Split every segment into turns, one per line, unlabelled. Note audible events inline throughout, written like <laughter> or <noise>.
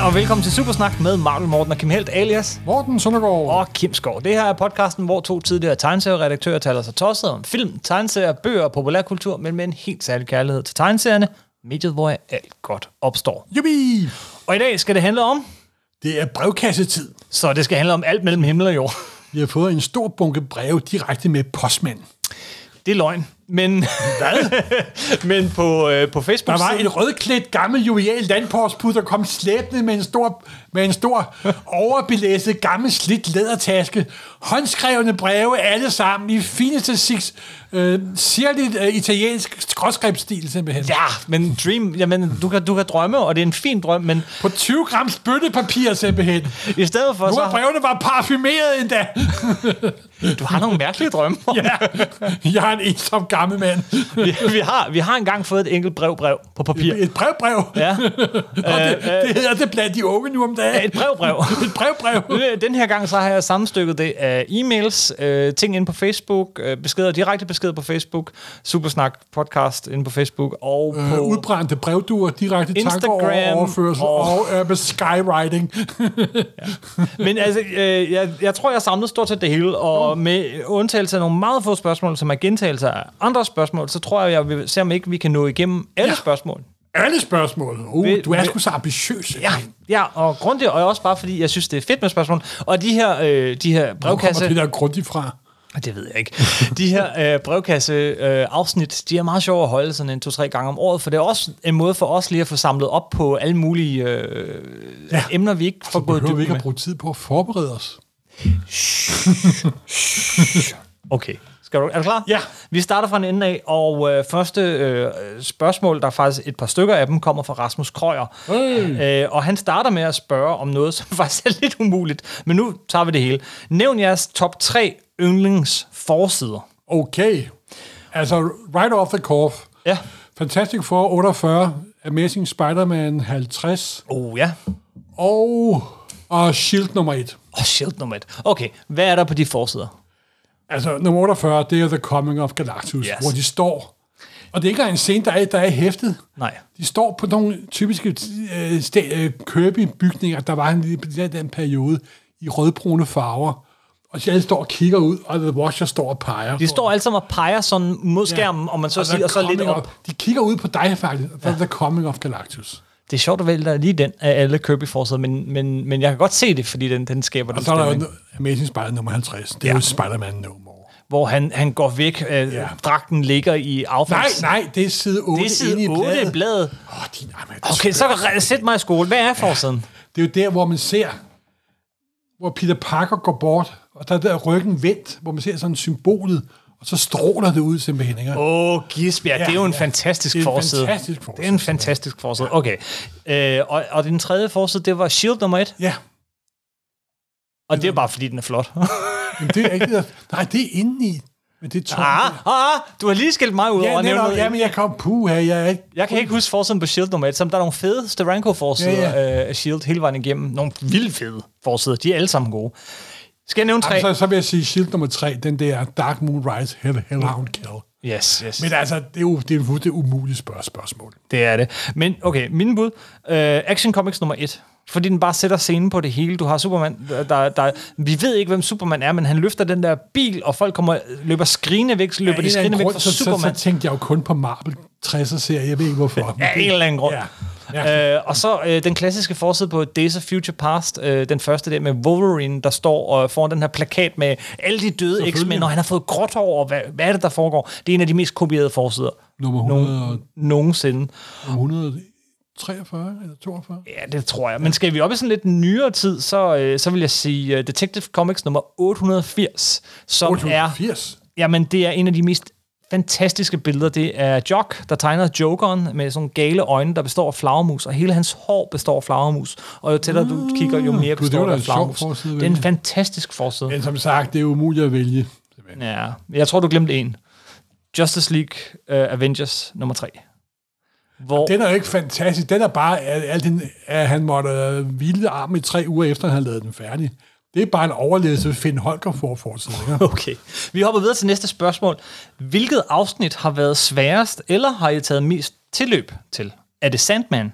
og velkommen til Supersnak med Marvel Morten og Kim Helt alias
Morten Søndergaard.
og Kim Skov. Det her er podcasten, hvor to tidligere tegneserieredaktører taler sig tosset om film, tegneserier, bøger og populærkultur, men med en helt særlig kærlighed til tegneserierne, mediet, hvor alt godt opstår.
Jubi!
Og i dag skal det handle om,
Det er brevkassetid.
så det skal handle om alt mellem himmel og jord.
Vi har fået en stor bunke breve direkte med postmand.
Det er løgn. Men,
Hvad?
<laughs> men på, øh, på Facebook...
Der var en rødklædt gammel jovial landpåspud, der kom slæbende med en stor, med en stor overbelæsset gammel slidt lædertaske. Håndskrevne breve alle sammen i fineste six, øh, sirligt øh, italiensk skråskribstil simpelthen. Ja.
Ja, men dream, jamen, du kan, du kan drømme, og det er en fin drøm, men
På 20 gram spyttepapir simpelthen.
i stedet for, så
Nogle
har,
af brevene var parfumeret endda. <laughs>
du har nogle mærkelige drømme.
ja, jeg er en ensom gammel mand.
vi, vi, har, vi har engang fået et enkelt brev, brev på papir.
Et brevbrev.
Ja,
Og det, det hedder det blandt de unge nu om dagen.
<laughs> et brev, brev.
Et brevbrev.
Øh, Den her gang så har jeg sammenstykket det af e-mails, øh, ting inde på Facebook, øh, beskeder, direkte beskeder på Facebook, Supersnak podcast inde på Facebook, og øh,
Øh,
på...
udbrændte brevduer, direkte tanker over
Instagram
overførsel
og-
og, og øh, med skywriting.
Men altså, øh, jeg, jeg tror, jeg samlede stort set det hele, og med undtagelse af nogle meget få spørgsmål, som er gentagelser af andre spørgsmål, så tror jeg, jeg vil se, om ikke vi kan nå igennem alle ja. spørgsmål.
Alle spørgsmål. Uh,
Ved-
du er
ved-
sgu så ambitiøs.
Ja, ja, og grundigt, og også bare fordi, jeg synes, det er fedt med spørgsmål. Og de her, øh, de her
Hvor kommer
brevkasse...
det der grundigt fra?
Det ved jeg ikke. De her øh, brevkasse-afsnit, de er meget sjove at holde sådan en to-tre gange om året, for det er også en måde for os lige at få samlet op på alle mulige øh, ja.
Ja.
emner, vi ikke får gået
Behøver vi
dybt
ikke
med.
at bruge tid på at forberede os?
Okay. Skal du, er du klar?
Ja.
Vi starter fra en ende af, og øh, første øh, spørgsmål, der er faktisk et par stykker af dem, kommer fra Rasmus Krøyer. Hey. Øh, og han starter med at spørge om noget, som <laughs> faktisk er lidt umuligt, men nu tager vi det hele. Nævn jeres top tre yndlings forsider.
Okay. Altså, right off the cuff.
Ja.
Fantastic Four 48, Amazing Spider-Man 50
Oh ja.
og, og Shield nummer 1.
Og oh, shield nummer et. Okay, hvad er der på de forsider?
Altså, nummer 48, det er jo The Coming of Galactus,
Yes.
yes. hvor de står. Og det er ikke engang en scene, der er, der er hæftet.
Nej.
De står på nogle typiske øh, sta- øh, Kirby-bygninger, der var en lille på den, den periode, i rødbrune farver. Og så alle står og kigger ud, og The Watcher står og peger.
De står alle sammen og peger sådan mod skærmen, ja. om man så siger, og så lidt op.
De kigger ud på dig faktisk, og ja. The Coming of Galactus.
Det er sjovt at vælge lige den af alle kirby forsider, men, men, men jeg kan godt se det, fordi den, den skaber den
Og så er der
stemning.
jo Amazing Spider nummer 50. Det er
Ja.
ja. jo Spider-Man No More.
hvor han, han går væk, øh, ja.
Ja.
dragten ligger i
Nej,
affalds...
nej, det er side 8.
Det er side 8 i bladet.
Åh, din
Okay, så re- sæt mig i skole. Hvad er forsiden?
Det er jo der, hvor man ser, hvor Peter Parker går bort, og der er der ryggen vendt, hvor man ser sådan symbolet, og så stråler det ud simpelthen, ikke?
Åh, oh, Gisbjerg, ja, det er jo en
ja.
fantastisk
Det er en
forside.
fantastisk forside.
Det er en fantastisk forside. Okay. Øh, og, og den tredje forside, det var Shield nummer 1,
Ja,
og det er bare fordi, den er flot.
men det er ikke det. der- Nej, det er indeni, men det er tomt.
ah, ah, du har lige skilt mig ud over
ja,
at nævne
netop.
noget.
Ja, men jeg kom puha, jeg er ikke...
Jeg kan ikke huske forsiden på Shield E nummer 1, som der er nogle fede Steranko-forsider ja,
Ja,
ja. Øh, af Shield hele vejen igennem. Nogle vildt fede forsider. De er alle sammen gode. Skal jeg nævne tre?
Så, så vil jeg sige Shield nummer 3, den der Dark Moon Rise, Hell, Hellhound Kill.
Yes, yes.
Men altså, det er jo det er, jo- det er umuligt spørg- spørgsmål.
Det er det. Men okay, min bud. Øh, Action Comics nummer et. Fordi den bare sætter scenen på det hele. Du har Superman, der, der, der... Vi ved ikke, hvem Superman er, men han løfter den der bil, og folk kommer, løber skrigende væk, løber ja, de
Af en eller anden
skrigende væk
grund,
fra
så, så,
Superman.
så, tænkte jeg jo kun på Marvel 60'er-serie, jeg ved ikke hvorfor. men
Ja, af en eller anden grund.
Ja.
Ja. Øh, og så øh, den klassiske forside på Days of Future Past, øh, den første der med Wolverine, der står og foran den her plakat med alle de døde X-Men, og han har fået gråt over, hvad, hvad er det, der foregår? Det er en af de mest kopierede forsider
Nummer 100 og
nogensinde.
143 eller 42?
Ja, det tror jeg. Men skal vi op i sådan lidt nyere tid, så, øh, så vil jeg sige uh, Detective Comics nummer 880, som 880. er...
80.
Jamen, det er en af de mest fantastiske billeder. Det er Jock, der tegner Jokeren med sådan nogle gale øjne, der består af flagermus, og hele hans hår består af flagermus. Og jo tættere du kigger, jo mere
Ah. Gud, det
består
var
det
da
af
en sjov
flagermus.
forside,
Det er en
virkelig.
fantastisk forside.
Men som sagt, det er umuligt at vælge.
Ja, jeg tror, du glemte en. Justice League uh, Avengers nummer 3. Hvor,
Den er jo ikke fantastisk. Den er bare, at, al den, at han måtte øh, hvile armen i tre uger efter, han havde lavet den færdig. Det er bare en overlevelse, Finn Holger får forsiden. ikke?
Okay. <laughs> Vi hopper videre til næste spørgsmål. Hvilket afsnit har været sværest, eller har I taget mest tilløb til? Er det Sandman?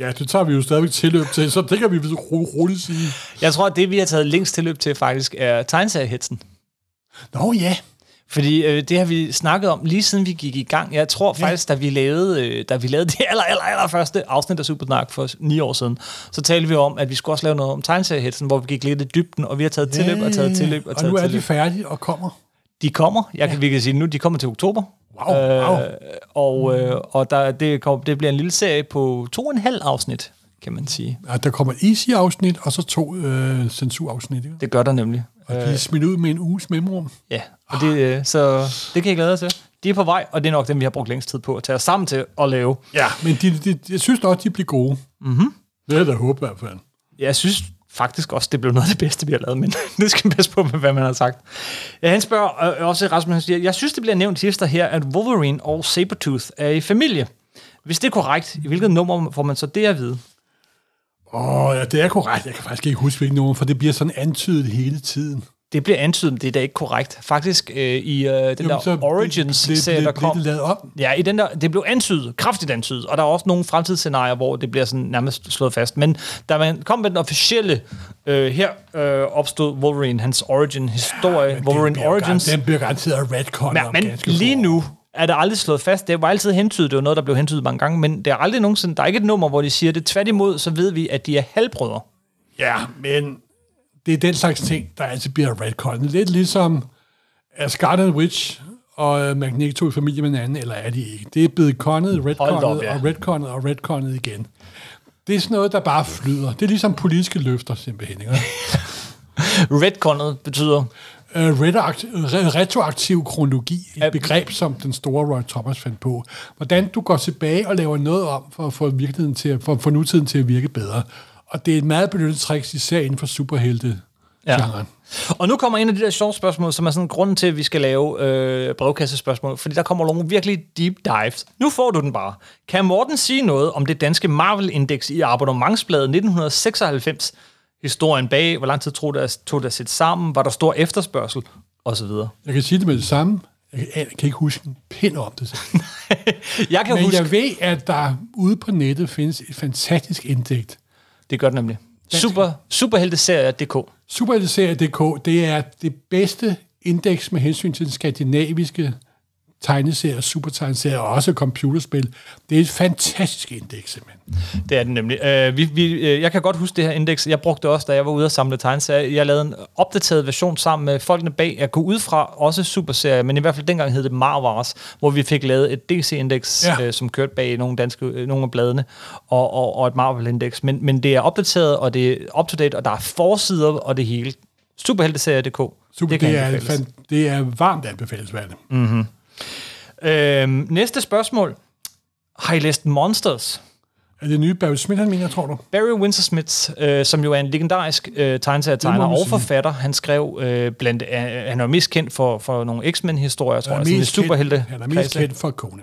Ja, det tager vi jo stadigvæk tilløb til, så det kan vi vist ro- roligt sige.
Jeg tror, at det, vi har taget længst tilløb til, faktisk er tegneseriehetsen.
Nå ja,
Fordi øh, det har vi snakket om lige siden vi gik i gang. Jeg tror faktisk, da vi lavede, øh, da vi lavede det aller, aller, aller første afsnit af Supersnak for s- ni år siden, så talte vi om, at vi skulle også lave noget om tegneseriehetsen, hvor vi gik lidt i dybden, og vi har taget tilløb og taget tilløb og
og
taget
nu er
tilløb.
de færdige og kommer.
De kommer, jeg kan, vi kan sige nu, de kommer til oktober.
Wow, wow.
Øh,
Mm.
og øh, og der, det, kom, det bliver en lille serie på to og en halv afsnit, kan man sige.
Ja, der kommer et easy-afsnit, og så to øh, censurafsnit. ikke?
Det gør der nemlig.
Og de er
Øh.
smidt ud med en uges mellemrum.
Ja, og det, øh, så det kan jeg glæde jer til. De er på vej, og det er nok dem, vi har brugt længst tid på at tage os sammen til at lave.
Ja, men de, de, jeg synes nok, de bliver gode.
Mhm.
Mm-hmm. Det er da håb i hvert fald.
Jeg synes faktisk også, det blev noget af det bedste, vi har lavet, men <laughs> det skal man passe på med, hvad man har sagt. Ja, han spørger øh, også, Rasmus, han siger, jeg synes, det bliver nævnt sidst her, at Wolverine og Sabretooth er i familie. Hvis det er korrekt, i hvilket nummer får man så det at vide?
Åh, oh, ja, det er korrekt. Jeg kan faktisk ikke huske, hvilken nummer, for det bliver sådan antydet hele tiden.
Det bliver antydet, men det er da ikke korrekt. Faktisk øh, i øh, den
Jamen,
der Origins-serie, der
blev, blev
kom...
det lavet om.
Ja, i den der, det blev antydet, kraftigt antydet, og der er også nogle fremtidsscenarier, hvor det bliver sådan nærmest slået fast. Men da man kom med den officielle, øh, her øh, opstod Wolverine, hans origin-historie, ja,
Den
Wolverine
bliver
Origins.
gar- Den bliver garanteret retcon
Ja, men lige nu er der aldrig slået fast. Det var altid hentydet, det var noget, der blev hentydet mange gange, men der er aldrig nogensinde, der er ikke et nummer, hvor de siger det. Tværtimod, så ved vi, at de er halvbrødre.
Ja, men det er den slags ting, der altid bliver retcon. Lidt ligesom er Scarlet Witch og øh, Magneto i familie med hinanden, eller er de ikke? Det er blevet connet, retconnet,
op, ja.
og retconnet, og retconnet igen. Det er sådan noget, der bare flyder. Det er ligesom politiske løfter, simpelthen. Ikke?
Redconnet betyder,
Øh, retroakt- re- retroaktiv kronologi, et
Ja.
begreb, som den store Roy Thomas fandt på. Hvordan du går tilbage og laver noget om for at få, virkeligheden til at, for, for nutiden til at virke bedre. Og det er et meget benyttet trick, især inden for superhelte
Ja.
genren
Og nu kommer en af de der sjove spørgsmål, som er sådan grunden til, at vi skal lave øh, brevkassespørgsmål, fordi der kommer nogle virkelig deep dives. Nu får du den bare. Kan Morten sige noget om det danske Marvel-indeks i abonnementsbladet 1996? Historien bag, hvor lang tid tog det, tog det at sætte sammen, var der stor efterspørgsel, osv.
Jeg kan sige det med det samme. Jeg kan, jeg kan ikke huske en pind om det. selv.
<laughs> Jeg kan
Men
huske,
jeg ved, at der ude på nettet findes et fantastisk indigt.
det gør det nemlig. Super, superhelteserier.dk.
Superhelteserie.dk, det er det bedste indeks med hensyn til den skandinaviske tegneserie, supertegneserie og også computerspil. Det er et fantastisk indeks, simpelthen.
Det er den nemlig. Øh, vi, vi, øh, jeg kan godt huske det her indeks. Jeg brugte det også, da jeg var ude og samle tegneserier. Jeg lavede en opdateret version sammen med folkene bag. Jeg går ud fra også superserier, men i hvert fald dengang hed det Marvars, hvor vi fik lavet et DC-indeks, ja.
Ja.
øh, som kørte bag nogle, danske, øh, nogle af bladene, og, og, og et Marvel-indeks. Men, men det er opdateret, og det er up-to-date, og der er forsider og det hele. Superhelteserier.dk.
Super, det, det, er,
anbefales.
fan, det er varmt anbefalesværdigt. Mm.
Øhm, næste spørgsmål. Har I læst Monsters? Mm.
Er det nye Barry Smith, han mener, tror du?
Barry Windsor-Smith, øh, som jo er en legendarisk øh, tegneserietegner
Det må man
og
sige.
forfatter, han skrev øh, blandt øh, han er jo mest kendt for, for nogle X-Men-historier, tror jeg, sådan lidt superhelte.
kendt, han er mest kendt for Conan.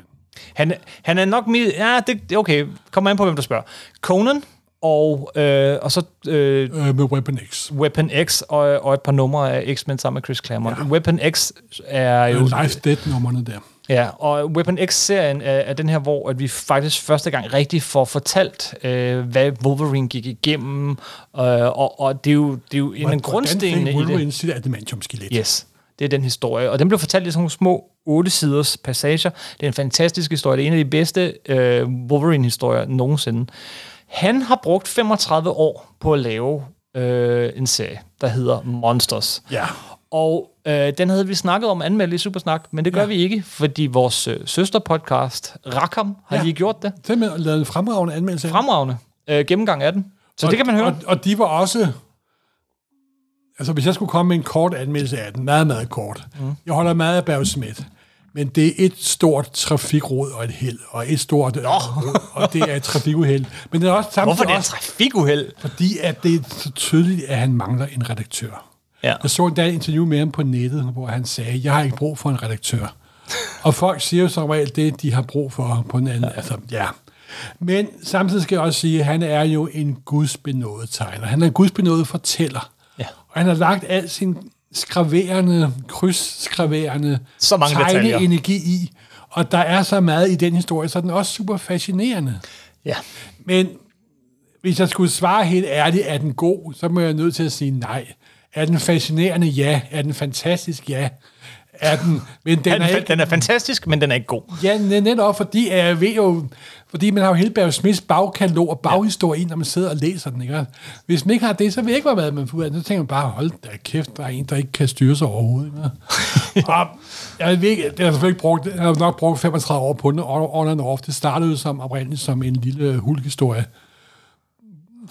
Han, han er nok mest... Ja, det, det- okay, kommer an på, hvem der spørger. Conan, og, øh, og så øh,
Øh, med Weapon X.
Weapon X, og, og et par numre af X-Men sammen med Chris Claremont. Ja. Weapon X er jo...
Life Dead-nummerne der.
Ja, og Weapon X-serien er, er den her, hvor at vi faktisk første gang rigtig får fortalt, øh, hvad Wolverine gik igennem, øh, og, og det er jo, det er jo en af grundstenene i det.
Wolverine sit adamantium-skelet.
Yes, det er den historie, og den blev fortalt i sådan nogle små otte siders passager. Det er en fantastisk historie, det er en af de bedste øh, Wolverine-historier nogensinde. Han har brugt 35 år på at lave øh, en serie, der hedder Monsters.
Ja.
Og øh, den havde vi snakket om anmeldt i Supersnak, men det gør ja. vi ikke, fordi vores øh, søsterpodcast, Rakam, har ja.
Ja.
lige gjort det.
Simpelthen lavet en fremragende anmeldelse. af den.
Fremragende øh, gennemgang af den. Så og, det kan man høre.
Og, og de var også... Altså, hvis jeg skulle komme med en kort anmeldelse af den, meget, meget kort. Mm. Jeg holder meget af Barry Smith, men det er et stort trafikråd og et held, og et stort... Oh. og det er et trafikuheld. Men det er også
Hvorfor
samtidig
det er
også,
trafikuheld?
fordi at det er så tydeligt, at han mangler en redaktør.
Ja.
Jeg så endda et interview med ham på nettet, hvor han sagde, jeg har ikke brug for en redaktør. Og folk siger jo som regel det, de har brug for på den anden. Altså, ja. Men samtidig skal jeg også sige, at han er jo en gudsbenået tegner. Han er en gudsbenået fortæller.
Ja.
Og han har lagt al sin skraverende, krydsskræverende
Så mange detaljer.
energi i. Og der er så meget i den historie, så den er også super fascinerende.
Ja.
Men Hvis jeg skulle svare helt ærligt, er den god, så må jeg nødt til at sige nej. Er den fascinerende? Ja. Er den fantastisk? Ja. Er den, men den,
Den
er
er,
ikke,
den er fantastisk, men den er ikke god.
Ja, net- netop, fordi øh, jeg ved jo, fordi man har jo Helberg Smiths bagkatalog og baghistorie ind, når man sidder og læser den, ikke? Hvis man ikke har det, så vil jeg ikke være med, man får ud af den. Så tænker man bare, hold da kæft, der er en, der ikke kan styre sig overhovedet. Ikke? og jeg ved ikke, jeg har selvfølgelig ikke brugt, jeg har nok brugt 35 år på den, on on and off. Det startede jo som oprindeligt som en lille hulkhistorie,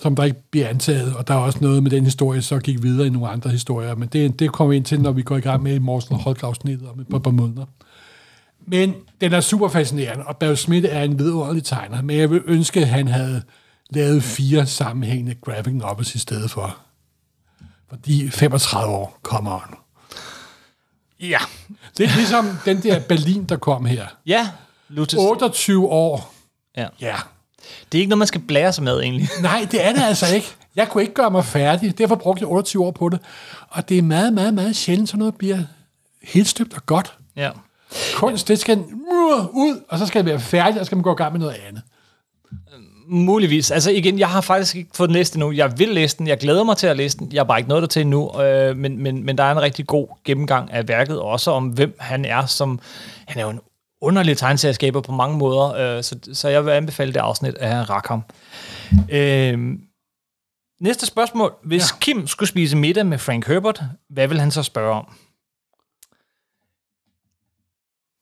som der ikke bliver antaget, og der er også noget med den historie, så gik videre i nogle andre historier, men det, det kommer vi ind til, når vi går i gang med Morsen og Holk-afsnittet om et par, par måneder. Men den er super fascinerende, og Barry Smith er en vidunderlig tegner, men jeg vil ønske, at han havde lavet fire sammenhængende graphic novels i stedet for. Fordi 35 år, kommer on.
Ja.
Det er ligesom den der Berlin, der kom her.
Ja, Lutus.
28 år.
Ja.
Ja.
Det er ikke noget, man skal blære sig med, egentlig.
Nej, det er det altså ikke. Jeg kunne ikke gøre mig færdig, derfor brugte jeg 28 år på det. Og det er meget, meget, meget sjældent, sådan noget bliver helt støbt og godt.
Ja.
Kunst, det skal uh, ud, og så skal det være færdigt, og så skal man gå i gang med noget andet.
Muligvis. Altså igen, jeg har faktisk ikke fået den læst endnu. Jeg vil læse den. Jeg glæder mig til at læse den. Jeg har bare ikke nået der til endnu. Øh, men, men, men der er en rigtig god gennemgang af værket, og også om hvem han er. Som, han er jo en underlig tegneserieskaber på mange måder, øh, så, så jeg vil anbefale det afsnit af Rackham. Øh, næste spørgsmål. Hvis ja. Kim skulle spise middag med Frank Herbert, hvad vil han så spørge om?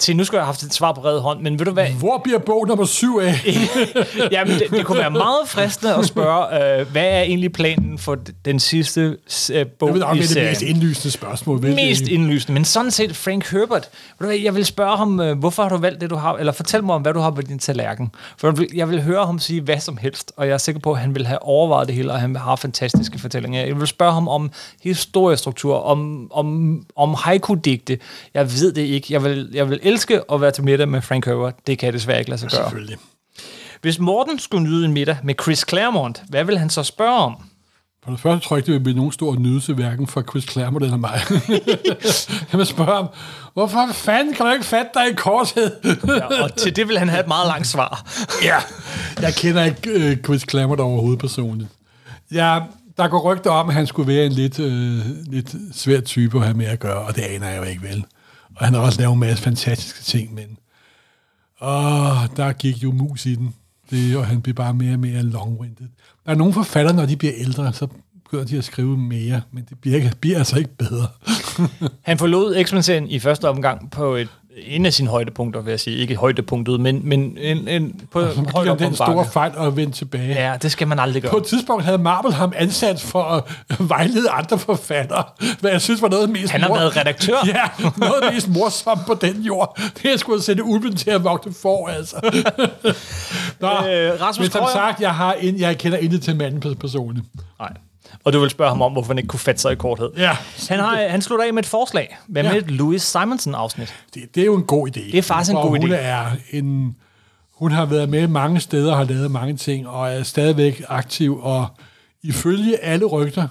Til nu skulle jeg have haft et svar på red hånd, men ved du hvad?
Hvor bliver bog nummer 7 af?
Jamen, det, det kunne være meget fristende at spørge, øh, hvad er egentlig planen for d- den sidste øh, bog
Jeg ved nok,
i
det er det
serien?
mest indlysende spørgsmål. Vel?
mest
Det-
indlysende, men sådan set Frank Herbert. Ved du hvad, Jeg vil spørge ham, øh, hvorfor har du valgt det, du har, eller fortæl mig om, hvad du har på din tallerken. For jeg vil- jeg vil høre ham sige hvad som helst, og jeg er sikker på, at han vil have overvejet det hele, og han har fantastiske fortællinger. Jeg vil spørge ham om historiestruktur, om, om, om haiku-digte. Jeg ved det ikke. Jeg vil, jeg vil elske at være til middag med Frank Herbert. Det kan jeg desværre ikke lade sig gøre.
Selvfølgelig.
Hvis Morten skulle nyde en middag med Chris Claremont, hvad vil han så spørge om?
For det første tror jeg ikke, det vil blive nogen stor nydelse, hverken for Chris Claremont eller mig. <laughs> jeg vil spørge ham, hvorfor fanden kan du ikke fatte dig i korset?
Ja, og til det vil han have et meget langt svar.
ja, jeg kender ikke øh, Chris Claremont overhovedet personligt. Ja, der går rygter om, at han skulle være en lidt, øh, lidt svær type at have med at gøre, og det aner jeg jo ikke vel. Og han har også lavet en masse fantastiske ting, men Åh, der gik jo mus i den. Det, og han blev bare mere og mere long-winded. Der er nogle forfattere, når de bliver ældre, så begynder de at skrive mere, men det bliver, ikke, bliver altså ikke bedre.
Han forlod X-Men-serien i første omgang på et, en af sine højdepunkter, vil jeg sige. Ikke højdepunktet, men, men en, en, på
Så man
højt op
giver
på
den
en bakke.
store fejl og vende tilbage.
Ja, det skal man aldrig
På
gøre.
et tidspunkt havde Marvel ham ansat for at vejlede andre forfattere, hvad jeg synes var noget af det mest
Han har
mor-
været redaktør.
<laughs> Ja, noget af det mest morsomt på den jord. Det er sgu at sætte ulven til at vogte for, altså. <laughs> Nå,
Øh, Rasmus
men som
Krøyer-
sagt, jeg, har ind, jeg kender intet til manden pers- personligt.
Nej. Og du vil spørge ham om, hvorfor han ikke kunne fatte sig i korthed.
Ja.
Han, har, han slutter af med et forslag. Hvad med
Ja.
et Louis Simonson-afsnit?
det, det er jo en god idé. Det
er faktisk en god
hun
idé.
Er en, hun har været med mange steder og har lavet mange ting, og er stadigvæk aktiv, og ifølge alle rygter,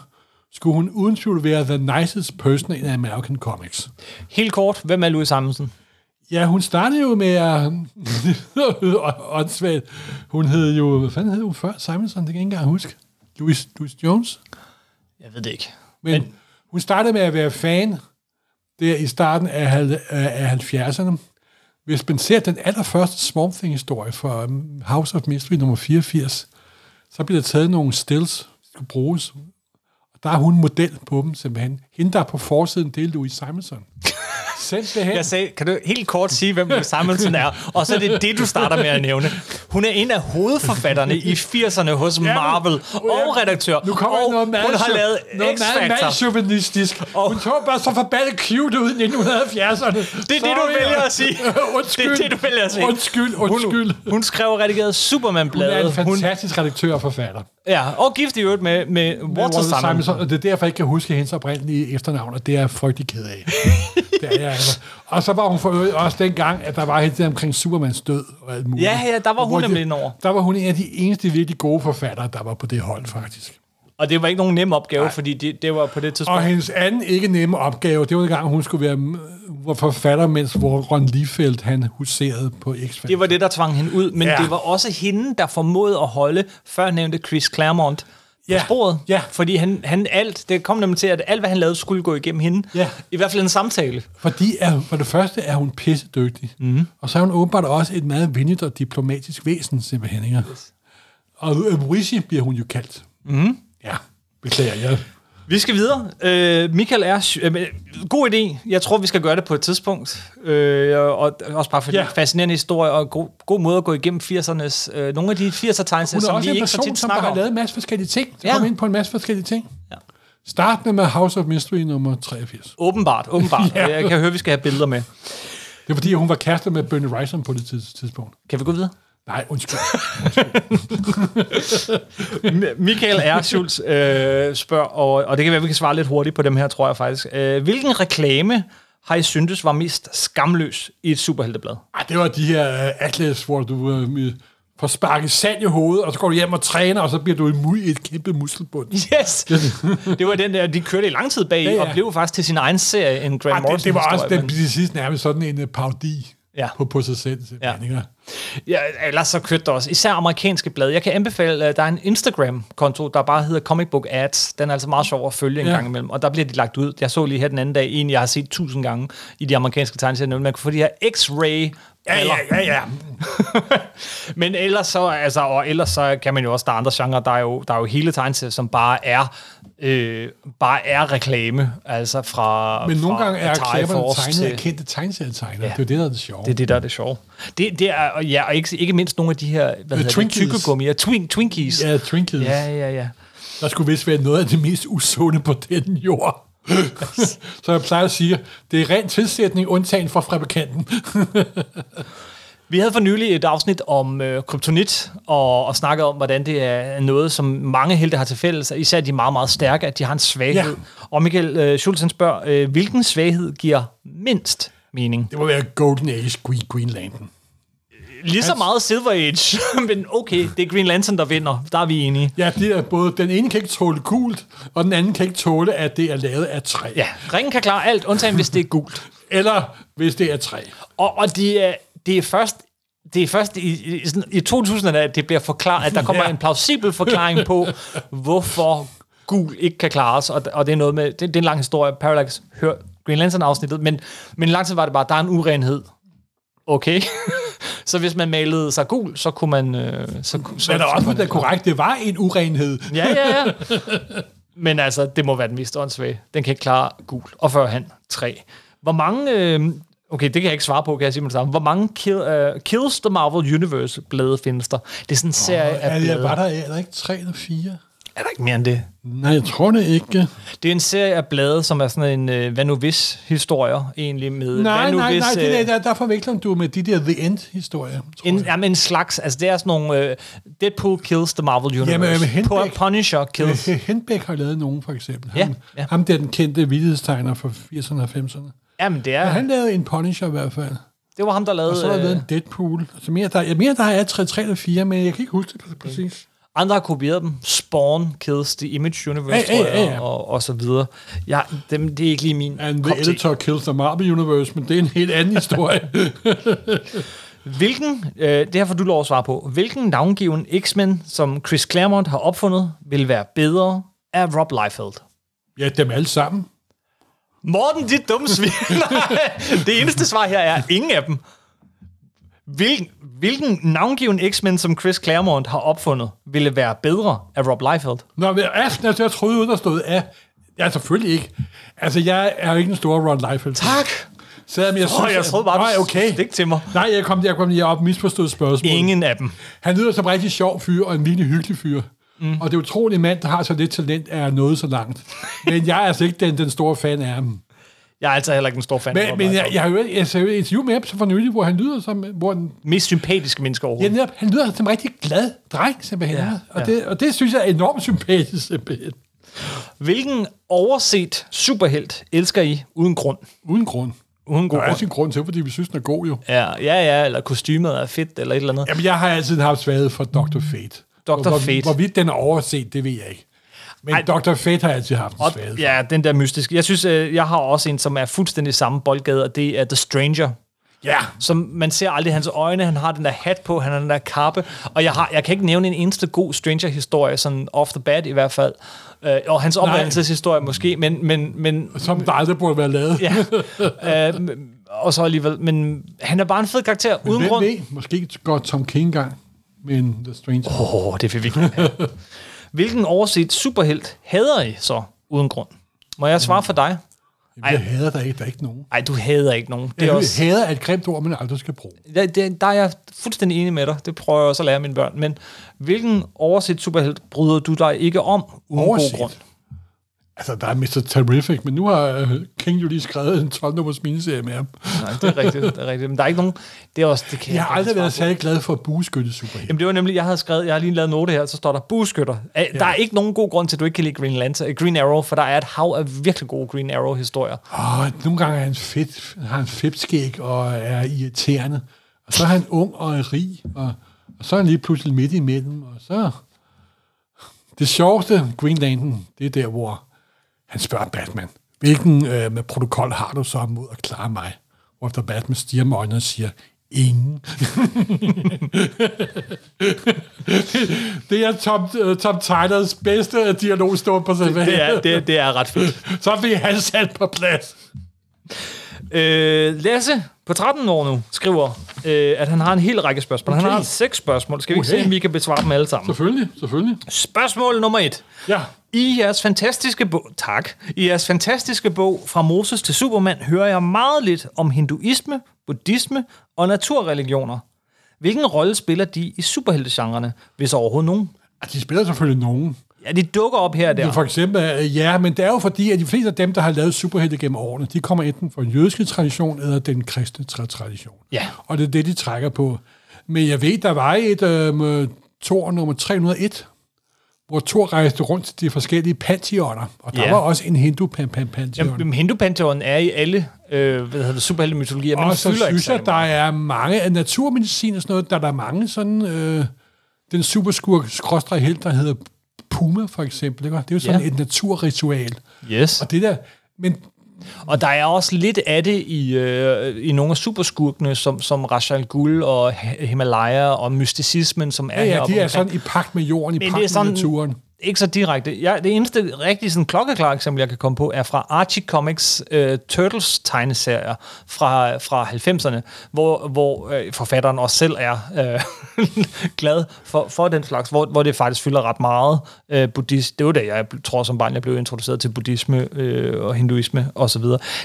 skulle hun uden tvivl være the nicest person in American comics.
Helt kort, hvem er Louis Simonson?
Ja, hun startede jo med at... <laughs> Åndssvagt. hun hed jo... Hvad fanden hed hun før? Simonson, det kan jeg ikke engang huske. Louis, Louis Jones?
Jeg ved det ikke.
Men, Men hun startede med at være fan der i starten af, hal- af af 70'erne. Hvis man ser den allerførste Swamp Thing-historie fra øhm, House of Mystery nummer 84, så bliver der taget nogle stills, der skal bruges. Og der er hun model på dem simpelthen. Hende, der er på forsiden, det er Louis Simonson.
<laughs>
Simpelthen.
Jeg sagde, kan du helt kort sige, hvem Louis Simonson er? Og så er det det, du starter med at nævne. Hun er en af hovedforfatterne i 80'erne hos Marvel og redaktør.
Nu kommer
og
og noget meget,
hun har
chau-
lavet
noget meget, meget
X-Factor.
chauvinistisk. Og hun tog bare så forbandet cute ud i 1970'erne.
Det er det, du vælger at sige.
<laughs> undskyld.
Det er det, du vælger at sige.
Undskyld, undskyld.
Hun, hun skrev og redigerede
Hun er en
Superman-bladet. Hun,
fantastisk redaktør og forfatter.
ja, og gift i øvrigt med, med Walter
Walter
Simonson.
Simonson, og det er derfor, jeg ikke kan huske hendes oprindelige efternavn, og det er jeg frygtelig
<laughs>
ked af. det er jeg altså. Og så var hun for øvrigt også dengang, at der var hele det omkring Supermans død og alt muligt.
Ja, ja, der var hun
Hvor de-
nemlig inde over.
Der var hun en af de eneste virkelig gode forfattere, der var på det hold, faktisk.
Og det var ikke nogen nem opgave, Nej. fordi det, det var på det tidspunkt...
Og hendes anden ikke nemme opgave, det var dengang, hun skulle være mm, var forfatter, mens Ron Liefeldt, han huserede på x
Det var det, der tvang hende ud, men
Ja.
ja. det var også hende, der formåede at holde førnævnte Chris Claremont på
Ja.
sporet.
Ja.
Fordi han, han alt, det kom nemlig til, at alt, hvad han lavede, skulle gå igennem hende.
Ja.
I hvert fald en samtale.
Fordi er, for det første er hun pissedygtig,
Mhm.
mm. og så er hun åbenbart også et meget vindigt og diplomatisk væsen, simpelthen. Ikke? Yes. Og øh, Rishi bliver hun jo kaldt. Mm.
Mhm.
Ja, beklager jeg.
Vi skal videre. Øh, Michael er... sy- Øh, men, god idé. Jeg tror, vi skal gøre det på et tidspunkt. Øh, og, og også bare fordi
Ja.
ja. fascinerende historie og god, god måde at gå igennem 80'ernes... Øh, nogle af de 80'er tegnelser,
Hun er
som
også
Altså, vi
en
ikke så
person,
tit
som der
snakker
har
om.
lavet en masse forskellige ting. Så
Ja.
kom ind på en masse forskellige ting.
Ja.
Startende med House of Mystery nummer 83.
Åbenbart, åbenbart.
<laughs> Ja.
ja. Jeg kan høre, vi skal have billeder med.
Det er fordi, hun var kærester med Bernie Wrightson på det tids- tidspunkt.
Kan vi gå videre?
Nej,
<laughs>
undskyld.
M- Michael R. Schultz øh, spørger, og, og det kan være, vi kan svare lidt hurtigt på dem her, tror jeg faktisk. Øh, hvilken reklame har I syntes var mest skamløs i et superhelteblad?
Ej, det var de her øh, atlas, hvor du øh, får sparket sand i hovedet, og så går du hjem og træner, og så bliver du imod i et kæmpe muskelbund.
Yes! det var den der, de kørte i lang tid bag, ja,
Ja, ja.
ja. og blev faktisk til sin egen serie, en Grant
Ej, det,
Morrison
det var også den,
men-
til sidst nærmest sådan en øh, parodi ja.
Ja.
på, på sig selv. simpelthen,
Ja.
ikke?
Ja, ellers så kørte der også, især amerikanske blade. Jeg kan anbefale, at der er en Instagram-konto, der bare hedder Comic Book Ads. Den er altså meget sjov at følge en
Ja.
ja. gang imellem, og der bliver de lagt ud. Jeg så lige her den anden dag en, jeg har set tusind gange i de amerikanske tegneserier. Man kunne få de her X-ray
Ja, ja, ja, ja.
<laughs> Men ellers så, altså, og ellers så kan man jo også, der er andre genrer, der er jo, der er jo hele tegneserier, som bare er, øh, bare er reklame, altså fra
Men
fra
nogle gange er
Atari
reklamerne
Force
tegnet af
til-
kendte tegneserietegnere. Ja.
Ja.
Det er jo det, der er det sjove.
det er det, der er det sjove. Det, det er, og ja, og ikke, ikke mindst nogle af de her, hvad hedder det,
Twinkies.
tykkegummier, twink, Twinkies.
Ja, Trinkets.
Ja,
Ja.
ja, ja.
Der skulle vist være noget af det mest usunde på den jord. <laughs> så jeg plejer at sige, det er ren tilsætning, undtagen fra fabrikanten.
Vi havde for nylig et afsnit om øh, kryptonit, og, og snakkede om, hvordan det er noget, som mange helte har til fælles, og især de meget, meget stærke, at de har en svaghed.
Ja.
Ja. Og Michael øh, Schulzen spørger, øh, hvilken svaghed giver mindst mening?
det må være Golden Age Green, Green Lantern.
Lige så meget Silver Age, <laughs> men okay, det er Green Lantern, der vinder. Der er vi enige.
Ja, det er både, den ene kan ikke tåle gult, og den anden kan ikke tåle, at det er lavet af træ.
Ja, ringen kan klare alt, undtagen hvis det er gult.
Eller hvis det er træ.
Og, og det, er, det er først, det er først i, i, sådan- i 2000'erne, at det bliver forklaret, at der kommer
<laughs> Ja.
ja. en plausibel forklaring på, hvorfor gul ikke kan klares. Og, og det er noget med, det, det er en lang historie, Parallax hør Green Lantern-afsnittet, men, men lang tid var det bare, der er en urenhed. Okay. <laughs> så hvis man malede sig gul, så kunne man... Øh, så, ku- så,
Men der er
så
også,
kunne
det er
man-
korrekt, det var en urenhed.
Ja, ja, ja. Men altså, det må være den mest åndssvage. Den kan ikke klare gul. Og førhen, tre. Hvor mange... Øh, okay, det kan jeg ikke svare på, kan jeg sige med det samme. Hvor mange kill, øh, Kills the Marvel Universe blade findes der? Det er sådan en serie
Er,
af blade.
var der, er der ikke tre eller fire?
Er der ikke mere end det?
Nej, jeg tror det ikke.
Det er en serie af blade, som er sådan en øh, hvad nu hvis historier egentlig med...
Nej,
hvad nu
nej,
hvis,
nej, det der,
øh,
der, der forveksler du med de der The End-historier, tror
En,
jeg.
jamen en slags, altså det er sådan nogle øh, Deadpool kills the Marvel Universe.
Jamen, øh, Henrik-
Pu- Punisher kills.
Øh, Henbæk har lavet nogen, for eksempel.
Ja,
ham,
ja.
ham der, den kendte vildhedstegner fra 80'erne og 90'erne.
Jamen det er,
Ja. Han lavede en Punisher i hvert fald.
det var ham, der lavede...
Og så har der
øh,
lavet en Deadpool. Så mere, der, jeg mener, der er 3, 3 eller 4, men jeg kan ikke huske det præ- præcis.
Andre har kopieret dem. Spawn, Kills, The Image Universe,
Ja,
ja,
ja,
tror jeg,
ja, ja.
og, og så videre. Ja, dem, det er ikke lige min
And
kop
the
te.
Editor Kills the Marvel Universe, men det er en helt
<laughs>
anden historie.
Hvilken, øh, det her får du lov at svare på, hvilken navngiven X-Men, som Chris Claremont har opfundet, vil være bedre af Rob Liefeld?
ja, dem alle sammen.
Morten, dit dumme <laughs> svin. Nej, det eneste svar her er ingen af dem. Hvilken, hvilken navngiven X-Men, som Chris Claremont har opfundet, ville være bedre af Rob Liefeld?
Nå, men Aspen, altså, jeg troede, der stod af. Ja, selvfølgelig ikke. Altså, jeg er jo ikke en stor Ron Liefeld.
Tak!
Selvom jeg,
Åh, jeg troede bare, du
nej, okay.
stik til mig.
Nej, jeg kom, jeg kom lige op og misforstod spørgsmålet.
Ingen af dem.
Han lyder som en rigtig sjov fyr og en virkelig hyggelig fyr. Mm. Og det er utroligt, en mand, der har så lidt talent, er nået så
<laughs>
langt. Men jeg er altså ikke den, den store fan af ham.
Jeg er altså heller ikke en stor fan af
Men,
Rob
men
Liefeld.
jeg, jeg har jo jeg ser jo et interview med ham så for nylig, hvor han lyder som... Hvor han,
mest sympatiske mennesker
ja,
overhovedet.
netop, han lyder som en rigtig glad dreng, simpelthen. Ja,
Ja,
Og,
ja.
det, og det synes jeg er enormt sympatisk, simpelthen.
Hvilken overset superhelt elsker I uden grund?
Uden grund.
Uden god
Der er
grund.
altid en grund til, fordi vi synes, den er god jo.
Ja, ja, ja, eller kostymet er fedt, eller et eller andet.
Jamen, jeg har altid haft svaghed for Dr. Fate.
Dr.
Hvor,
Fate.
Hvorvidt den er overset, det ved jeg ikke. Men Ej. Dr. Fate har altid haft en
Og,
svaghed.
ja, den der mystiske. Jeg synes, øh, jeg har også en, som er fuldstændig samme boldgade, og det er The Stranger.
ja.
Som man ser aldrig hans øjne, han har den der hat på, han har den der kappe, og jeg, har, jeg kan ikke nævne en eneste god Stranger-historie, sådan off the bat i hvert fald. Øh, og hans opdagelseshistorie måske, men, men, men
Som der aldrig burde være lavet. <laughs>
ja. øh, men- og så alligevel, men han er bare en fed karakter,
Men
uden
Hvem
grund.
ved? Måske går Tom King engang med en The Stranger. Oh.
Åh, oh, det vil vi gerne have. Hvilken overset superhelt hader I så, uden grund? Må jeg svare for dig?
Jeg hader der ikke, der er ikke nogen.
Nej, du hader ikke nogen. Det
Jeg
er også,
hader er et grimt ord, man aldrig skal bruge.
der, der, der er jeg fuldstændig enig med dig. Det prøver jeg også at lære mine børn. Men hvilken overset superhelt bryder du dig ikke om, uden overset.
Overset?
god grund?
Altså, der er Mr. Terrific, men nu har øh, King jo lige skrevet en 12-nummers miniserie med ham.
Nej, det er rigtigt. Det er rigtigt. Men der er ikke nogen... Det er også... Det kan
Jeg har
ikke
aldrig
svare
været
på.
særlig glad for bueskytte superhelte.
Jamen det var nemlig, jeg havde skrevet, jeg har lige lavet en note her, så står der buskytter. Ja. Der er ikke nogen god grund til, at du ikke kan lide Green, Lantern, øh, Green Arrow, for der er et hav af virkelig gode Green Arrow-historier.
Åh, nogle gange er han fedt, har han fedtskæg og er irriterende. Og så er han ung og er rig, og, og så er han lige pludselig midt imellem. Og så... Det sjoveste, Green Lantern, det er der, hvor han spørger Batman, hvilken øh, med protokol har du så mod at klare mig? Hvorefter Batman stiger med øjnene og siger, ingen. <laughs> det er Tom, øh, Tom Tylers bedste dialog står på sig.
Det er, det, det er ret fedt.
<laughs> Så bliver han sat på plads.
Øh, Lasse på 13 år nu skriver, øh, at han har en hel række spørgsmål. Okay. Han
Okay.
har seks spørgsmål. Skal vi ikke se,
Okay.
om vi kan besvare dem alle sammen?
Selvfølgelig, selvfølgelig.
Spørgsmål nummer et.
Ja.
I jeres fantastiske bog, tak, i jeres fantastiske bog Fra Moses til Superman, hører jeg meget lidt om hinduisme, buddhisme og naturreligioner. Hvilken rolle spiller de i superheltegenrerne, hvis overhovedet nogen?
Altså, de spiller selvfølgelig nogen.
Ja, de dukker op her og
Ja. For
der.
eksempel, øh, ja, men det er jo fordi, at de fleste af dem, der har lavet superhelte gennem årene, de kommer enten fra den jødiske tradition eller den kristne tra- tradition.
Ja.
Og det er det, de trækker på. Men jeg ved, der var et øh, Thor nummer 301, hvor Thor rejste rundt til de forskellige pantheoner, og der
Ja.
var også en hindu pan pan pantheon.
Jamen, hindu-pantheon er i alle øh, hvad hedder det, superheltemytologier, men
og så
fylder ikke
synes jeg,
særlig
der
meget.
er mange af naturmedicin og sådan noget, der er der mange sådan, øh, den superskurk skråstrej helt, der hedder Puma for eksempel, ikke? det er jo sådan
Ja.
ja. et naturritual.
Yes.
Og det der, men
Og der er også lidt af det i, øh, i nogle af superskurkene, som, som Rachel Gul og H- Himalaya og mysticismen, som er
ja, ja,
heroppe
de er
omkring.
sådan i pagt med jorden, i
Men det
pagt
er
med
sådan-
naturen.
Ikke så direkte. Jeg, det eneste rigtig sådan, klokkeklare eksempel, jeg kan komme på, er fra Archie Comics øh, Turtles tegneserier fra, fra 90'erne, hvor, hvor øh, forfatteren også selv er øh, <laughs> glad for, for den slags, hvor, hvor det faktisk fylder ret meget. Øh, buddhist, det var da jeg bl- tror som barn, jeg blev introduceret til buddhisme øh, og hinduisme osv.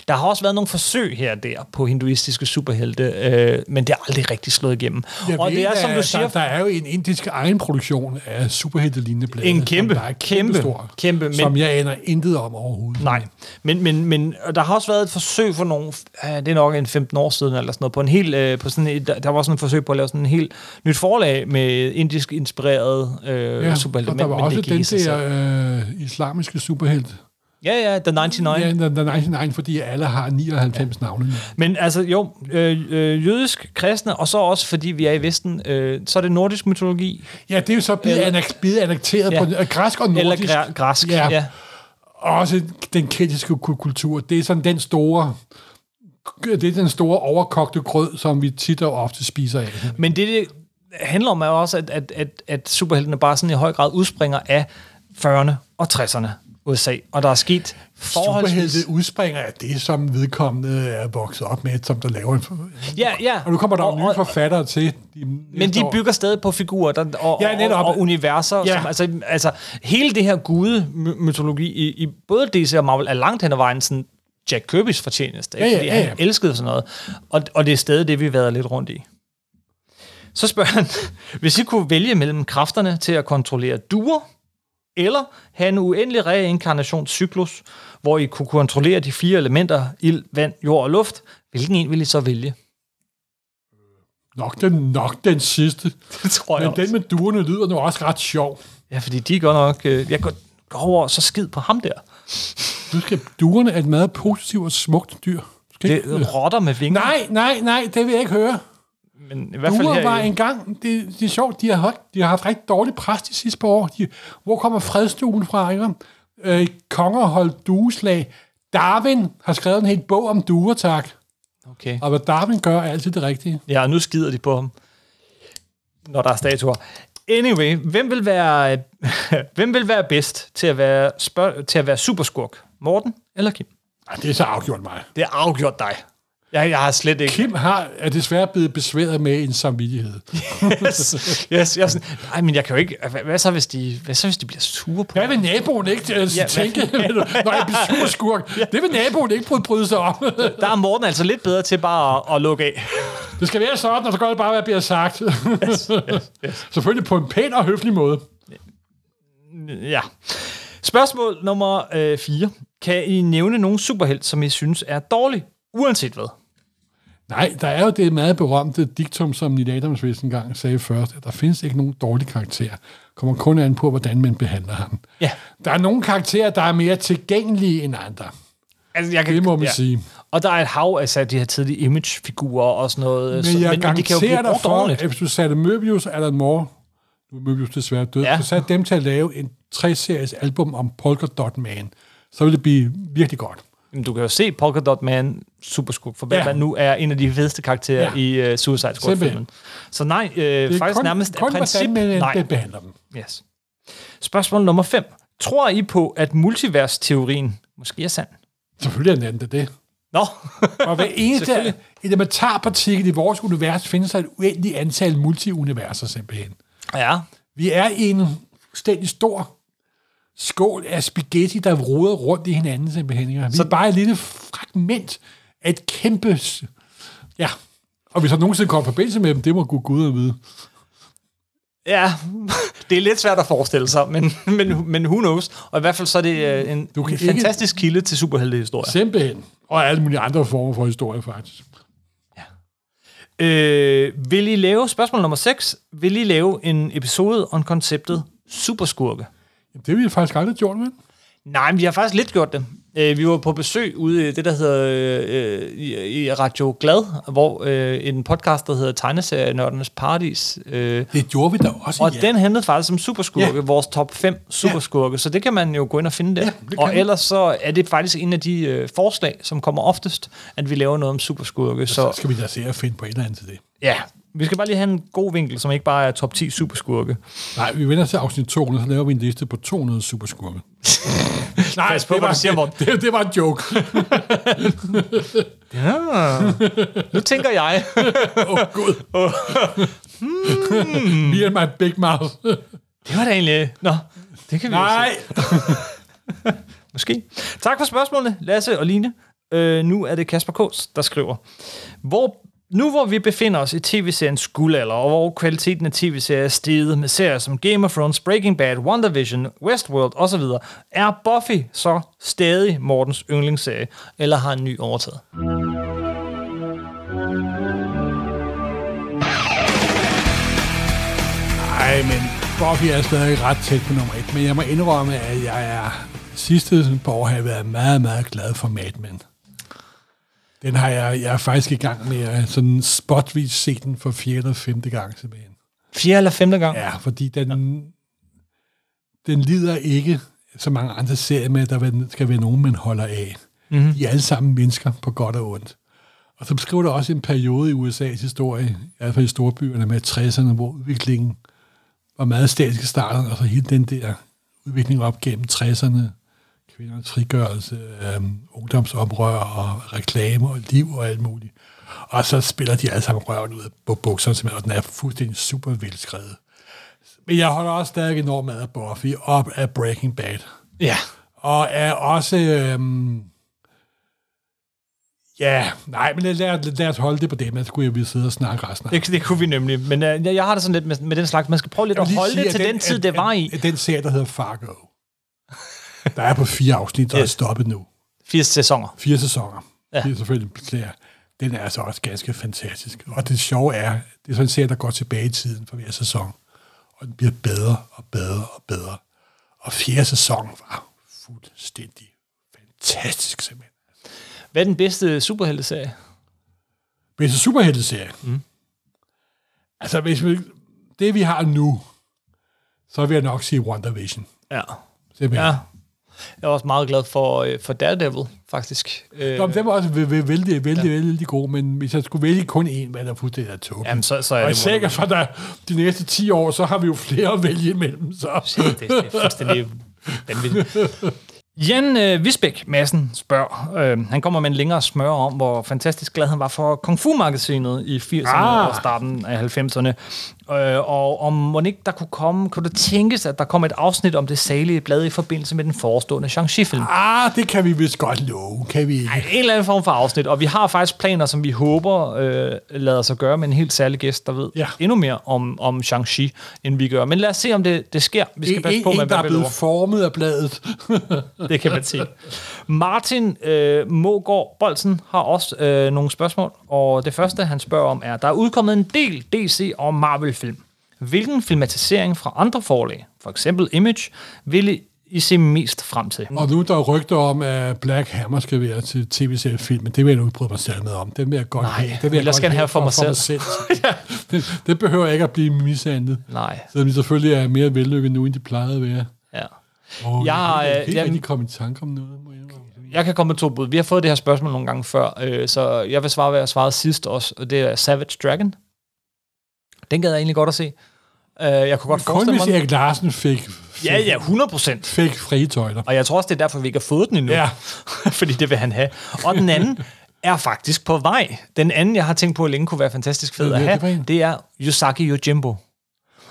Der har også været nogle forsøg her og der på hinduistiske superhelte, øh, men det er aldrig rigtig slået igennem.
Jeg
og det er,
ved,
som
at
du siger,
der, der er jo en indisk egenproduktion af superhelte-lignende blade.
En
som
kæmpe,
der er
kæmpe,
stor,
kæmpe, men-
som jeg aner intet om overhovedet.
Nej, men, men, men og der har også været et forsøg for nogle, ja, det er nok en 15 år siden eller sådan noget, på en helt, øh, på sådan et, der, der var sådan et forsøg på at lave sådan en helt nyt forlag med indisk inspireret øh, ja,
Ja,
superhelte.
og der
men-
var
men det
også
gik i
den
sig selv.
der øh, islamiske superhelt,
Ja, ja, The 99.
Ja, der, der er 99, fordi alle har 99 ja. navne. nu.
Men altså jo, øh, øh, jødisk, kristne, og så også fordi vi er i Vesten, øh, så er det nordisk mytologi,
Ja, det er jo så blevet,
Eller-
annak- blevet annekteret
Ja.
ja. på øh, græsk og
eller
nordisk.
græ- græsk.
Ja.
ja.
Og også den kritiske ku- kultur. Det er sådan den store det er den store overkogte grød, som vi tit og ofte spiser af.
Men det, det handler om, er jo også, at, at, at, at superheltene bare sådan i høj grad udspringer af 40'erne og 60'erne USA, og der er sket forholdsvis...
Superhelte udspringer af det, som vedkommende er vokset op med, som der laver en...
Ja, ja.
Og nu kommer der jo
Og-
nye
og-
forfattere til. De
Men de bygger stadig på figurer der, og,
Ja,
og,
netop.
og universer. Ja.
Ja.
Som, altså, altså, hele det her gude-mytologi i, i både DC og Marvel er langt hen ad vejen sådan Jack Kirby's fortjeneste, ikke?
Ja, ja,
fordi
ja, ja.
han elskede sådan noget. Og, og det er stadig det, vi vader lidt rundt i. Så spørger han, <laughs> hvis I kunne vælge mellem kræfterne til at kontrollere duer, eller have en uendelig reinkarnationscyklus, hvor I kunne kontrollere de fire elementer, ild, vand, jord og luft, hvilken en ville I så vælge? <laughs>
Nok den, nok den sidste.
Det tror jeg
Men den med duerne lyder nu også ret sjov.
Ja, fordi de går nok... Øh, jeg går, går over og så skid på ham der.
Du skal, duerne er et meget positivt og smukt dyr. Du skal
Det
ikke-
er rotter med vinger.
Nej, nej, nej, det vil jeg ikke høre.
Men i hvert fald
Duer var
her,
engang, det, det er sjovt, de har, holdt, de har haft rigtig dårlig pres de sidste par år. De, hvor kommer fredstuen fra, ikke? Øh, konger holdt dueslag. Darwin har skrevet en hel bog om duer, tak.
okay.
Og hvad Darwin gør, er altid det rigtige.
Ja, og nu skider de på ham, når der er statuer. Anyway, hvem vil være, <laughs> hvem vil være bedst til at være, spørg, til at være superskurk? Morten eller Kim?
Ej, det er så afgjort mig.
Det er afgjort dig. Jeg, jeg har slet ikke...
Kim har, er desværre blevet besværet med en samvittighed.
Yes, <laughs> yes, yes. Nej, men jeg kan jo ikke... Hvad, hvad, så, hvis de, hvad så, hvis de bliver sure på
Hvad vil naboen ikke øh,
Ja,
ja,
hvad-
tænke, <laughs> når jeg bliver superskurk? Det vil naboen ikke bryde- bryde
<laughs>
sig om.
Der er Morten altså lidt bedre til bare at, at lukke af.
Det skal være sådan, og så gør det bare, hvad der bliver sagt.
Yes, yes, yes.
<laughs> Selvfølgelig på en pæn og høflig måde.
Ja. Spørgsmål nummer 4. Kan I nævne nogen superhelt, som I synes er dårlig, uanset hvad?
Nej, der er jo det meget berømte diktum, som Neil Adams vist engang sagde først, at der findes ikke nogen dårlig karakter. Kommer kun an på, hvordan man behandler ham.
Ja.
Der er nogle karakterer, der er mere tilgængelige end andre.
Altså, jeg kan,
Det må man sige.
Og der er et hav af så de her tidlige imagefigurer og sådan noget. øh, så-
Men jeg
de kan jo blive
garanterer dig
brugt
for,
ordentligt.
at hvis du satte Möbius og Alan Moore, nu er Möbius desværre død,
Ja.
ja. så satte dem til at lave en tre-series album om Polka Dot Man, så ville det blive virkelig godt.
Jamen, Du kan jo se Polka Dot Man, superskug for
Ja.
Batman, ja. nu er en af de fedeste karakterer ja.
Ja.
i uh, Suicide Squad-filmen.
Simpelthen.
Så nej, øh,
Det
faktisk
kun,
nærmest
kun
af princip,
hvordan man
nej.
nej. behandler dem.
Yes. Spørgsmål nummer 5. Tror I på, at multiversteorien måske er sand?
Selvfølgelig er den anden det det.
Nå, <laughs>
Og <laughs> hver eneste elementarpartikel i vores univers findes der et uendeligt antal multiuniverser simpelthen.
ja.
Vi er i en stændig stor skål af spaghetti, der roder rundt i hinanden simpelthen. ikke? Vi er bare et lille fragment af et kæmpe... s- Ja, og hvis der nogensinde kommer i forbindelse med dem, det må Gud Gud at vide.
Ja, <laughs> det er lidt svært at forestille sig, men, men, men who knows. Og i hvert fald så er det øh, en,
Du kan
en
ikke-
fantastisk kilde til superheltehistorier.
Simpelthen. Og alle mulige andre former for historie, faktisk.
Øh, vil I lave, spørgsmål nummer 6, vil I lave en episode om konceptet superskurke?
Jamen, det har vi faktisk aldrig gjort, men.
Nej, men vi har faktisk lidt gjort det. Øh, vi var på besøg ude i det, der hedder øh, i, i Radio Glad, hvor øh, en podcast, der hedder Tegneserienørdernes Paradis. Øh,
Det gjorde vi da også,
og den handlede faktisk om superskurke, ja.
Ja.
vores top 5 superskurke, så det kan man jo gå ind og finde der.
Ja, det kan
og
man.
ellers så er det faktisk en af de øh, forslag, som kommer oftest, at vi laver noget om superskurke.
Så
Så
skal vi da se at finde på et eller andet til det.
ja, vi skal bare lige have en god vinkel, som ikke bare er top 10 superskurke.
Nej, vi vender til afsnit 200, så laver vi en liste på 200 superskurke. <laughs> Nej,
Pas på, hvad du siger, Morten.
det, det var en joke.
<laughs> Nu tænker jeg...
<laughs> Åh, oh, Gud. Hmm. <laughs> Me and my big mouth.
Det var da egentlig... Nå, det kan vi jo
Nej.
se. Måske. Tak for spørgsmålene, Lasse og Line. Øh, nu er det Kasper Kås, der skriver. Hvor, nu hvor vi befinder os i tv-seriens guldalder, og hvor kvaliteten af tv-serier er steget med serier som Game of Thrones, Breaking Bad, WandaVision, Westworld osv., er Buffy så stadig Mortens yndlingsserie, eller har en ny overtaget?
Nej, men Buffy er stadig ret tæt på nummer et, men jeg må indrømme, at jeg er sidste par år har jeg været meget, meget glad for Mad Men. Den har jeg, jeg er faktisk i gang med at sådan spotvis se den for fjerde eller femte gang simpelthen.
Fjerde eller femte gang?
Ja, fordi den, den lider ikke så mange andre serier med, at der vil- skal være nogen, man holder af. Mm-hmm. De er alle sammen mennesker på godt og ondt. Og så beskriver det også en periode i USA's historie, i hvert fald i storbyerne med 60'erne, hvor udviklingen var meget statisk i starten, og så hele den der udvikling op gennem 60'erne, kvindernes frigørelse, øhm, ungdomsoprør og reklame og liv og alt muligt. Og så spiller de alle sammen røven ud af bu- bukserne, simpelthen, og den er fuldstændig super velskrevet. Men jeg holder også stadig enormt meget af Buffy, op af Breaking Bad.
ja.
Og er også... Øhm, ja, nej, men lad, lad, lad os holde det på det, men så kunne jeg ville sidde og snakke resten af
Det, det kunne vi nemlig. Men øh, jeg, jeg har det sådan lidt med, med den slags. Man skal prøve lidt
Jeg vil
at
lige
holde
sige,
det
at
til den, den tid,
at-
det var
at-
i.
at Den serie, der hedder Fargo, der er på fire afsnit, der
Yes.
er stoppet nu.
80 sæsoner.
Fire sæsoner.
Ja.
Ja. Det er selvfølgelig beklager. Den er altså også ganske fantastisk. Og det sjove er, det er sådan en serie, der går tilbage i tiden for hver sæson. Og den bliver bedre og bedre og bedre. Og fjerde sæson var fuldstændig fantastisk simpelthen.
Hvad er den bedste superhelteserie?
Bedste superhelteserie. Mm. Altså, hvis vi, det vi har nu, så vil jeg nok sige WandaVision.
Ja. ja.
Simpelthen. Ja.
Jeg er også meget glad for, øh, for Daredevil, faktisk. Øh,
Nå, men den var også vældig, vældig, vældig, vældig god, men hvis jeg skulle vælge kun én, hvad der fuldstændig er tåbeligt.
jamen, så, så er
Og
det
sikkert for der, de næste 10 år, så har vi jo flere at vælge imellem. Så.
Det, det er fuldstændig vanvittigt. Jan øh, Visbæk Madsen spørger, øh, han kommer med en længere smør om, hvor fantastisk glad han var for Kung Fu-magasinet i 80'erne
Ah.
ah. og starten af 90'erne. Øh, og om må ikke der kunne komme, kunne det tænkes, at der kom et afsnit om det salige blad i forbindelse med den forestående Shang-Chi-film?
Ah, det kan vi vist godt love, kan vi ikke?
En eller anden form for afsnit, og vi har faktisk planer, som vi håber øh, lader sig gøre med en helt særlig gæst, der ved
Ja.
ja. endnu mere om, om Shang-Chi, end vi gør. Men lad os se, om det, det sker. Vi skal
En,
passe på
E- en,
med,
en, der
hvad
er
vi
blevet
lover.
formet af bladet.
Det kan man sige. Martin øh, Mågård Bolsen har også øh, nogle spørgsmål, og det første, han spørger om, er, der er udkommet en del DC- og Marvel-film. Hvilken filmatisering fra andre forlag, for eksempel Image, ville I se mest frem til?
Og nu er der rygter om, at Black Hammer skal være til tv-seriefilmen. Det vil jeg nu ikke bryde mig selv med om. Det vil jeg godt have. Det vil
ellers skal den have for mig
selv.
<laughs>
det, det behøver ikke at blive mishandlet.
Nej,
Så de selvfølgelig er mere vellykket nu, end de plejede at være.
ja.
Oh,
Jeg,
jeg, jeg,
øh,
ikke
jeg-
rigtig kommet i tanke om noget. Må jeg indrømme.
Jeg kan komme med to bud. Vi har fået det her spørgsmål nogle gange før, øh, så jeg vil svare, hvad jeg svarede sidst også, og det er Savage Dragon. Den gad jeg egentlig godt at se. Øh, jeg kunne godt
Kun
forestille
hvis
mig... den.
Erik Larsen fik, fik,
Ja, ja, 100 procent.
fik frie tøjler.
Og jeg tror også, det er derfor, vi ikke har fået den endnu.
Ja.
<laughs> Fordi det vil han have. Og den
<laughs>
anden er faktisk på vej. Den anden, jeg har tænkt på længe, kunne være fantastisk fed
Hvad
at
er det for
have,
en?
det er Yosaki Yojimbo.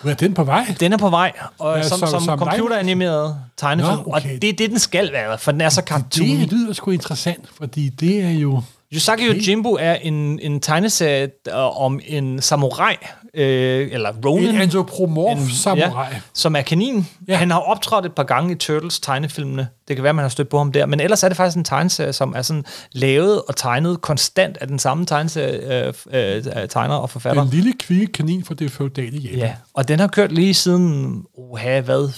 Er den på vej?
Den er på vej, og
Ja,
som,
som-
som, som
som
computeranimeret tegnefilm.
Nå,
okay. Og
okay.
det er det, den skal være, for den er så
Det
cartoon.
lyder sgu interessant, fordi det er jo...
Yosaki Yojimbo er en, en tegneserie øh, om en samurai, øh, eller
En
ronin,
antropomorf samurai.
Ja, som er kanin.
Ja.
Ja. Han har optrådt et par gange i Turtles tegnefilmene. Det kan være, man har stødt på ham der. Men ellers er det faktisk en tegneserie, som er sådan lavet og tegnet konstant af den samme tegneserie, øh, øh, øh, tegner og forfatter.
Den lille kvikke kanin fra det feudale hjem.
Ja, og den har kørt lige siden, uha, hvad,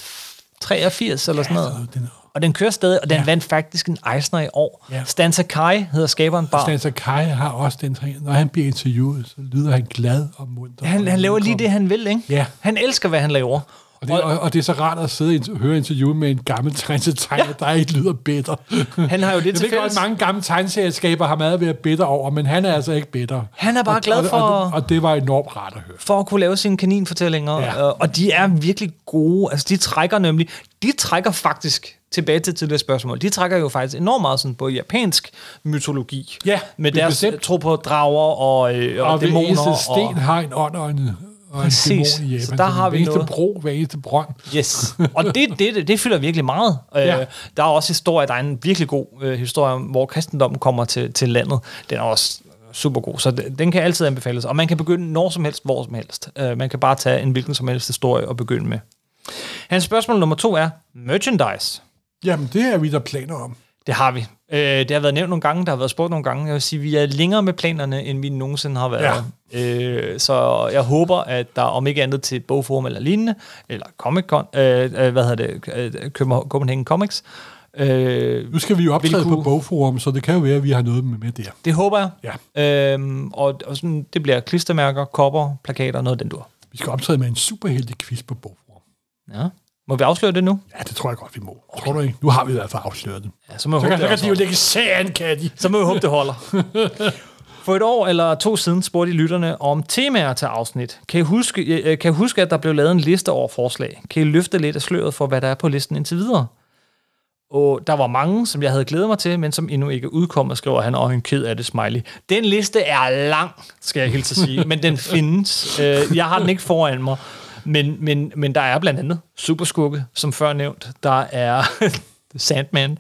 83 eller sådan noget.
Altså, den er-
Og den kører stadig, og den ja. vandt faktisk en Eisner i år.
Ja.
Ja. Stan Sakai hedder skaberen bare.
Stan Sakai har også den træning. Når han bliver interviewet, så lyder han glad og munter.
Han,
Og
han laver lige det, han vil, ikke?
Ja.
Han elsker, hvad han laver.
Og det, og, og det er så rart at sidde og inter- høre interview med en gammel tegnetegner, ja. der ikke lyder bitter.
<laughs> Han har jo det
Jeg
til
ved godt,
fælles.
mange gamle tegneserieskaber har meget ved at bitter over, men han er altså ikke bitter.
Han er bare
og,
glad for-
Og, og, det, og det var enormt rart at høre.
for at kunne lave sine kaninfortællinger,
Ja.
ja. øh, og de er virkelig gode. Altså, de trækker nemlig, de trækker faktisk tilbage til tidligere spørgsmål. De trækker jo faktisk enormt meget sådan på japansk mytologi.
Ja,
med
det er
deres
bestemt.
tro på drager og, øh, og,
Og
og
hver
dæmoner.
eneste
Og,
sten har en ånd og en, og en dæmon
Præcis.
i Japan.
Så der har vi
hver eneste
noget.
bro, hver eneste brønd.
Yes. Og det, det, det, det fylder virkelig meget.
Ja.
Ja. Øh, der er også historie, der er en virkelig god øh, historie, om, hvor kristendommen kommer til, til landet. Den er også super god, så de- den kan altid anbefales. Og man kan begynde når som helst, hvor som helst. Øh, man kan bare tage en hvilken som helst historie og begynde med. Hans spørgsmål nummer to er merchandise.
Jamen, det er vi der planer om.
Det har vi. Øh, det har været nævnt nogle gange, der har været spurgt nogle gange. Jeg vil sige, vi er længere med planerne, end vi nogensinde har været. Ja. Øh, så jeg håber, at der om ikke andet til Bogforum eller lignende, eller Comic Con, øh, øh, hvad hedder det, øh, København- Copenhagen Comics. Øh,
Nu skal vi jo optræde
Vil
på
kunne-
bogforum, så det kan jo være, at vi har noget med der.
det håber jeg.
Ja.
Øhm, og og sådan, det bliver klistermærker, kopper, plakater, noget af den dur.
Vi skal optræde med en superheldig quiz på bogforum.
Ja. Må vi afsløre det nu?
Ja, det tror jeg godt, vi må. Tror du ikke? Nu har vi i hvert fald afsløret den.
Ja, så må jeg
Så
håbe,
kan, så
det
kan
også
de jo lægge sagen, kan de.
<laughs> Så må vi håbe, det holder. For et år eller to siden spurgte I lytterne om temaer til afsnit. Kan I, huske, øh, kan I huske, at der blev lavet en liste over forslag? Kan I løfte lidt af sløret for, hvad der er på listen indtil videre? Og der var mange, som jeg havde glædet mig til, men som endnu ikke udkom, og skriver han, og en ked af det smiley. Den liste er lang, skal jeg helt sige, men den findes. Øh, Jeg har den ikke foran mig. Men, men, men der er blandt andet Superskurke, som før nævnt. Der er <laughs> Sandman.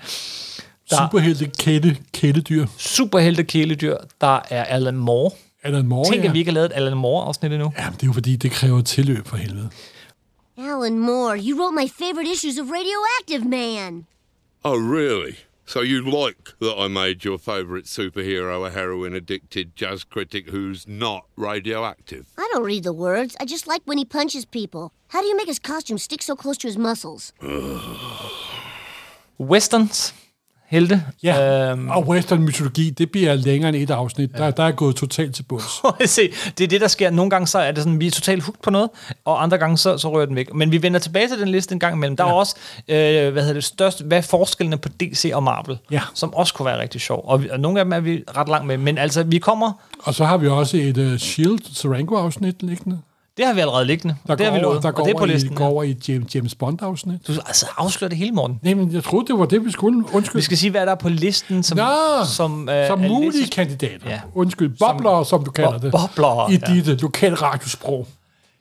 Der-
Superheldig kætte, kættedyr.
superhelte kæledyr, der er Alan Moore.
Alan Moore,
Tænk,
ja.
at vi ikke har lavet et Alan Moore-afsnit endnu.
Jamen, det er jo fordi, det kræver tilløb for helvede.
Alan Moore, you wrote my favorite issues of Radioactive Man.
Oh, really? So you like that I made your favourite superhero a heroin addicted jazz critic who's not radioactive?
I don't read the words, I just like when he punches people. How do you make his costume stick so close to his muscles?
Westerns. helte.
Ja,
Øhm, <laughs>
øhm. og western mytologi, det bliver længere end et afsnit. Der, der er gået totalt til bunds.
prøv at se, det er det, der sker. Nogle gange så er det sådan, vi er totalt hugt på noget, og andre gange så, så rører den væk. Men vi vender tilbage til den liste en gang imellem. Der ja. er også, øh, hvad hedder det, størst, hvad er forskellene på DC og Marvel,
Ja.
som også kunne være rigtig sjov. Og, vi, og nogle af dem er vi ret langt med, men altså, vi kommer,
Og så har vi også et uh, Shield Serango-afsnit liggende.
det har vi allerede liggende.
Der
det
går,
har vi
over,
lovet,
der går,
og det er på
over, i,
listen.
går
ja.
over i et James, James Bond-afsnit.
Du altså, afslører det hele, morgen.
Nej, men jeg troede, det var det, vi skulle. Undskyld.
Vi skal sige, hvad der er på listen, som,
Nå,
som, øh,
som
er
mulige
listes-
kandidater.
Ja.
Ja. Undskyld, bobler, som, du kalder
Bo-
det.
boblere,
I
ja.
dit øh, lokale radiosprog.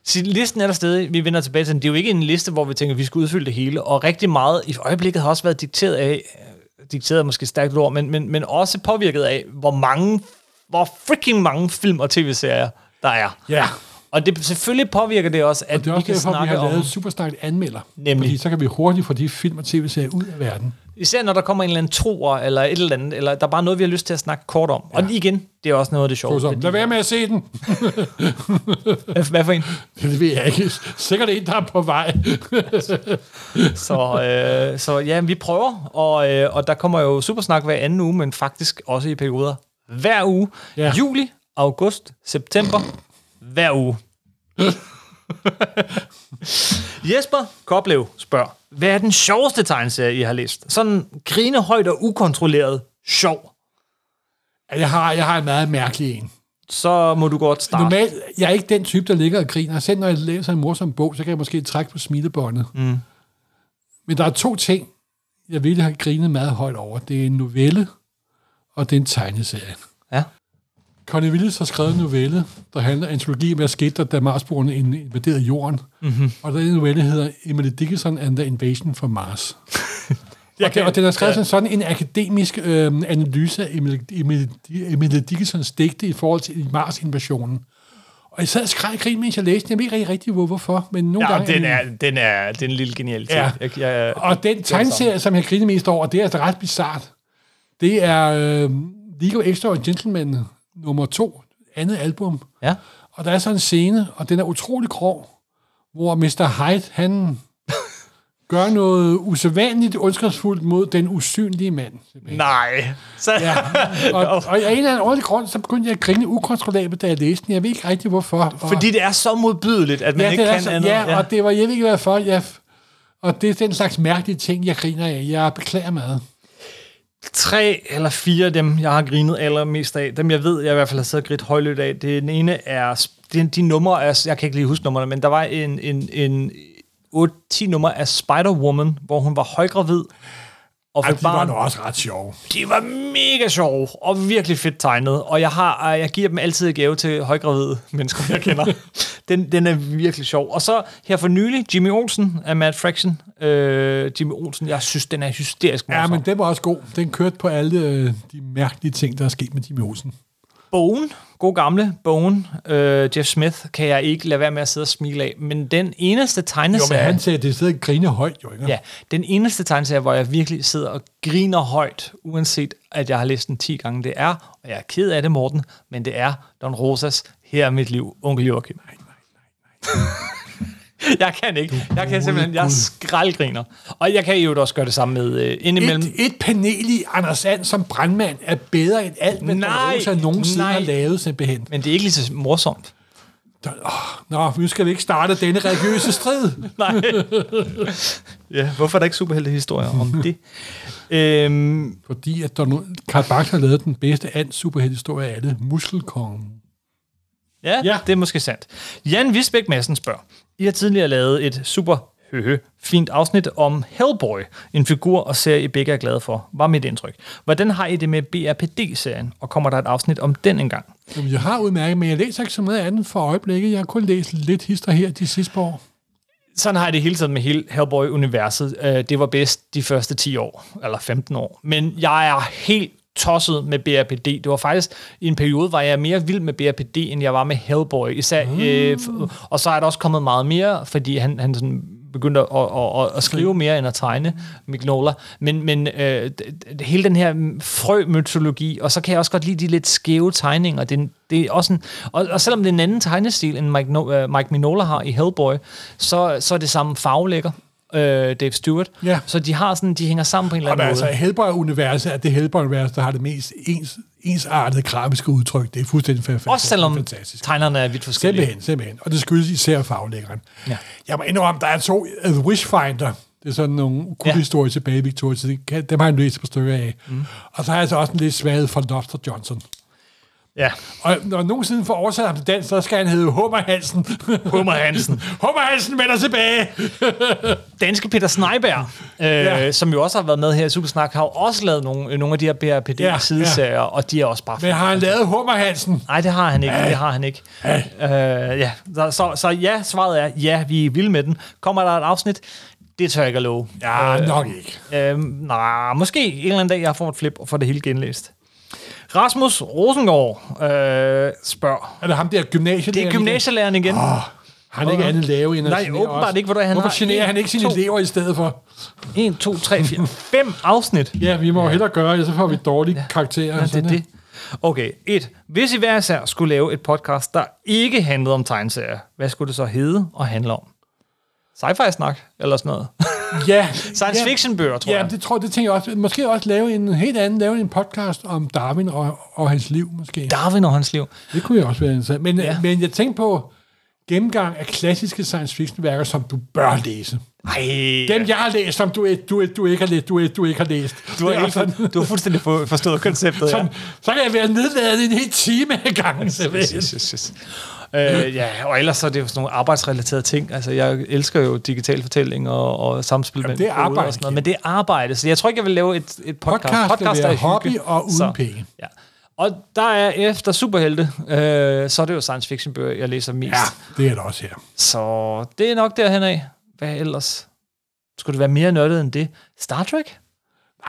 Så listen er der stadig, vi vender tilbage til den. Det er jo ikke en liste, hvor vi tænker, at vi skal udfylde det hele, og rigtig meget i øjeblikket har også været dikteret af, øh, dikteret er måske et stærkt ord, men, men, men også påvirket af, hvor mange, hvor freaking mange film og tv-serier der er.
Ja.
Og det, selvfølgelig påvirker det også, at
Det er
vi
også
kan
derfor, vi
snakke
har
om,
lavet Supersnak anmelder.
Nemlig.
Fordi så kan vi hurtigt få de film og tv-serier ud af verden.
især når der kommer en eller anden troer, eller et eller andet, eller der er bare noget, vi har lyst til at snakke kort om. Ja. Og igen, det er også noget af det sjove.
Så, lad være med at se den. <laughs>
Hvad for en?
Det ved jeg ikke. Sikkert en, der er på vej.
Så, øh, så ja, vi prøver, og, øh, og der kommer jo supersnak hver anden uge, men faktisk også i perioder hver uge. Ja.
Ja.
Juli, august, september, hver uge. Jesper Koplev spørger, hvad er den sjoveste tegneserie, I har læst? Sådan grinehøjt og ukontrolleret sjov.
Jeg har, jeg har en meget mærkelig en.
Så må du godt starte.
Normalt, jeg er ikke den type, der ligger og griner. Selv når jeg læser en morsom bog, så kan jeg måske trække på smilebåndet. Mm. Men der er to ting, jeg ville have grinet meget højt over. Det er en novelle, og det er en tegneserie.
Ja.
Connie Willis har skrevet en novelle, der handler om antologi om, hvad skete der, da Marsboerne invaderede jorden.
Mhm.
Mm-hmm. Og den novelle hedder Emily Dickinson and the Invasion from
<laughs>
Mars. og, den, og den er skrevet ja. sådan en akademisk øh, analyse af Emily, Emily, Emily Dickinsons digte i forhold til Mars-invasionen. Og jeg sad og skreg og grin, mens jeg læste den. Jeg ved ikke rigtig, rigtig hvor- hvorfor, men nogle
Ja,
gange...
den er, den er, den er en lille genialitet.
Ja.
Jeg, jeg, jeg,
Og den tegneserie, som jeg griner mest over, det er altså ret bizart. Det er øh, League of Extra Gentlemen nummer to, andet album.
ja.
Og der er så en scene, og den er utrolig grov, hvor Mr. Hyde,
<laughs>
han gør noget usædvanligt ondskabsfuldt mod den usynlige mand.
Nej. Så,
Ja.
<laughs>
Og, og af en eller anden ordentlig grund, så begyndte jeg at grine ukontrollabelt, da jeg læste den. Jeg ved ikke rigtig, hvorfor. Og,
Fordi det er så modbydeligt, at man
ja,
ikke
det er
kan
så,
andet.
ja, og det var, jeg ved ikke, hvorfor. Jeg, og det er den slags mærkelige ting, jeg griner af. Jeg beklager meget.
tre eller fire af dem, jeg har grinet allermest af, dem jeg ved, jeg i hvert fald har siddet og grint højlydt af, det den ene er, sp- de, de numre er, jeg kan ikke lige huske numrene, men der var en, en, en 8-10 nummer af Spider-Woman, hvor hun var højgravid og fik barn.
også ret sjov.
De var mega sjove og virkelig fedt tegnet, og jeg, har, øh, jeg giver dem altid i gave til højgravide mennesker, jeg kender.
<laughs>
den, den er virkelig sjov. Og så her for nylig, Jimmy Olsen af Mad Fraction. Øh, Jimmy Olsen, jeg synes, den er hysterisk.
Ja,
morsom.
men den var også god. Den kørte på alle øh, de mærkelige ting, der er sket med Jimmy Olsen.
Bogen, god gamle Bogen, øh, Jeff Smith, kan jeg ikke lade være med at sidde og smile af. Men den eneste
Jo, men
tegneserie,
han sagde, at det sidder og grine højt, jo, ikke?
ja, den eneste tegneserie, hvor jeg virkelig sidder og griner højt, uanset at jeg har læst den 10 gange, det er, og jeg er ked af det, Morten, men det er Don Rosas Her er mit liv, onkel Joachim. Nej, nej, nej, nej. <laughs> jeg kan ikke. Jeg kan simpelthen, jeg skraldgriner. Og jeg kan jo også gøre det samme med øh, indimellem.
Et, et panel i Anders And som brandmand er bedre end alt, hvad
Nej,
nej, Rosa nogensinde
nej.
har lavet simpelthen.
Men det er ikke lige så morsomt.
Der, oh, nå, nu skal vi ikke starte denne religiøse strid.
Nej. ja, hvorfor er der ikke superheltehistorier om <laughs> det? øhm,
Fordi at der nu, Carl Bach har lavet den bedste and superhelthistorie af alle, Muskelkongen.
ja, ja,
Ja.
det er måske sandt. Jan Visbæk Madsen spørger. I har tidligere lavet et super høhø, fint afsnit om Hellboy, en figur og serie, I begge er glade for, var mit indtryk. Hvordan har I det med BRPD-serien, og kommer der et afsnit om den engang?
Jamen, jeg har udmærket, men jeg læser ikke så meget andet for øjeblikket. Jeg har kun læst lidt hister her de sidste par år.
sådan har jeg det hele tiden med hele Hellboy-universet. Øh, Det var bedst de første 10 år, eller 15 år. Men jeg er helt tosset med BRPD. Det var faktisk, i en periode var jeg mere vild med BRPD, end jeg var med Hellboy. Især, mm. øh, f- og så er der også kommet meget mere, fordi han, han sådan begyndte at, at, at, at skrive
Mm.
mere end at tegne Mignola. Men, men øh, d- d- hele den her frømytologi, og så kan jeg også godt lide de lidt skæve tegninger. Det, er en- det er også en, og, og selvom det er en anden tegnestil, end Mike, no, øh, Mike Mignola har i Hellboy, så, så er det samme farvelægger. øh, Dave Stewart.
Ja.
Så de har sådan, de hænger sammen på en eller
Og
anden
altså,
måde.
Hellboy-universet er det Hellboy-univers, der har det mest ens, ensartede grafiske udtryk. Det er fuldstændig fantastisk.
Også selvom
fantastisk.
tegnerne er vidt forskellige.
Simpelthen, simpelthen. Og det skyldes især farvelæggeren.
Ja.
Jeg må indrømme, der er to uh, The Wishfinder. Det er sådan nogle kulhistorier ja. tilbage i Victoria. Dem har jeg læst på stykker af. Mm. Og så har jeg så også en lidt svag for Lobster Johnson.
Ja.
Og når jeg nogensinde får oversat ham til dansk, så skal han hedde Hummer Hansen.
Hummer Hansen.
<laughs> Hummer Hansen vender tilbage!
Danske Peter Sneiberg, øh,
Ja.
ja. som jo også har været med her i Supersnak, har jo også lavet nogle, nogle af de her
Ja,
BRPD-sideserier, ja, ja. og de er også bare
Men har han lavet Hummer Hansen?
Nej, det har han ikke.
Ah.
Det har han ikke. Øh, ja. Så, så, så ja, svaret er ja, vi er vilde med den. Kommer der et afsnit? Det tør jeg ikke at love.
Ja, øh, nok ikke.
Øh, nej, måske en eller anden dag, jeg får et flip og får det hele genlæst. Rasmus Rosengård øh, spørger.
Er det ham der gymnasielærer?
Det er gymnasielæreren igen.
Ah.
Oh,
Har han ikke andet lave end at
Nej,
genere
åbenbart
os?
ikke, hvor der- han
Hvorfor
har
generer
en,
han ikke sine
to-
elever i stedet for?
1, 2, 3, 4, 5 afsnit.
Ja, vi må jo hellere gøre det, så får vi dårlige ja. karakterer.
Ja, det er det. Okay, et. Hvis I hver især skulle lave et podcast, der ikke handlede om tegneserier, hvad skulle det så hedde og handle om? Sci-fi-snak eller sådan noget?
Ja.
Science
ja.
fiction-bøger, tror
Ja,
jeg.
det tror det tænker jeg også. Måske også lave en helt anden, lave en podcast om Darwin og, og hans liv, måske.
Darwin og hans liv.
Det kunne jo også være interessant. Men, ja.
Ja.
men jeg tænkte på gennemgang af klassiske science fiction værker, som du bør læse.
Ej,
Dem, jeg har læst, som du, ikke- du, ikke- du ikke har læst, du, ikke- du ikke har læst.
du,
Det er
har helt,
sådan- <laughs>
for- du har fuldstændig for- forstået konceptet, ja.
sådan, så kan jeg være nedladet en hel time ad gangen.
Yes, yes, yes. Øh, ja, og ellers så er det jo sådan nogle arbejdsrelaterede ting. Altså, jeg elsker jo digital fortælling og, og samspil mellem
det er
koder
arbejde,
og sådan noget, men det er arbejde, så jeg tror ikke, jeg vil lave et, et podcast.
Podcast skal være
er hygge.
hobby og uden penge.
Ja. Og der er efter superhelte, øh, så er det jo science fiction bøger, jeg læser mest.
Ja,
Ja.
det er det også her.
Så det er nok derhen af. Hvad ellers? Skulle det være mere nørdet end det? Star Trek?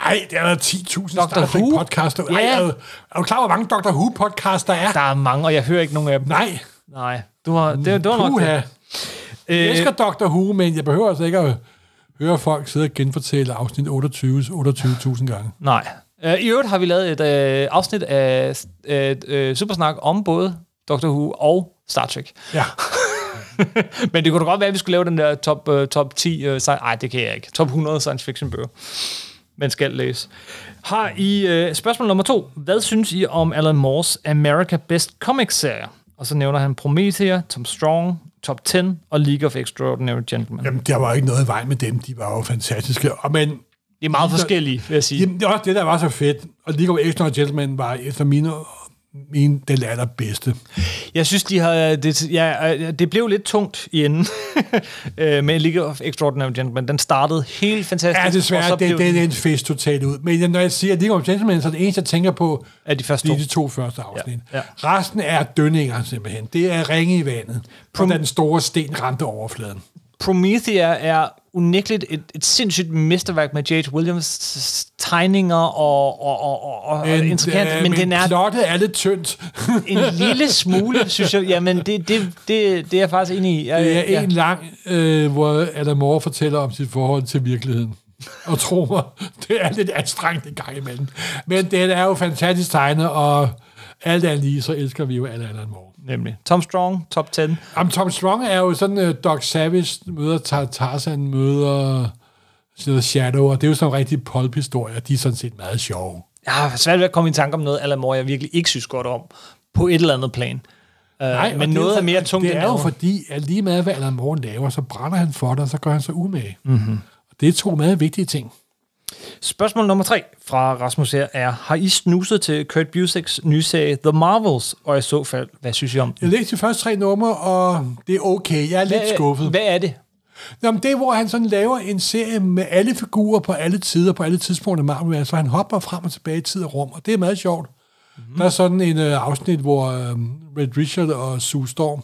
Nej, der er der 10.000
Dr.
Star Trek
Who?
podcaster. Ej,
Ja.
er, du- er du klar, hvor mange Dr. Who podcasts der er?
Der er mange, og jeg hører ikke nogen af dem.
Nej,
Nej, du har, det, det var nok
puha.
det.
Jeg
Øh,
elsker Dr. Who, men jeg behøver altså ikke at høre folk sidde og genfortælle afsnit 28 28.000 gange.
Nej. Øh, I øvrigt har vi lavet et øh, afsnit af øh, øh, Supersnak om både Doctor Who og Star Trek. <laughs>
Ja,
Men det kunne da godt være, at vi skulle lave den der top, øh, top 10... Øh, sci- Ej, det kan jeg ikke. Top 100 science fiction bøger. Man skal læse. Har I øh, spørgsmål nummer to. Hvad synes I om Alan Moores America Best Comics-serie? Og så nævner han Promethea, Tom Strong, Top 10 og League of Extraordinary Gentlemen.
jamen, der var ikke noget i vejen med dem. De var jo fantastiske. Og men
Det er meget forskellige, vil jeg sige.
Jamen, det er også det, der var så fedt. Og League of Extraordinary Gentlemen var efter mine min den allerbedste.
Jeg synes, de har, det, ja, øh, det blev lidt tungt i enden <laughs> øh, med League of Extraordinary Gentlemen. Den startede helt fantastisk.
Ja,
og så
desværre,
blev
det, det er en fisk totalt ud. Men jeg- når jeg siger League of Gentlemen, så er det eneste, jeg tænker på,
Er de første
det er
to.
de to første afsnit.
Ja,
Ja, ja.
ja.
Resten er dønninger simpelthen. Det er ringe i vandet, Prom- da den store sten ramte overfladen.
Promethea er unægteligt et, et sindssygt mesterværk med J.H. Williams' tegninger og, og, og, og, og men, intrikant,
øh,
men, den er
plottet er lidt tyndt.
en
<laughs>
lille smule, synes jeg. Jamen, det, det, det, det er jeg faktisk enig i. Jeg,
det er ja.
jeg-
en lang, øh, hvor Adam Moore fortæller om sit forhold til virkeligheden. Og tro mig, <laughs> det er lidt anstrengt en gang imellem. Men den er jo fantastisk tegnet, og alt andet lige, så elsker vi jo alle Alan Moore.
Nemlig. Tom Strong, Top 10.
Jamen, Tom Strong er jo sådan, uh, Doc Savage møder Tar Tarzan, møder sådan noget Shadow, og det er jo sådan en rigtig pulp-historie, og de er sådan set meget sjove.
Jeg har svært ved at komme i tanke om noget, Alan Moore, jeg virkelig ikke synes godt om, på et eller andet plan. Øh,
Nej,
men noget er mere tungt
Det
end
er jo
andet.
fordi, at lige meget hvad Alan Moore laver, så brænder han for det, og så gør han sig umage.
Mhm.
Mm-hmm. Det er to meget vigtige ting.
Spørgsmål nummer tre fra Rasmus her er, har I snuset til Kurt Busieks nye serie The Marvels? Og i så fald, hvad synes I om den?
Jeg læste de første tre numre, og det er okay. Jeg er lidt skuffet.
Hvad er det?
Nå, men det er, hvor han sådan laver en serie med alle figurer på alle tider, på alle tidspunkter i Marvel. Så han hopper frem og tilbage i tid og rum, og det er meget sjovt. Mm-hmm. Der er sådan en øh, afsnit, hvor øh, Red Richard og Sue Storm,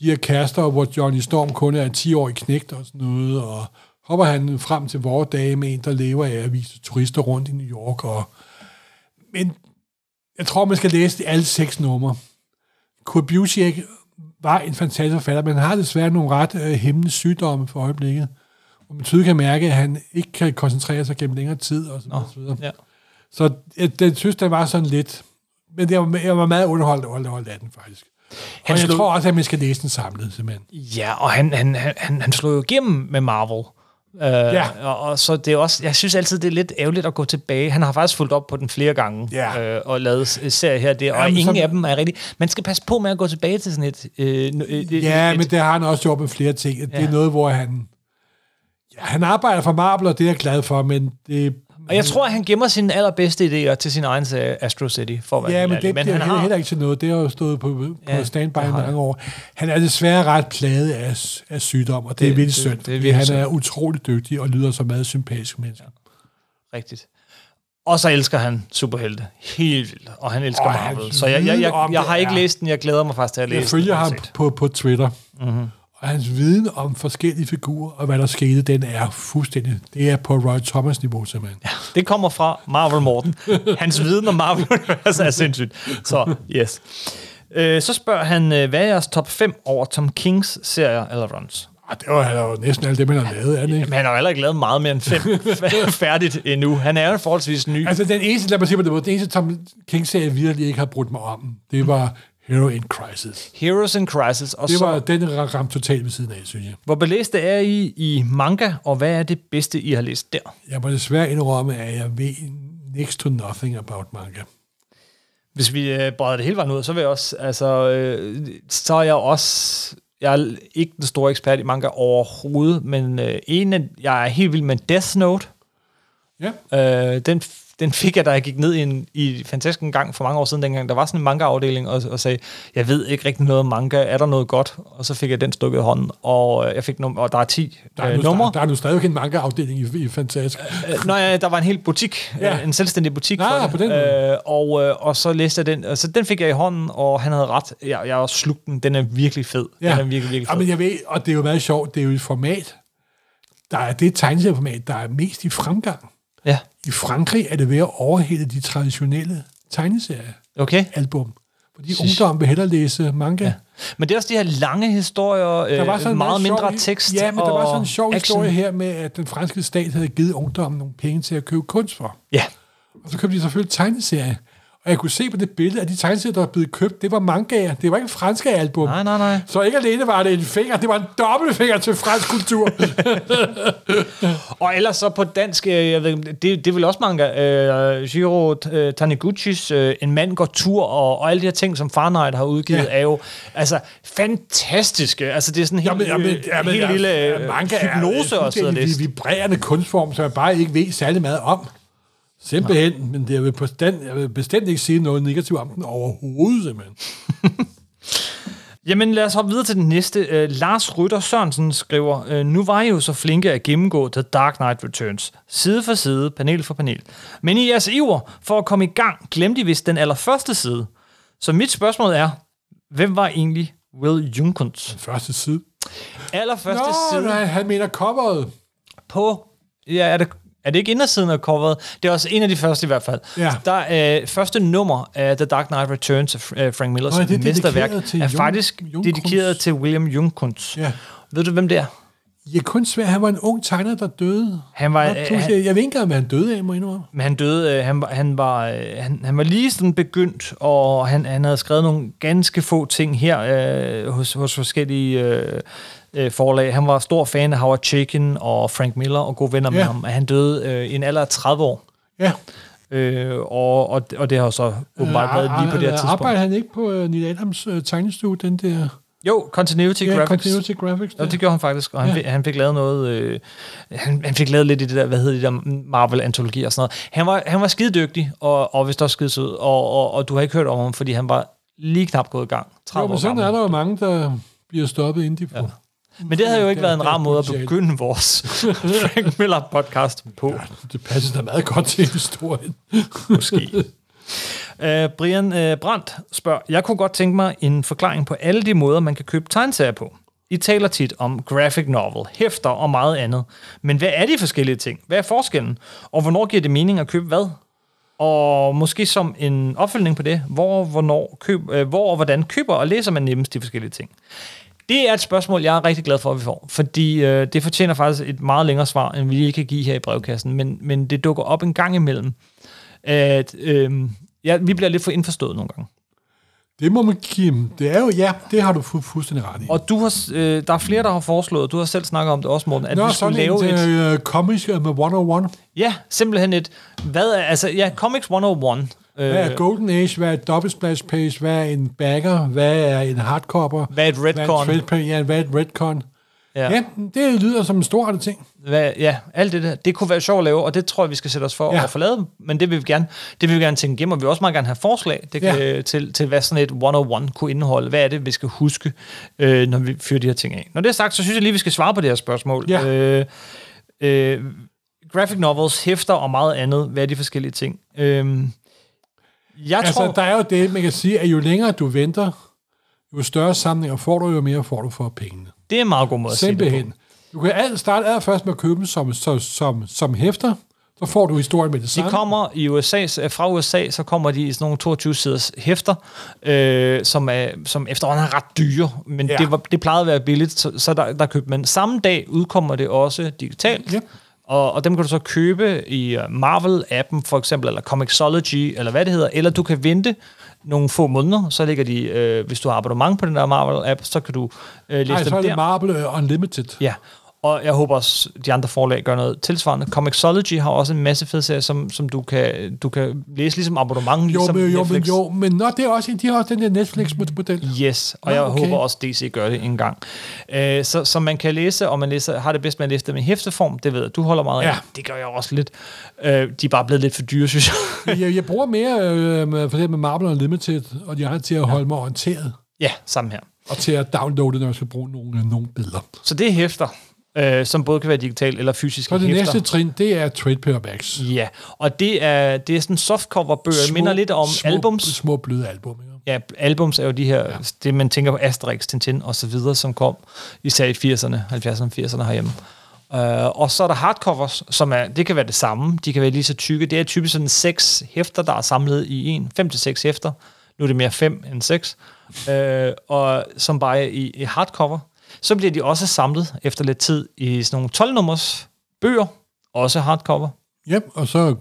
de er kærester, og hvor Johnny Storm kun er en 10-årig knægt og sådan noget, og hopper han frem til vores dage med en, der lever af at vise turister rundt i New York. Og... Men jeg tror, man skal læse alle seks numre. Kurt Busiek var en fantastisk forfatter, men han har desværre nogle ret øh, hæmmende sygdomme for øjeblikket. Og man tydeligt kan mærke, at han ikke kan koncentrere sig gennem længere tid. Og så, videre, og så, videre.
Ja.
så jeg, den synes, den var sådan lidt... Men jeg, var- jeg var meget underholdt over underholdt af den, faktisk. Han
Han
og jeg
slog-
tror også, at man skal læse den samlet, simpelthen.
ja, og han, han, han, han slog jo igennem med Marvel. Øh,
Ja.
og, og så det er også, jeg synes altid, det er lidt ærgerligt at gå tilbage. Han har faktisk fulgt op på den flere gange
Ja.
øh, og lavet s- serier her og der, og
Jamen,
ingen
så-
af dem er rigtig... Man skal passe på med at gå tilbage til sådan et... Øh, n- et
Ja,
et,
men det har han også gjort med flere ting. Det
Ja.
er noget, hvor han... Ja, han arbejder for Marvel, og det er jeg glad for, men det...
Og jeg tror, at han gemmer sine allerbedste idéer til sin egen serie Astro City, for at være
Ja,
helt
men
ærlig.
det, men det er
han
heller,
har,
heller ikke til noget. Det har jo stået på, på
Ja,
ja, standby i
det har
mange år. Han er desværre ret plaget af, af sygdom, og det, det er
Det-
vildt
det-
synd,
det er
fordi
virkelig
han
synd.
er utrolig dygtig og lyder så meget sympatisk menneske.
rigtigt. Og så elsker han superhelte. Helt vildt. Og han elsker
Og
Marvel.
hans
så jeg, jeg,
viden
jeg,
om
jeg
det
har ikke
er-
læst den. Jeg glæder mig faktisk til at læse
Jeg følger
den.
ham
uanset. Mhm.
på, på Twitter, mm-hmm. og hans viden om forskellige figurer og hvad der skete, den er fuldstændig... Det er på Roy Thomas-niveau, simpelthen. Ja.
Det kommer fra Marvel Morten. Hans viden om Marvel Universet er sindssygt. Så, yes. Øh, Så spørger han, øh, hvad er jeres top 5 over Tom Kings serier eller runs?
Og Ah, det var han jo næsten alt det, man har lavet, er det ikke?
Men han har jo heller ikke lavet meget mere end
<laughs>
5 færdigt endnu. Han er jo forholdsvis ny.
Altså, den eneste, lad mig sige på det måde, den eneste Tom King-serie, jeg virkelig ikke har brudt mig om, det var Heroin Crisis.
Heroes in Crisis. Og
Det
så,
var, den ra- ramte totalt ved siden af, synes jeg.
Hvor belæste er I i manga, og hvad er det bedste, I har læst der?
Jeg må desværre indrømme, at jeg ved next to nothing about manga.
Hvis vi øh, breder det hele vejen ud, så vil jeg også, altså, øh, så er jeg også, jeg er ikke den store ekspert i manga overhovedet, men øh, en af, jeg er helt vild med Death Note.
Ja.
Øh, den, f- den fik jeg, da jeg gik ned i, en, i Fantastisk en gang for mange år siden, dengang der var sådan en manga-afdeling, og, og sagde, jeg ved ikke rigtig noget om manga, er der noget godt? Og så fik jeg den stukket i hånden, og, øh, jeg fik num- og der er 10
Der er,
øh,
nu,
numre.
der, der er nu stadig en manga-afdeling i, i Fantastisk.
Øh, Nå ja, der var en hel butik, ja.
Ja.
en selvstændig butik
Ah,
for det.
på den måde.
øh, og, øh, og så læste jeg den, og så den fik jeg i hånden, og han havde ret. Jeg, jeg slugte den, den er virkelig fed. Ja. Den er virkelig, virkelig fed.
Jamen, jeg ved, og det er jo meget sjovt, det er jo et format, der er det tegneserieformat, der er mest i fremgang.
Ja,
I Frankrig er det ved at overhælde de traditionelle tegneseriealbum.
okay.
Fordi ungdommen vil hellere læse manga. Ja.
Men det er også de her lange historier, øh,
Der var sådan en
meget
sjov-
mindre tekst
Ja, men der var sådan en sjov
og
action.
action.
historie her med, at den franske stat havde givet ungdommen nogle penge til at købe kunst for.
Ja,
Og så købte de selvfølgelig tegneserier. Og jeg kunne se på det billede, at de tegneserier, der var blevet købt, det var mangaer. Det var ikke franske album.
nej, nej, nej.
Så ikke alene var det en finger, det var en dobbeltfinger til fransk kultur.
Og ellers så på dansk, øh, jeg ved, ikke, det, det er vel også manga, øh, Jiro øh, Taniguchis øh, En mand går tur, og, og alle de her ting, som Fahrenheit har udgivet, ja.
Ja.
er jo altså fantastiske. Altså det er sådan en helt, jamen, jamen, jamen, helt lille ja,
manga er
hypnose at sidde og
fuldstændig
læse.
vibrerende kunstform, som jeg bare ikke ved særlig meget om. Simpelthen, Nej. men det, jeg, vil bestemt, jeg vil bestemt ikke sige noget negativt om den overhovedet, simpelthen.
Jamen lad os hoppe videre til den næste. Øh, Lars Rytter Sørensen skriver, øh, nu var I jo så flinke at gennemgå The Dark Knight Returns, side for side, panel for panel. Men i jeres iver for at komme i gang, glemte I vist den allerførste side. Så mit spørgsmål er, hvem var egentlig Will Junkins?
Første side.
allerførste Nå,
Nå,
side
nej,
nej.
han mener coveret.
på... Ja, er det, er det ikke indersiden af coveret? Det er også en af de første i hvert fald.
Ja.
Der øh, første nummer af The Dark Knight Returns af øh, Frank Millers
Nå, er det dedikeret
mesterværk
til
er
Jung-
faktisk
Jungkunst?
dedikeret til William Jungkunst.
Ja.
Ved du, hvem det er?
Jeg kun svær, han var en ung tegner, der døde.
Han var,
Nå,
øh,
pludselig-
han-
jeg, jeg ved ikke engang, hvad han døde af, må jeg indrømme.
Men han døde, øh, han, var- han, var, øh, han, han var lige sådan begyndt, og han, han havde skrevet nogle ganske få ting her øh, hos, hos forskellige øh, øh, forlag. Han var stor fan af Howard Chaykin og Frank Miller og gode venner ja. med
Ja.
ham. Han døde øh, i en alder af 30 år.
Ja.
Øh, og, og, og det har jo så åbenbart været lige på det her tidspunkt.
Øh, Arbejder han ikke på uh, Neil Adams uh, tegnestue, den der
Jo, Continuity
ja,
Graphics.
Continuity Graphics?
Ja,
der?
det gjorde han faktisk, og han, ja. fik, han fik lavet noget, øh, han, han fik lavet lidt i det der, hvad hedder det der, Marvel-antologi og sådan noget. Han var, han var skidedygtig, og, og vist også skidesød, og, og, og du har ikke hørt om ham, fordi han var lige knap gået i gang. 30
jo,
år
men sådan
gammel.
er der jo mange, der bliver stoppet, inden de får... Ja.
Men det havde jo ikke
Der-
været en
der er
rar måde at
potentiale.
begynde vores <laughs> Frank Miller-podcast på.
Det passer da meget godt til historien.
<laughs> Måske. Uh, Brian uh, Brandt spørger, jeg kunne godt tænke mig en forklaring på alle de måder, man kan købe tegneserier på. I taler tit om graphic novel, hæfter og meget andet. Men hvad er de forskellige ting? Hvad er forskellen? Og hvornår giver det mening at købe hvad? Og måske som en opfølgning på det, hvor, hvornår køb, øh, hvor og hvordan køber og læser man nemmest de forskellige ting? Det er et spørgsmål, jeg er rigtig glad for, at vi får, fordi øh, det fortjener faktisk et meget længere svar, end vi lige kan give her i brevkassen, men, men det dukker op øhm, en gang imellem at øh, ja, vi bliver lidt for indforstået nogle gange.
Det må man give dem. Det er jo, ja, det har du fu- fuldstændig ret i.
Og du har, s- øh, der er flere, der har foreslået, og du har selv snakket om det også, Morten, at
Nå,
vi
sådan
skulle
lave
lave
en
et...
til, øh, comics øh, med 101.
Ja, simpelthen et... Hvad er, altså, ja, Comics 101. Øh,
Hvad er Golden Age? Hvad er Double Splash Page? Hvad er en bagger? Hvad er en hardcover?
Hvad er et redcon?
Hvad er, trade, ja, hvad er et redcon?
Ja.
Ja. ja, det lyder som en stor ting.
Hvad, ja, alt det der. Det kunne være sjovt at lave, og det tror jeg, vi skal sætte os for ja.
Ja.
at få lavet. Men det vil vi gerne, det vil vi gerne tænke igennem, og vi vil også meget gerne have forslag det kan,
Ja.
til, til, hvad sådan et 101 kunne indeholde. Hvad er det, vi skal huske, øh, når vi fyrer de her ting af? Når det er sagt, så synes jeg lige, vi skal svare på det her spørgsmål.
Ja.
Øh, øh, graphic novels, hæfter og meget andet. Hvad er de forskellige ting? Øh, jeg
Altså,
tror...
der er jo det, man kan sige, at jo længere du venter, jo større samlinger får du, jo mere får du for pengene.
Det er en meget god måde at sige det på.
Simpelthen. Du kan alt starte allerførst med at købe dem som, som, som, som hæfter, så får du historien med det
De
samme.
kommer i USA, fra USA, så kommer de i sådan nogle 22-siders hæfter, øh, som, er, som efterhånden er ret dyre, men ja.
Ja.
det, var, det plejede at være billigt, så, så der, der købte man. Samme dag udkommer det også digitalt,
Ja.
og, og dem kan du så købe i øh, Marvel-appen for eksempel, eller Comixology, eller hvad det hedder, eller du kan vente nogle få måneder, så ligger de, øh, hvis du har abonnement på den der Marvel-app, så kan du øh, læse
Nej,
dem
så er
der.
det Marble øh, Unlimited.
Ja, og jeg håber også, de andre forlag gør noget tilsvarende. Comixology har også en masse fede serier, som, som du, kan, du kan læse ligesom abonnement,
Jo,
ligesom
men, jo, men,
Netflix.
jo, men nå, det er også, de har også den der Netflix-model.
Yes, og
Nå,
jeg
okay.
håber også, DC gør det en gang. Øh, så, så man kan læse, og man læser, har det bedst med at læse dem i hæfteform. Det ved jeg, du holder meget af.
Ja.
Det gør jeg også lidt. Øh, de er bare blevet lidt for dyre, <laughs> synes jeg.
jeg, jeg bruger mere øh, med- for det med Marble Unlimited, og de andre til at holde mig orienteret,
ja, sammen her.
og til at downloade, når jeg skal bruge nogle, øh, nogle billeder.
Så det er hæfter, øh, som både kan være digitalt eller fysisk.
Så det
hæfter.
næste trin, det er trade paperbacks.
Ja, og det er, det er sådan softcover-bøger. Øh, Jeg minder lidt om
små,
albums.
Små bløde album, ikke?
Ja, albums er jo de her, ja. det man tænker på Asterix, Tintin og så videre, som kom især i 80'erne, 70'erne, 80'erne herhjemme. Uh, og så er der hardcovers, som er, det kan være det samme, de kan være lige så tykke. Det er typisk sådan seks hæfter, der er samlet i en, fem til seks hæfter. Nu er det mere fem end seks. Uh, og som bare er i, i hardcover. Så bliver de også samlet efter lidt tid i sådan nogle 12-nummers bøger, også hardcover.
Ja, og så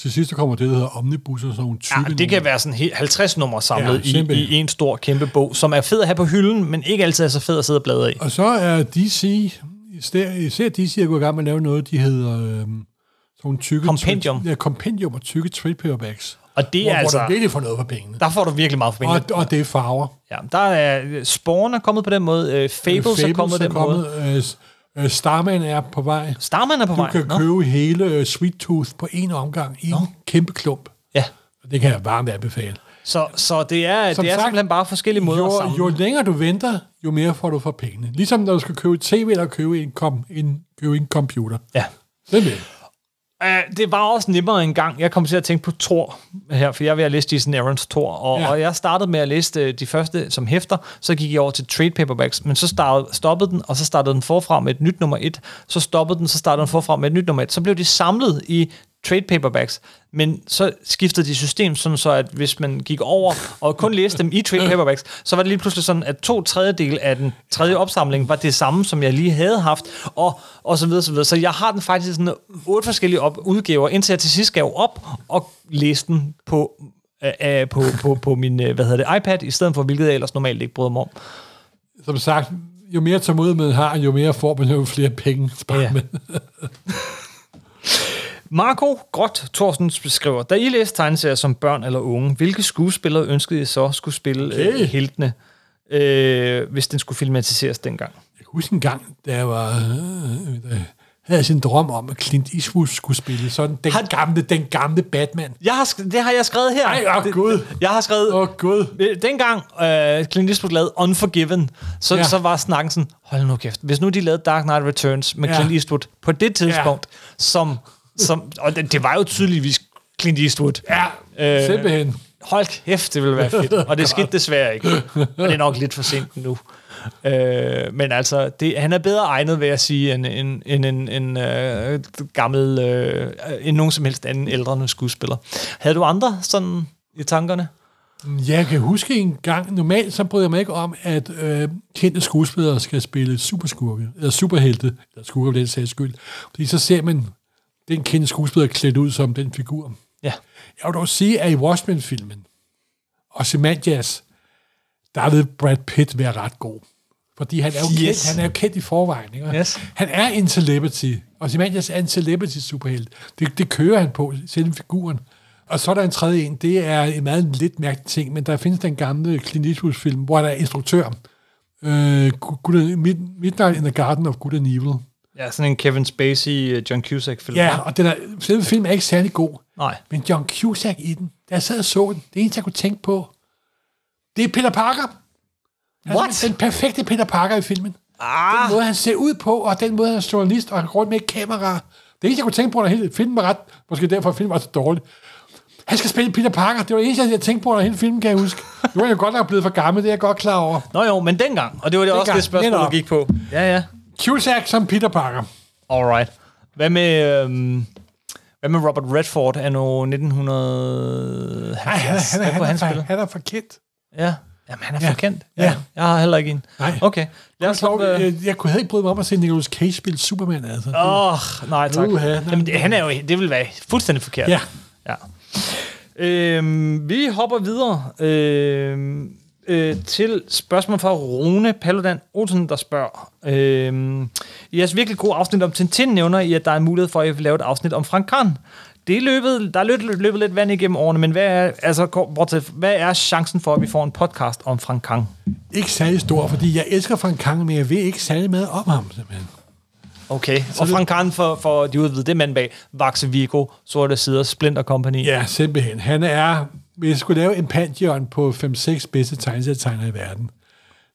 til sidst så kommer det, der hedder omnibus og sådan nogle tykke
Ja, Ah, det kan være sådan helt 50 numre samlet
Ja,
ja, i,
simpelthen.
i en stor kæmpe bog, som er fed at have på hylden, men ikke altid er så fed at sidde og bladre i.
Og så er DC, især, især DC er gået i gang med at lave noget, de hedder... Øh, sådan tykke...
Kompendium.
Ja, kompendium og tykke trade paperbacks.
Og det
hvor,
er
hvor
altså...
du virkelig får noget for pengene.
Der får du virkelig meget for pengene.
Og, og det er farver.
Ja, der er øh, Spawn er kommet på den måde, øh, Fables, Fables er kommet på den måde.
øh, s- øh, Starman er på vej.
Starman er på
Du
vej.
kan
Nå.
købe hele øh, Sweet Tooth på en omgang i en kæmpe klump.
Ja.
Og det kan jeg varmt anbefale.
Så, så det er,
Som
det er
sagt,
simpelthen bare forskellige måder at
Jo,
samle.
jo længere du venter, jo mere får du for pengene. Ligesom når du skal købe et tv eller købe en, kom, en, købe en computer.
Ja.
Simpelthen.
Uh, det var også nemmere engang. Jeg kom til at tænke på Thor her, for jeg er ved at læse Jason Aaron's Thor, og, ja.
Ja.
og jeg startede med at læse øh, de første som hæfter, så gik jeg over til trade paperbacks, men så startede, stoppede den, og så startede den forfra med et nyt nummer et, så stoppede den, så startede den forfra med et nyt nummer et. Så blev de samlet i trade paperbacks, men så skiftede de system, sådan så at hvis man gik over og kun læste dem i trade paperbacks, så var det lige pludselig sådan, at to tredjedel af den tredje opsamling var det samme, som jeg lige havde haft, og, og så videre, så videre. Så jeg har den faktisk i sådan otte forskellige op- udgaver, indtil jeg til sidst gav op og læste den på, øh, øh, på, på, på min, øh, hvad hedder det, iPad, i stedet for hvilket jeg ellers normalt ikke bryder mig om.
Som sagt, jo mere tålmodighed man har, jo mere får man jo flere penge. <laughs>
Ja.
Ja. Med.
<laughs> Marco Gråt Thorsen beskriver, da I læste tegneserier som børn eller unge, hvilke skuespillere ønskede I så skulle spille okay.
Okay.
øh, heltene, øh, hvis den skulle filmatiseres dengang?
Jeg kan huske en gang, da jeg var... Øh, da jeg havde sin drøm om, at Clint Eastwood skulle spille sådan den,
Har-
gamle, den gamle Batman.
Jeg har, sk- det har jeg skrevet her.
Ej, åh,
Det-
Gud.
Jeg har skrevet...
Åh, oh, Gud.
Øh, Dengang øh, Clint Eastwood lavede Unforgiven, så, ja.
Ja.
så var snakken sådan, hold nu kæft, hvis nu de lavede Dark Knight Returns med ja.
Ja.
Clint Eastwood på det tidspunkt, ja. som, som... Og det, det var jo tydeligvis Clint Eastwood.
Ja, øh, simpelthen.
Hold kæft, det ville
<laughs>
være fedt. Og det skete desværre ikke. Og det er nok lidt for sent nu. Øh, men altså, det, han er bedre egnet, vil jeg sige, end en end, end, end, øh, gammel, øh, end nogen som helst anden ældre skuespiller. Havde du andre sådan i tankerne?
Jeg kan huske en gang, normalt så bryder jeg mig ikke om, at øh, kendte skuespillere skal spille superskurke, eller superhelte, eller skurke for den sags skyld. Fordi så ser man den kendte skuespiller klædt ud som den figur.
Ja.
Jeg vil dog sige, at i Watchmen-filmen og Semantias, der vil Brad Pitt være ret god. Fordi han er jo, yes.
Yes.
kendt, han er jo kendt i forvejen. Ikke? Og
Yes.
Han er en celebrity. Og Simandias er en celebrity-superhelt. Det, det kører han på, selve figuren. Og så er der en tredje en, det er en meget lidt mærkelig ting, men der findes den gamle Clint Eastwood-film, hvor der er instruktør. Øh, Good, Mid, Midnight in the Garden of Good and Evil.
Ja, sådan en Kevin Spacey, øh, John Cusack-film.
Ja, og den er, selve filmen er ikke særlig god.
Nej.
Men John Cusack i den, da jeg sad og så den, det eneste, jeg kunne tænke på, det er Peter Parker. Han er
What?
Den perfekte Peter Parker i filmen. Ah. Den måde, han ser ud på, og den måde, han er journalist, og han går rundt med et kamera. Det eneste, jeg kunne tænke på, når hele filmen var ret, måske derfor, at filmen var så dårlig. Han skal spille Peter Parker. Det var det eneste, jeg tænkte på, når hele filmen, kan jeg huske. Nu er jeg godt nok blevet for gammel, det er jeg godt klar over.
Nå jo, men dengang. Og det var det også
Dengang,
det spørgsmål, du
netop.
gik på. Ja, ja.
Cusack som Peter Parker.
Alright. Hvad med, øhm, hvad med Robert Redford anno 1970?
Nej, han, er- han, er-
Hvad kunne
han,
han
han,
spille?
han, han er forkendt.
Ja. Jamen, han er
Ja.
forkendt.
Ja.
Jeg har heller ikke en.
Nej.
Okay. Lad os
Så,
hoppe... Åh, øh...
jeg, jeg kunne heller ikke bryde mig om at se Nicolas Cage spille Superman, altså.
oh, nej tak.
Uha, nej.
Jamen, det, han er jo, det vil være fuldstændig forkert.
Ja.
ja. Øhm, vi hopper videre øhm, øh, til spørgsmål fra Rune Paludan Olsen, der spørger. Øhm, I jeres virkelig gode afsnit om Tintin nævner I, at der er mulighed for, at I vil lave et afsnit om Frank Kran. Det er løbet, der er løbet, løbet lidt vand igennem årene, men hvad er, altså, kort- bortset, hvad er chancen for, at vi får en podcast om Frank Kang?
ikke særlig stor, fordi jeg elsker Frank Kang, men jeg ved ikke særlig meget om ham, simpelthen.
Okay, og Frank Kang, for, for de udvide, det er manden bag Vaxe Vigo, Sorte Sider, Splinter Company.
Ja, simpelthen. Han er, hvis jeg skulle lave en pantheon på 5-6 bedste tegneserietegnere i verden,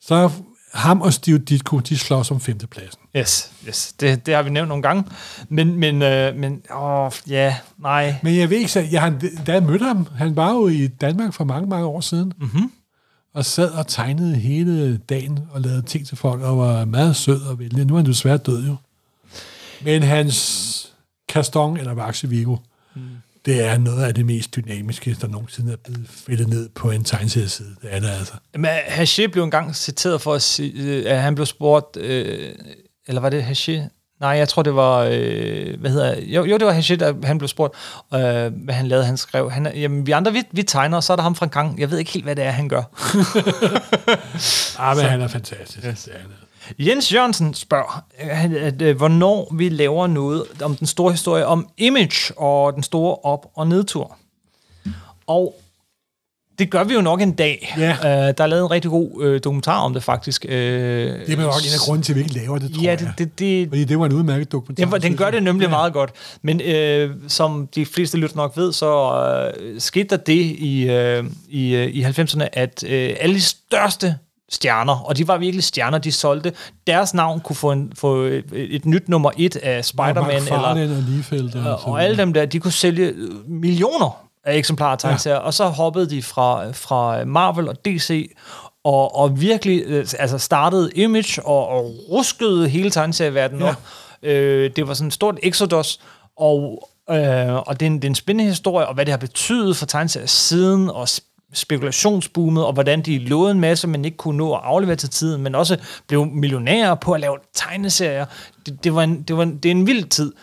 så ham og Steve Ditko, de slås om femtepladsen.
Yes, yes. Det, det har vi nævnt nogle gange. Men, men, øh, men åh, ja, nej.
Men jeg ved ikke, så jeg, han, da jeg mødte ham, han var jo i Danmark for mange, mange år siden, mm-hmm.
Mhm.
og sad og tegnede hele dagen og lavede ting til folk, og var meget sød og venlig. Nu er han desværre død jo. Men hans Kaston eller Vaxe Vigo,
Mm.
det er noget af det mest dynamiske, der nogensinde er blevet fældet ned på en tegneserieside. Det er det altså.
Men Haché blev engang citeret for at sige, øh, at han blev spurgt, øh, eller var det Haché? Nej, jeg tror, det var, øh, hvad hedder jo, jo, det var Haché, der han blev spurgt, øh, hvad han lavede, han skrev. Han, er- jamen, vi andre, vi, vi tegner, og så er der ham fra en gang. Jeg ved ikke helt, hvad det er, han gør.
Ah, men han er fantastisk. Yes. Det er han.
Jens Jørgensen spørger, øh, at, øh, hvornår vi laver noget om den store historie om image og den store op- og nedtur. Og det gør vi jo nok en dag.
Ja.
Øh, der er lavet en rigtig god øh, dokumentar om det faktisk. Øh, det
Det er vel nok en af grunden til, at vi ikke laver det, tror
Ja,
jeg.
det, det, det,
Fordi det var en udmærket dokumentar.
den, var- den
synes
gør
jeg.
det nemlig meget godt. Men øh, som de fleste lytter nok ved, så øh, skete der det i, øh, i, øh, i 90'erne, at øh, alle de største stjerner, og de var virkelig stjerner, de solgte, deres navn kunne få, en, få et, et nyt nummer et af Spider-Man, eller,
Farland og Liefeld. Og,
og alle dem der, de kunne sælge øh, millioner af eksemplarer af tegneserier, ja. og så hoppede de fra, fra Marvel og DC, og, og virkelig øh, altså startede Image, og, og ruskede hele tegneserieverdenen ja. op. Øh, det var sådan et stort exodus, og, øh, og det, er en, det er en spændende historie, og hvad det har betydet for tegneserier siden, og s- spekulationsboomet, og hvordan de lovede en masse, men ikke kunne nå at aflevere til tiden, men også blev millionærer på at lave tegneserier. Det, det, var en, det, var en, det er en vild tid.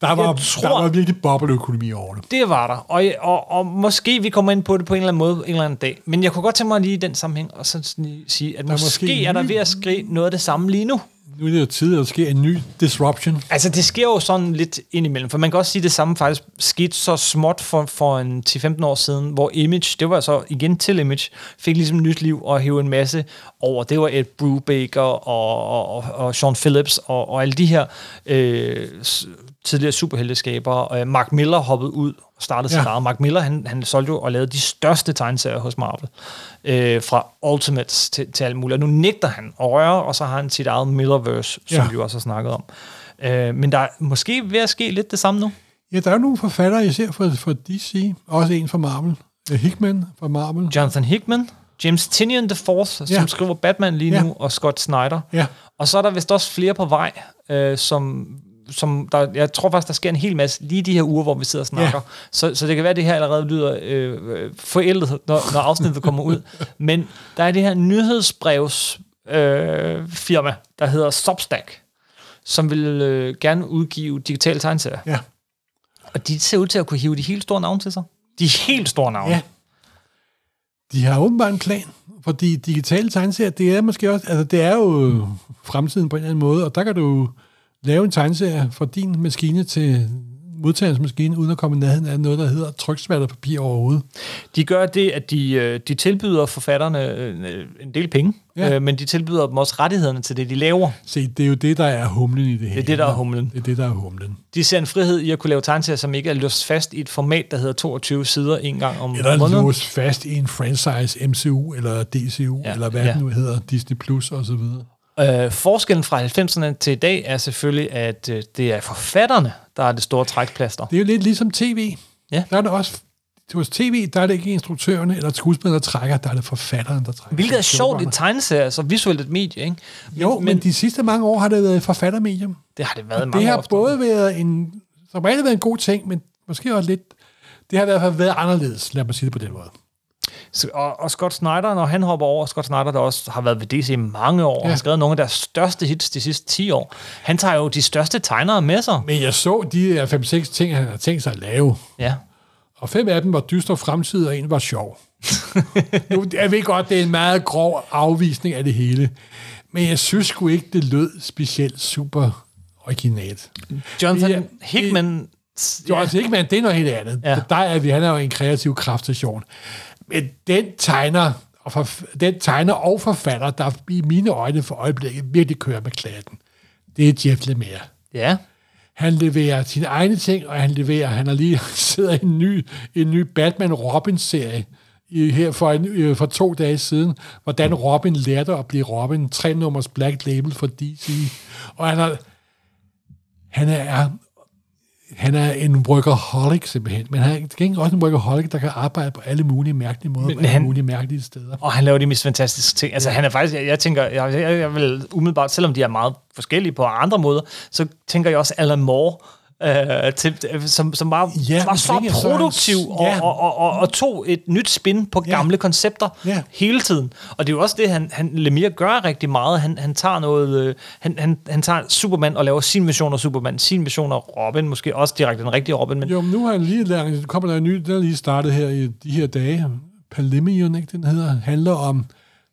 der, var,
jeg tror-
der var virkelig bobleøkonomi over det.
Det var der, og, og, og måske vi kommer ind på det på en eller anden måde en eller anden dag. Men jeg kunne godt tænke mig lige i den sammenhæng og så sådan lige sige, at måske,
måske
måske er der
ny-
ved at ske noget af det samme lige nu.
Nu er det jo tid, at der sker en ny disruption.
Altså det sker jo sådan lidt indimellem, for man kan også sige, at det samme faktisk skete så småt for, for en 10-15 år siden, hvor Image, det var så igen til Image, fik ligesom nyt liv og hæve en masse over. Det var et Brubaker og, og, og, og Sean Phillips og, og alle de her øh, s- tidligere superhelteskaber. Øh, Mark Miller hoppede ud og startede sit
Ja.
eget meget. Mark Miller, han, han solgte jo og lavede de største tegneserier hos Marvel. Øh, fra Ultimates til, til alt muligt. Og nu nægter han at røre, og så har han sit eget Millerverse, som
Ja.
ja. vi jo også har snakket om. Øh, men der er måske ved at ske lidt det samme nu.
Ja, der er jo nogle forfattere, især fra, fra DC, også en fra Marvel. Øh, Hickman fra Marvel.
Jonathan Hickman, James Tinian the Fourth, ja.
Ja.
som skriver Batman lige
Ja.
ja. nu, og Scott Snyder.
Ja.
Og så er der vist også flere på vej, øh, som, som der, jeg tror faktisk, der sker en hel masse lige de her uger, hvor vi sidder og snakker.
Ja.
Ja. Så, så det kan være, at det her allerede lyder øh, øh, forældet, når, når afsnittet kommer ud.
<laughs>
Men der er det her nyhedsbrevs øh, firma, der hedder Substack, som vil øh, gerne udgive digitale tegneserier.
ja.
Og de ser ud til at kunne hive de helt store navne til sig. De helt store navne.
ja. De har åbenbart en plan, Fordi digitale tegneserier, det er måske også, altså det er jo fremtiden på en eller anden måde, og der kan du lave en tegneserie fra din maskine til modtagerens maskine, uden at komme i nærheden af noget, der hedder tryksværtet papir overhovedet.
De gør det, at de, øh, de tilbyder forfatterne øh, en del penge,
Ja.
ja. øh, men de tilbyder dem også rettighederne til det, de laver.
Se, det er jo det, der er humlen i det her.
Det er det, der er humlen.
Det er det, der er humlen.
De ser en frihed i at kunne lave tegneserier, som ikke er låst fast i et format, der hedder 22 sider en gang om
Eller
måneden.
lås fast i en franchise, MCU eller DCU, ja,
Ja,
eller hvad ja.
ja.
det nu hedder, Disney Plus og så videre.
Øh, forskellen fra 90'erne til i dag er selvfølgelig, at øh, det er forfatterne, der er det store trækplaster.
Det er jo lidt ligesom tv.
Ja.
Der er det også, hos tv, der er det ikke instruktørerne eller skuespillerne, der trækker, der er det forfatteren, der trækker.
Hvilket er sjovt i
Showrunneren.
tegneserier, så visuelt et medie, ikke?
Jo, men, men de sidste mange år har det været et forfattermedium.
Det har det været mange
det
år
har
efterhånden.
både været en, som regel været en god ting, men måske også lidt, det har i hvert fald været anderledes, lad mig sige det på den måde.
Så- Og, og Scott Snyder, når han hopper over, Scott Snyder, der også har været ved DC i mange år, ja. har skrevet nogle af deres største hits de sidste 10 år. Han tager jo de største tegnere med sig.
Men jeg så de her 5-6 ting, han har tænkt sig at lave.
Ja.
Og fem af dem var dyster fremtid, og en var sjov. nu, jeg ved godt, det er en meget grov afvisning af det hele. Men jeg synes sgu ikke, det lød specielt super originalt.
Jonathan ja.
Ja, det-
Hickman...
Jo, ja. altså ikke, men det er noget helt andet. Ja.
Ja.
Der er vi, han er jo en kreativ kraftstation. Men den tegner, og forf- den tegner og forfatter, der i mine øjne for øjeblikket virkelig kører med klatten, det er Jeff Lemire.
Ja.
Han leverer sine egne ting, og han leverer, han har lige <laughs> sidder i en ny, en ny Batman-Robin-serie i, her for, en, øh, for to dage siden, hvordan Robin lærte at blive Robin, tre nummers Black Label for DC. Og han er, han er, han er en workaholic simpelthen, men han er til gengæld også en workaholic, der kan arbejde på alle mulige mærkelige måder, på alle
han-
mulige mærkelige steder.
Og han laver de mest fantastiske ting. Altså, han er faktisk... Jeg, jeg tænker, jeg, jeg, jeg vil umiddelbart, selvom de er meget forskellige på andre måder, så tænker jeg også Alan Moore, Øh, til, som, som var,
Ja,
var
men
så
Ringe af Sørens-
produktiv og,
ja.
og, og, og, og tog et nyt spin på gamle koncepter
Ja.
hele tiden. Og det er jo også det, han, han Lemire gør rigtig meget. Han, han tager noget, øh, han, han, han tager Superman og laver sin version af Superman, sin version af Robin, måske også direkte den rigtige Robin, men
Jo, men nu har han lige lært, nu kommer der en ny, den er lige startet her i de her dage. Palimion, ikke den hedder, handler om,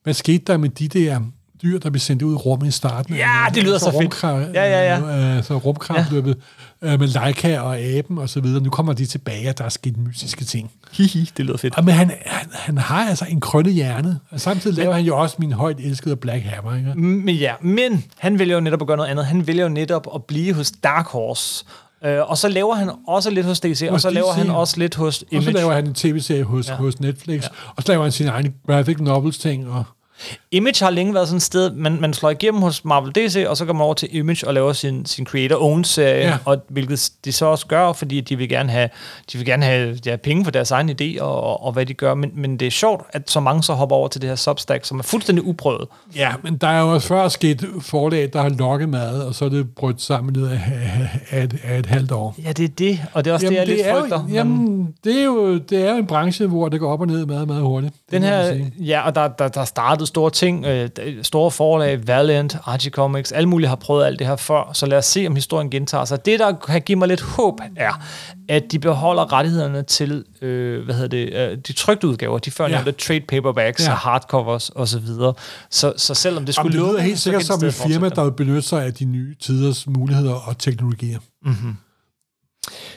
hvad skete der med de der dyr, der blev sendt ud i rummet i starten.
Ja, det lyder så fedt.
Ja,
Ja,
ja,
ja,
ja. Øh, så rumkrabløbet ja. øh, med Leica og aben og så videre. Nu kommer de tilbage, og der er sket mystiske ting.
hihi, det lyder fedt.
Og, men han, han, han, har altså en krølle hjerne, og samtidig laver han jo også min højt elskede Black Hammer. Ikke?
Men ja, men han vælger jo netop at gøre noget andet. Han vælger jo netop at blive hos Dark Horse. Øh, og så laver han også lidt hos DC, og
Hos
så laver
DC.
han også lidt hos
Og så
Image.
laver han en tv-serie hos, ja. hos Netflix, ja. og så laver han sine egne graphic novels ting, og
Image har længe været sådan et sted, man, man slår igennem hos Marvel DC, og så går man over til Image og laver sin, sin creator-owned-serie,
Ja.
ja. og hvilket de så også gør, fordi de vil gerne have, de vil gerne have ja, penge for deres egen idé og, og, og hvad de gør. Men, men det er sjovt, at så mange så hopper over til det her Substack, som er fuldstændig uprøvet.
Ja, men der er jo også før sket forlag, der har lokkemad, og så er det brudt sammen i løbet af, af, af, et- af et halvt år.
Ja, det er det, og det er også jamen, det, jeg det lidt
er
frygter.
jo, jamen, det er jo det er jo en branche, hvor det går op og ned meget, meget hurtigt. Det
Den
må man
her,
sige.
ja, og der, der, der startede store ting, øh, der- store forlag, Valiant, Archie Comics, alle mulige har prøvet alt det her før, så lad os se, om historien gentager sig. Det, der kan give mig lidt håb, er, at de beholder rettighederne til, øh, hvad hedder det, øh, de trykte udgaver, de før
Ja.
nævnte trade paperbacks
Ja.
ja. og hardcovers osv. Så, videre. så, så selvom det
Jamen,
skulle
det lyder
lukke,
helt
så
sikkert
kan det
som et
stadig
firma,
fortsætte.
der benytter sig af de nye tiders muligheder og teknologier.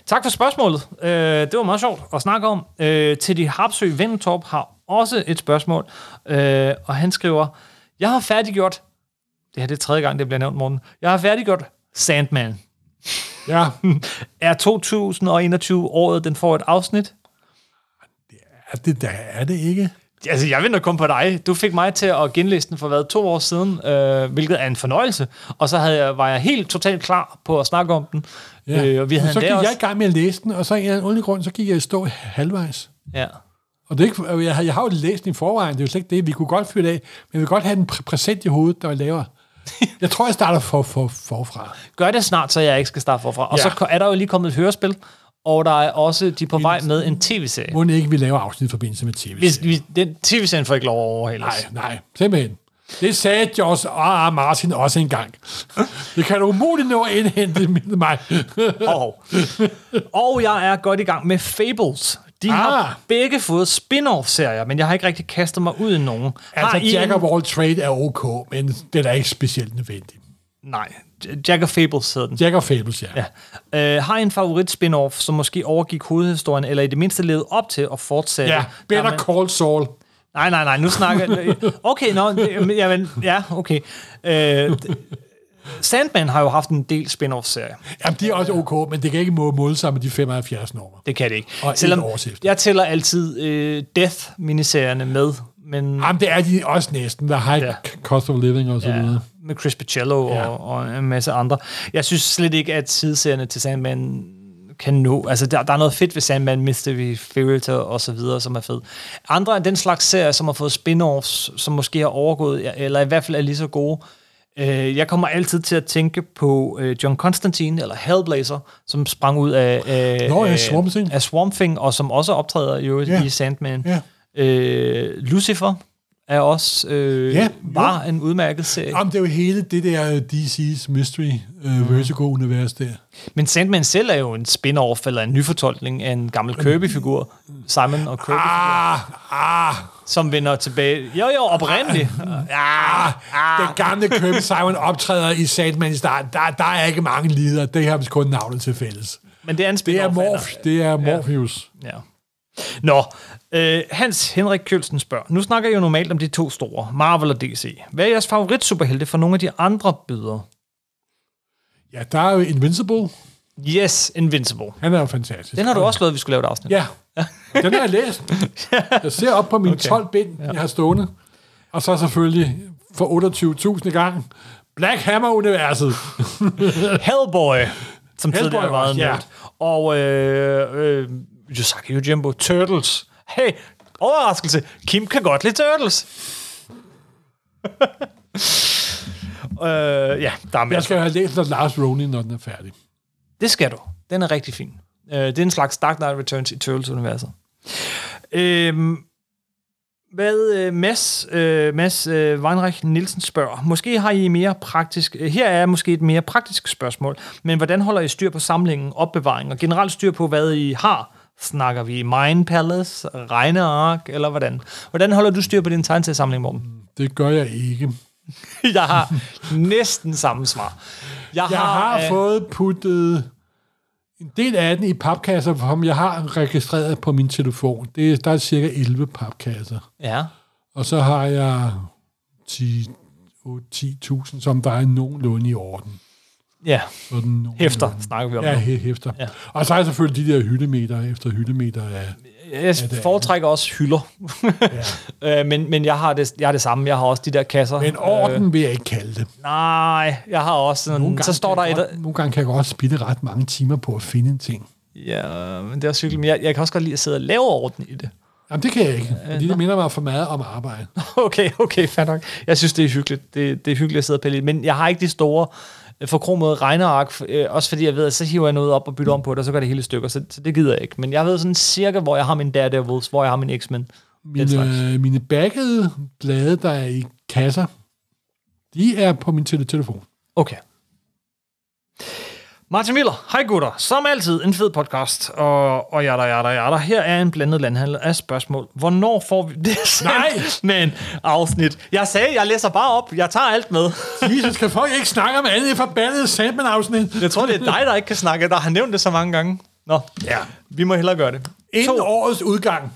Tak for spørgsmålet. Øh, det var meget sjovt at snakke om. Øh, Teddy Harpsø Ventorp har også et spørgsmål, øh, og han skriver, jeg har færdiggjort, det her det er tredje gang, det bliver nævnt, Morten, jeg har færdiggjort Sandman.
Ja,
<laughs> Er 2021 året, den får et afsnit?
er det, der er det ikke.
Altså, jeg venter kun på dig. Du fik mig til at genlæse den for hvad, to år siden, øh, hvilket er en fornøjelse. Og så havde jeg, var jeg helt totalt klar på at snakke om den.
Ja.
Øh, og vi havde
så gik
endda
jeg
også...
i gang med at læse den, og så af en eller anden underlig grund, så gik jeg i stå halvvejs.
Ja.
Og det er ikke, jeg, har, jeg har jo læst den i forvejen, det er jo slet ikke det. Vi kunne godt fyre det af, men vi vil godt have den præ- præsent i hovedet, når jeg laver.
<laughs>
Jeg tror, jeg starter for, for, forfra.
gør det snart, så jeg ikke skal starte forfra. Og
Ja.
ja. så ko- er der jo lige kommet et hørespil, og der er også de er på vej med en tv-serie.
Må ikke, vi laver afsnit i forbindelse med tv
Hvis vi, den tv-serien får ikke lov at overhælde os.
Nej, nej, simpelthen. Det sagde George R. R. Martin også engang. Det kan du umuligt nå at <laughs> indhente, mindede mig.
<laughs> Og, og jeg er godt i gang med Fables. De ah.
Ah.
har begge fået spin-off-serier, men jeg har ikke rigtig kastet mig ud i nogen.
Altså,
har I
Jack
en-
of all trade er ok, men den er ikke specielt nødvendig.
Nej, Jack of Fables hedder den.
Jack of Fables, ja. ja.
Ja. Øh, har I en favorit spin-off, som måske overgik hovedhistorien, eller i det mindste levede op til og fortsatte?
Ja, Better
Jamen-
Call Saul.
Nej, nej, nej, nu snakker jeg... Okay, nå, det- jamen, ja, okay. Øh, d- Sandman har jo haft en del spin-off-serier.
Jamen, de er også ok, men det kan ikke må måle sig med de 75 nummer.
Det kan det ikke.
Og et års efter.
jeg tæller altid øh, Death-miniserierne med, men
Jamen, det er de også næsten. The High
Ja.
Cost of Living og så
ja,
videre.
med Chris Pacello
Ja.
ja. og, og en masse andre. Jeg synes slet ikke, at sideserierne til Sandman kan nå. Altså, der, der er noget fedt ved Sandman, Mystery Theater og så videre, som er fed. Andre af den slags serier, som har fået spin-offs, som måske har overgået, eller i hvert fald er lige så gode. Øh, jeg kommer altid til at tænke på øh, John Constantine, eller Hellblazer, som sprang ud af, øh,
Nå, ja,
øh,
Swamp Thing.
af Swamp Thing, og som også optræder i, øvrigt
Ja.
i Sandman.
Ja.
Øh, Lucifer er også øh,
Ja,
ja,
jo.
var en udmærket serie.
Jamen, det er jo hele det der DC's Mystery uh, Vertigo-univers der.
Men Sandman selv er jo en spin-off eller en nyfortolkning af en gammel Kirby-figur, Simon og Kirby, ah.
Mm. Ah, ah,
som vender tilbage. Jo, jo, oprindeligt.
ah, ah. Den gamle Kirby Simon optræder i Sandman i starten. Der, der er ikke mange lider. Det har vist kun navnet til fælles.
Men det er en
Det er
spin-off.
Morph. Det er Morpheus.
Anna. Ja. Nå, øh, Hans Henrik Kølsen spørger. Nu snakker jeg jo normalt om de to store, Marvel og DC. Hvad er jeres favorit superhelte for nogle af de andre byder?
Ja, der er jo Invincible.
Yes, Invincible.
Han er jo fantastisk.
Den har du også lovet, at vi skulle lave et afsnit.
Ja, den har jeg læst. Jeg ser op på mine okay. 12 bind, jeg har stående. Og så selvfølgelig for 28.000 gang Black Hammer-universet.
Hellboy, som Hellboy
Hellboy
tidligere var
også, ja.
nævnt. Og øh, øh, Yosaki Yojimbo, Turtles. Hey, overraskelse. Kim kan godt lide Turtles. <laughs> øh, ja, der er
Jeg
masser.
skal have læst den af Lars Ronin, når den er færdig.
Det skal du. Den er rigtig fin. Øh, det er en slags Dark Knight Returns i Turtles-universet. Øhm, hvad øh, Mads, øh, Mads øh, Weinreich Nielsen spørger. Måske har I mere praktisk... øh, Her er måske et mere praktisk spørgsmål. Men hvordan holder I styr på samlingen, opbevaring og generelt styr på, hvad I har? Snakker vi Mind Palace, regneark, eller hvordan? Hvordan holder du styr på din tegneseriesamling, Morten? <laughs>
Det gør jeg ikke.
Jeg har næsten samme svar.
Jeg har
øh,
fået puttet en del af den i papkasser, som jeg har registreret på min telefon. Det, er- der er cirka 11 papkasser.
Ja,
Og så har jeg 10 8, 10.000, som der er nogenlunde i orden.
ja.
Sådan nogenlunde.
hæfter snakker vi om.
Ja,
nu.
he- hæfter. Ja.
Ja.
Og så er der selvfølgelig de der hyldemeter efter hyldemeter af...
Jeg foretrækker også hylder. Ja. <laughs> øh, men men jeg, har det, jeg har det samme. Jeg har også de der kasser. Øh,
Men orden vil jeg ikke kalde det.
Nej, jeg har også sådan... Så står der
kan jeg
et...
Godt, nogle gange kan jeg godt spille ret mange timer på at finde en ting.
Ja, men det er også hyggeligt. Men jeg, jeg kan også godt lide at sidde og lave orden i det. <laughs>
Jamen, det kan jeg ikke, fordi det minder mig for meget om arbejde.
Okay, okay, fair nok. Jeg synes, det er hyggeligt. Det, det er hyggeligt at sidde og pille i. det. Men jeg har ikke de store øh, forkromede regneark, f- øh, også fordi jeg ved, at så hiver jeg noget op og bytter om på det, og så går det hele i stykker, så, så det gider jeg ikke. Men jeg ved sådan cirka, hvor jeg har min Daredevils, hvor jeg har min X-Men. Den slags.
Mine, mine baggede blade, der er i kasser, de er på min tele-
<laughs>
telefon.
Okay. Martin Miller, hej gutter. Som altid, en fed podcast. Og, og jada, jada, jada. Her er en blandet landhandel af spørgsmål. Hvornår får vi <laughs> det
Nej!
men afsnit? Jeg sagde, jeg læser bare op. Jeg tager alt med.
Jesus, kan folk ikke snakke om andet end forbandede Sandman-afsnit?
Jeg tror, det er dig, der ikke kan snakke, der har nævnt det så mange gange. Nå,
Ja.
vi må hellere gøre det. <laughs>
Inden årets udgang.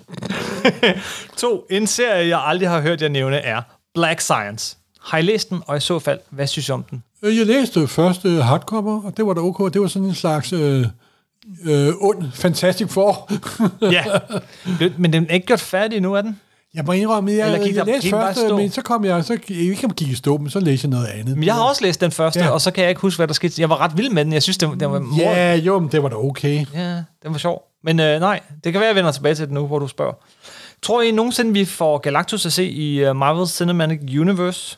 To, en serie, jeg aldrig har hørt jer nævne, er Black Science. Har I læst den, og i så fald, hvad synes I om den?
Øh, Jeg læste først øh, hardcover, og det var da okay. Det var sådan en slags øh, øh, ond fantastisk for. <laughs>
Ja, men den er ikke gjort færdig endnu, er den?
jeg må indrømme, jeg,
Eller gik
jeg
der-
læste
gik den bare i
først, øh,
stå?
men så kom jeg, så ikke om gik i stå, men så læste jeg noget andet.
Men jeg har også læst den første,
Ja.
ja. og så kan jeg ikke huske, hvad der skete. Jeg var ret vild med den. Jeg synes, den, den var mor...
Ja, jo, men det var da okay.
ja, den var sjov. Men øh, nej, det kan være, jeg vender tilbage til det nu, hvor du spørger. Tror I nogensinde, vi får Galactus at se i øh, Marvel Cinematic Universe?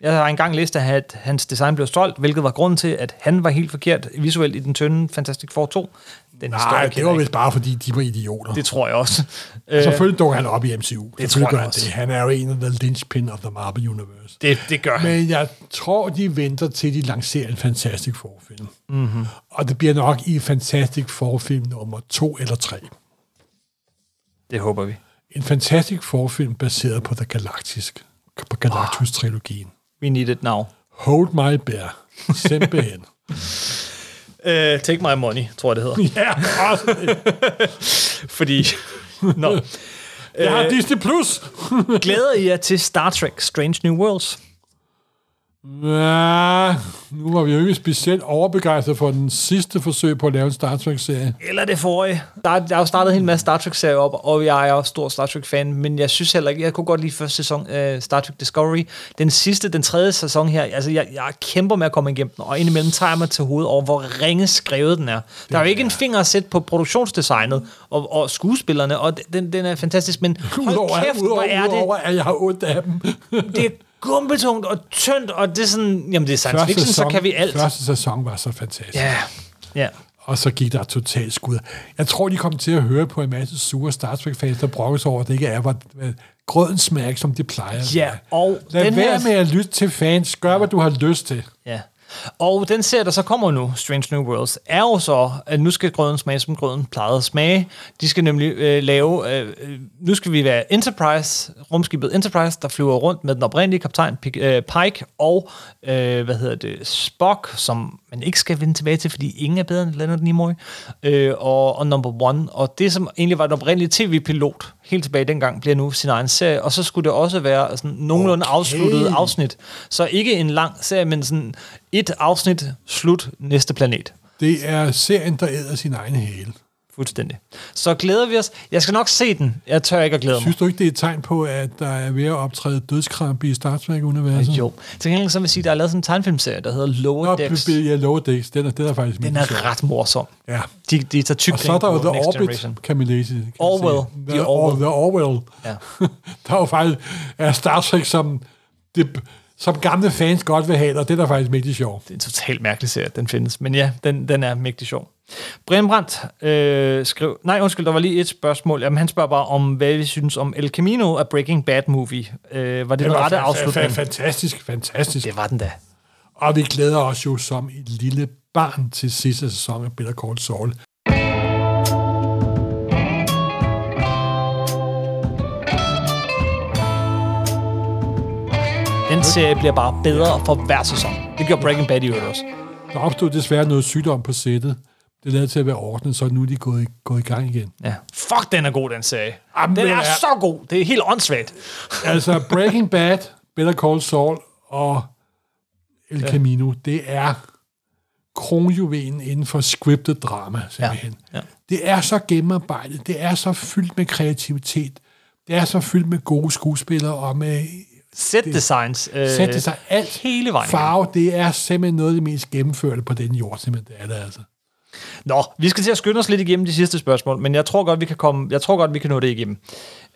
Jeg har engang læst, at hans design blev solgt, hvilket var grunden til, at han var helt forkert visuelt i den tynde Fantastic Four 2. Den historie
Nej,
kender
det
jeg
var
ikke.
vist bare, fordi de var idioter. Det,
Det tror jeg også. Altså, Øh,
Selvfølgelig dukker han op i MCU. Det
tror jeg
gør han
også.
det. Han er jo en af the linchpin of the Marvel Universe.
det, det gør han.
Men jeg tror, de venter til, de lancerer en Fantastic Four-film.
Mhm.
Mm-hmm. Og det bliver nok i Fantastic Four-film nummer to eller tre.
Det håber vi.
En fantastisk forfilm baseret på The Galactisk, på Galactus-trilogien.
We need it now.
Hold my bear.
<laughs>
Simpelthen.
Uh, take my money, tror jeg, det <laughs> hedder.
ja, også det.
<laughs> Fordi... Nå.
Jeg har Disney+. Plus.
Glæder I jer til Star Trek Strange New Worlds?
Ja, nu var vi jo ikke specielt overbegejstret for den sidste forsøg på at lave en Star Trek-serie.
Eller det forrige. Der, er- jeg har jo startet en hel masse Star Trek-serier op, og jeg er jo stor Star Trek-fan, men jeg synes heller ikke, jeg kunne godt lide første sæson af Star Trek Discovery. Den sidste, den tredje sæson her, altså jeg, jeg kæmper med at komme igennem den, og indimellem tager jeg mig til hovedet over, hvor ringe skrevet den er. Der er jo ikke en finger at sætte på produktionsdesignet og, og skuespillerne, og den, den er fantastisk,
<laughs>
men
Udover,
hold kæft, hvor
udover,
er det Altså,
udover, at jeg har ondt af dem.
det er gumbetungt og tyndt, og det er sådan, jamen det er science fiction, så kan vi alt.
første sæson var så fantastisk.
Ja, ja.
Og så gik der et totalt skud. Jeg tror, de kom til at høre på en masse sure Star Trek-fans, der brokkes over, at det ikke er hvor, hvad- grøden smager ikke, som de plejer. at
Ja,
smage.
og
Lad
den
være
her-
med at lytte til fans. Gør, hvad du har lyst til.
ja. Og den serie, der så kommer nu, Strange New Worlds, er jo så, at nu skal grøden smage, som grøden plejede at smage. De skal nemlig øh, lave, øh, øh, nu skal vi være Enterprise, rumskibet Enterprise, der flyver rundt med den oprindelige kaptajn Pik- øh, Pike, og, øh, hvad hedder det, Spock, som man ikke skal vende tilbage til, fordi ingen er bedre end Leonard Nimoy, øh, og, og Number One. Og det, som egentlig var den oprindelige tv-pilot, helt tilbage dengang, bliver nu sin egen serie, og så skulle det også være sådan nogenlunde okay. afsluttet afsnit. Så ikke en lang serie, men sådan et afsnit, slut, næste planet.
Det er serien, der æder sin egen hæle.
Fuldstændig. Så glæder vi os. Jeg skal nok se den. Jeg tør ikke at glæde mig.
Synes du ikke, det er et tegn på, at der er ved at optræde dødskrampe i Star Trek-universet?
Jo. Til gengæld så vil jeg sige, at der er lavet sådan en tegnfilmserie, der hedder Lower
Nå,
Decks.
Bill- jeg lover Dex. Den er, den er faktisk
Den
min
er
sjov.
ret morsom.
Ja.
De, de tager tyk
Og så er der jo The
Next
Orbit,
Generation.
kan man læse. Kan man
Orwell.
sige.
De
The,
er Orwell.
Or, the Orwell.
Ja.
<laughs> der er jo faktisk er Star Trek, som, det, som gamle fans godt vil have, og det er da faktisk mægtig sjovt.
det er en totalt mærkelig serie, at den findes. Men ja, den, den er mægtig sjov. Brian Brandt øh, skrev... Nej, undskyld, der var lige et spørgsmål. Jamen, han spørger bare om, hvad vi synes om El Camino og Breaking Bad Movie. Øh, var det, det den
var
rette
fa- fa-
afslutning?
fa- fantastisk, fantastisk.
Det var den da.
Og vi glæder os jo som et lille barn til sidste sæson af Better Call Saul.
Den serie bliver bare bedre for hver sæson. Det gjorde Breaking Bad i øvrigt også.
Der opstod desværre noget sygdom på sættet. Det lader til at være ordnet, så nu er de gået i, gået i gang igen.
Ja. Fuck, den er god, den serie.
Jamen,
den
den
er
er-
så god. Det er helt åndssvagt.
altså Breaking Bad, Better Call Saul og El Camino, det er kronjuvelen inden for scripted drama, simpelthen.
Ja, ja.
Det er så gennemarbejdet, det er så fyldt med kreativitet, det er så fyldt med gode skuespillere og med
Set designs. Øh,
sæt det sig alt.
hele vejen.
Farve, det er simpelthen noget af det mest gennemførte på den jord, simpelthen det er det altså.
Nå, vi skal til at skynde os lidt igennem de sidste spørgsmål, men jeg tror godt, vi kan, komme, jeg tror godt, vi kan nå det igennem.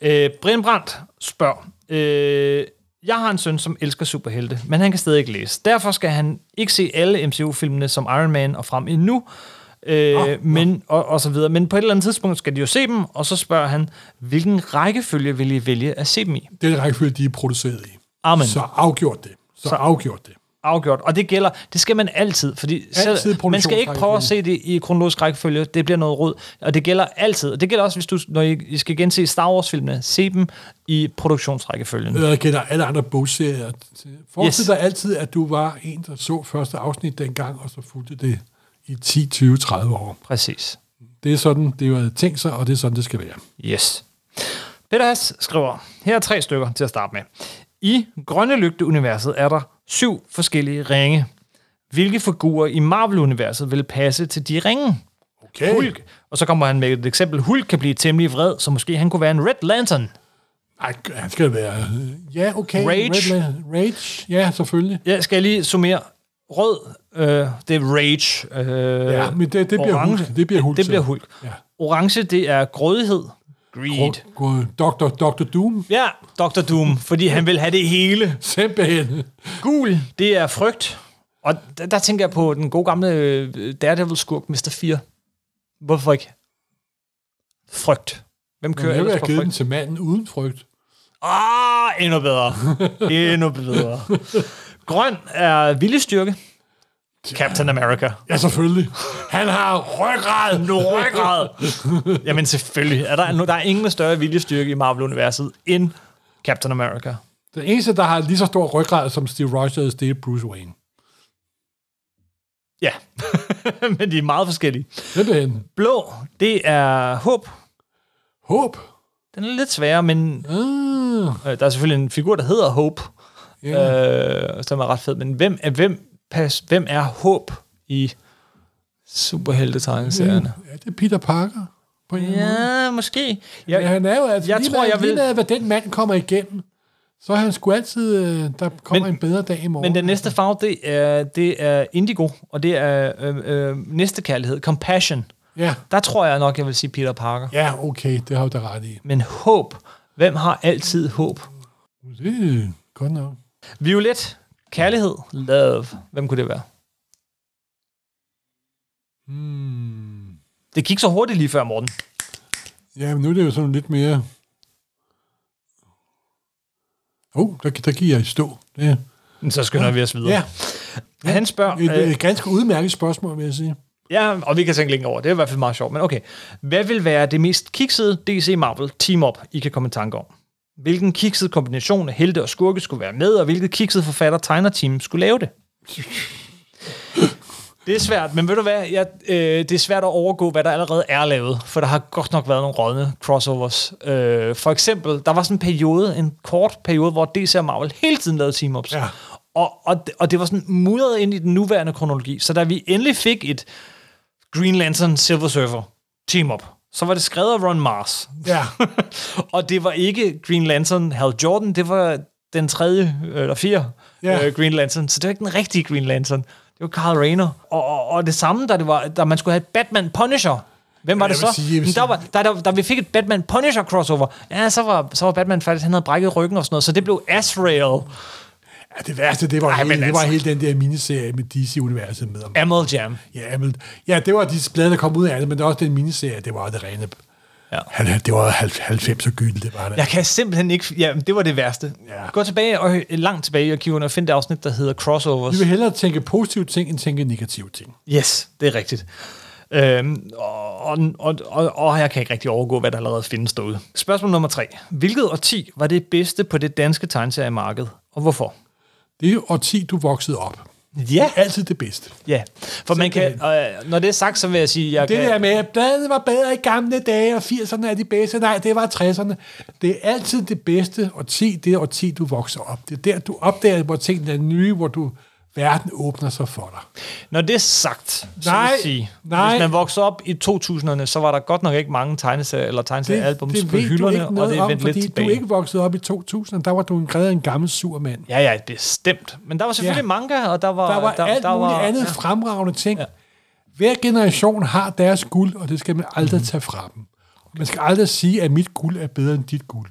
Øh, Brian Brandt spørger, øh, jeg har en søn, som elsker superhelte, men han kan stadig ikke læse. Derfor skal han ikke se alle MCU-filmene som Iron Man og frem endnu, øh, men, og, og så videre. men på et eller andet tidspunkt skal de jo se dem, og så spørger han, hvilken rækkefølge vil I vælge at se dem i?
Den rækkefølge, de er produceret i.
Amen.
Så afgjort det. Så, så afgjort det.
afgjort. Og det gælder, det skal man altid, fordi
Altid
man skal ikke prøve at se det i kronologisk rækkefølge, det bliver noget rod, og det gælder altid. Og det gælder også, hvis du, når I I skal gense Star Wars-filmene, se dem i produktionsrækkefølgen.
Eller gælder alle andre bogserier. Forestil
Yes.
yes. dig altid, at du var en, der så første afsnit dengang, og så fulgte det i 10, 20, 30 år.
Præcis.
Det er sådan, det var tænkt sig, og det er sådan, det skal være.
Yes. Peter Haas skriver, her er tre stykker til at starte med. I Grønne Lygte-universet er der syv forskellige ringe. Hvilke figurer i Marvel-universet vil passe til de ringe?
Okay.
Hulk. Og så kommer han med et eksempel. Hulk kan blive temmelig vred, så måske han kunne være en Red Lantern.
Ej, han skal være... øh, Ja, okay.
Rage.
Red, La- Rage, ja, selvfølgelig.
Jeg skal lige summere. Rød, øh, det er rage. Øh,
Ja, men det- det bliver
orange,
Hulk. Det bliver Hulk,
Det
så.
bliver hulk. Ja.
Ja.
Orange, det er grådighed. Greed.
Go- go- Dr. Dr. Doom,
Ja, Dr. Doom, fordi han vil have det hele.
simpelthen.
Gul, det er frygt. Og der, der tænker jeg på den gode gamle øh, Daredevil-skurk, Mr. 4. Hvorfor ikke? Frygt. Hvem kører
Jeg vil
ellers
have
på
givet den
frygt?
til manden uden frygt.
Ah,
<laughs>
endnu bedre. endnu bedre. Grøn er viljestyrke. Captain America.
Ja, selvfølgelig. Han har
<laughs>
ryggrad.
Ryggrad. Jamen selvfølgelig. Er der, der er ingen større viljestyrke i Marvel-universet end Captain America.
Den eneste, der har lige så stor ryggrad som Steve Rogers, det er Bruce Wayne.
Ja, <laughs> men de er meget forskellige.
Simpelthen.
Blå, det er håb.
Håb.
Den er lidt sværere, men
Mm.
øh, der er selvfølgelig en figur, der hedder Hope, yeah. øh, som er ret fed. Men hvem er, hvem, pas, hvem er håb i superhelte-tegneserierne?
Ja, det er Peter Parker. På en yeah. måde.
Ja, måske.
Men han er jo altså,
Jeg
lige
tror,
meget-
jeg
lige
vil-
meget, hvad den mand kommer igennem, så er han sgu altid, øh, der kommer
Men-
en bedre dag i morgen.
Men den næste farve, det er, det er indigo, og det er øh, øh, næste kærlighed, compassion.
Ja,
Der tror jeg nok, jeg vil sige Peter Parker.
ja okay, det har du da ret i.
Men håb. Hvem har altid håb?
Det er godt nok.
Violet. Kærlighed. Love. Hvem kunne det være?
Hmm.
Det gik så hurtigt lige før, Morten.
Ja, men nu er det jo sådan lidt mere... Åh, oh, der, der giver jeg i stå. Ja,
Men Så skynder vi os videre.
ja.
Han spørger...
Et,
Øh,
et ganske udmærket spørgsmål, vil jeg sige.
ja, og vi kan tænke længe over. Det er i hvert fald meget sjovt, men okay. Hvad vil være det mest kiksede DC Marvel team-up, I kan komme i tanke om? Hvilken kikset kombination af helte og skurke skulle være med, og hvilket kikset forfatter tegner team skulle lave det? Det er svært, men ved du hvad? Jeg, øh, det er svært at overgå, hvad der allerede er lavet, for der har godt nok været nogle rådne crossovers. Øh, for eksempel, der var sådan en periode, en kort periode, hvor DC og Marvel hele tiden lavede team-ups.
Ja.
Og, og, det- og det var sådan mudret ind i den nuværende kronologi. Så da vi endelig fik et Green Lantern Silver Surfer team-up, så var det skrevet af Ron Mars.
Ja,
<laughs> og det var ikke Green Lantern Hal Jordan, det var den tredje øh, eller fjerde
Ja.
yeah. øh, Green Lantern, så det var ikke den rigtige Green Lantern. Det var Carl Rayner. Og, og, og det samme, da, det var, da man skulle have et Batman Punisher. Hvem var
jeg
det
vil
så?
sige- jeg vil
Men der var,
sige-
da, da, da vi fik et Batman Punisher crossover, ja, så var, så var Batman faktisk, han havde brækket ryggen og sådan noget, så det blev Azrael,
ja det værste, det var,
Ej,
Ej, hele,
men
det var
altså-
hele den der miniserie med DC-universet med om.
Amal Jam.
Ja, men, ja, det var de blade, der kom ud af det, men det var også den miniserie, det var det rene.
Ja.
Han, det var 90 og gylden, det var det.
Jeg kan simpelthen ikke... Ja, men det var det værste.
Ja.
Gå tilbage og hø- langt tilbage i arkiverne og find det afsnit, der hedder Crossovers.
Vi vil hellere tænke positive ting, end tænke negative ting.
Yes, det er rigtigt. Øhm, og, og, og, og, og jeg kan ikke rigtig overgå, hvad der allerede findes derude. Spørgsmål nummer tre. Hvilket årti var det bedste på det danske tegneseriemarked, og hvorfor?
Det er årti, du voksede op.
Ja.
Altid det bedste.
Ja, for man kan, øh, når det er sagt, så vil jeg sige, at jeg
Det
kan,
der med, at bladene var bedre i gamle dage, og 80'erne er de bedste. Nej, det var 60'erne. Det er altid det bedste årti, det er årti, du vokser op. Det er der, du opdager, hvor tingene er nye, hvor du verden åbner sig for dig.
når det er sagt, så vil
Nej,
jeg sige,
nej.
hvis man vokser op i 2000'erne, så var der godt nok ikke mange tegneserier eller tegneseriealbums på hylderne, og det er vendt lidt
fordi
tilbage.
du er ikke voksede op i 2000, der var du en græd en gammel sur mand.
Ja, ja, bestemt. Men der var selvfølgelig
Ja.
manga, og der var...
Der var der, alt der muligt var, andet ja. fremragende ting. Ja. Hver generation har deres guld, og det skal man aldrig mm. tage fra dem. Man skal aldrig sige, at mit guld er bedre end dit guld.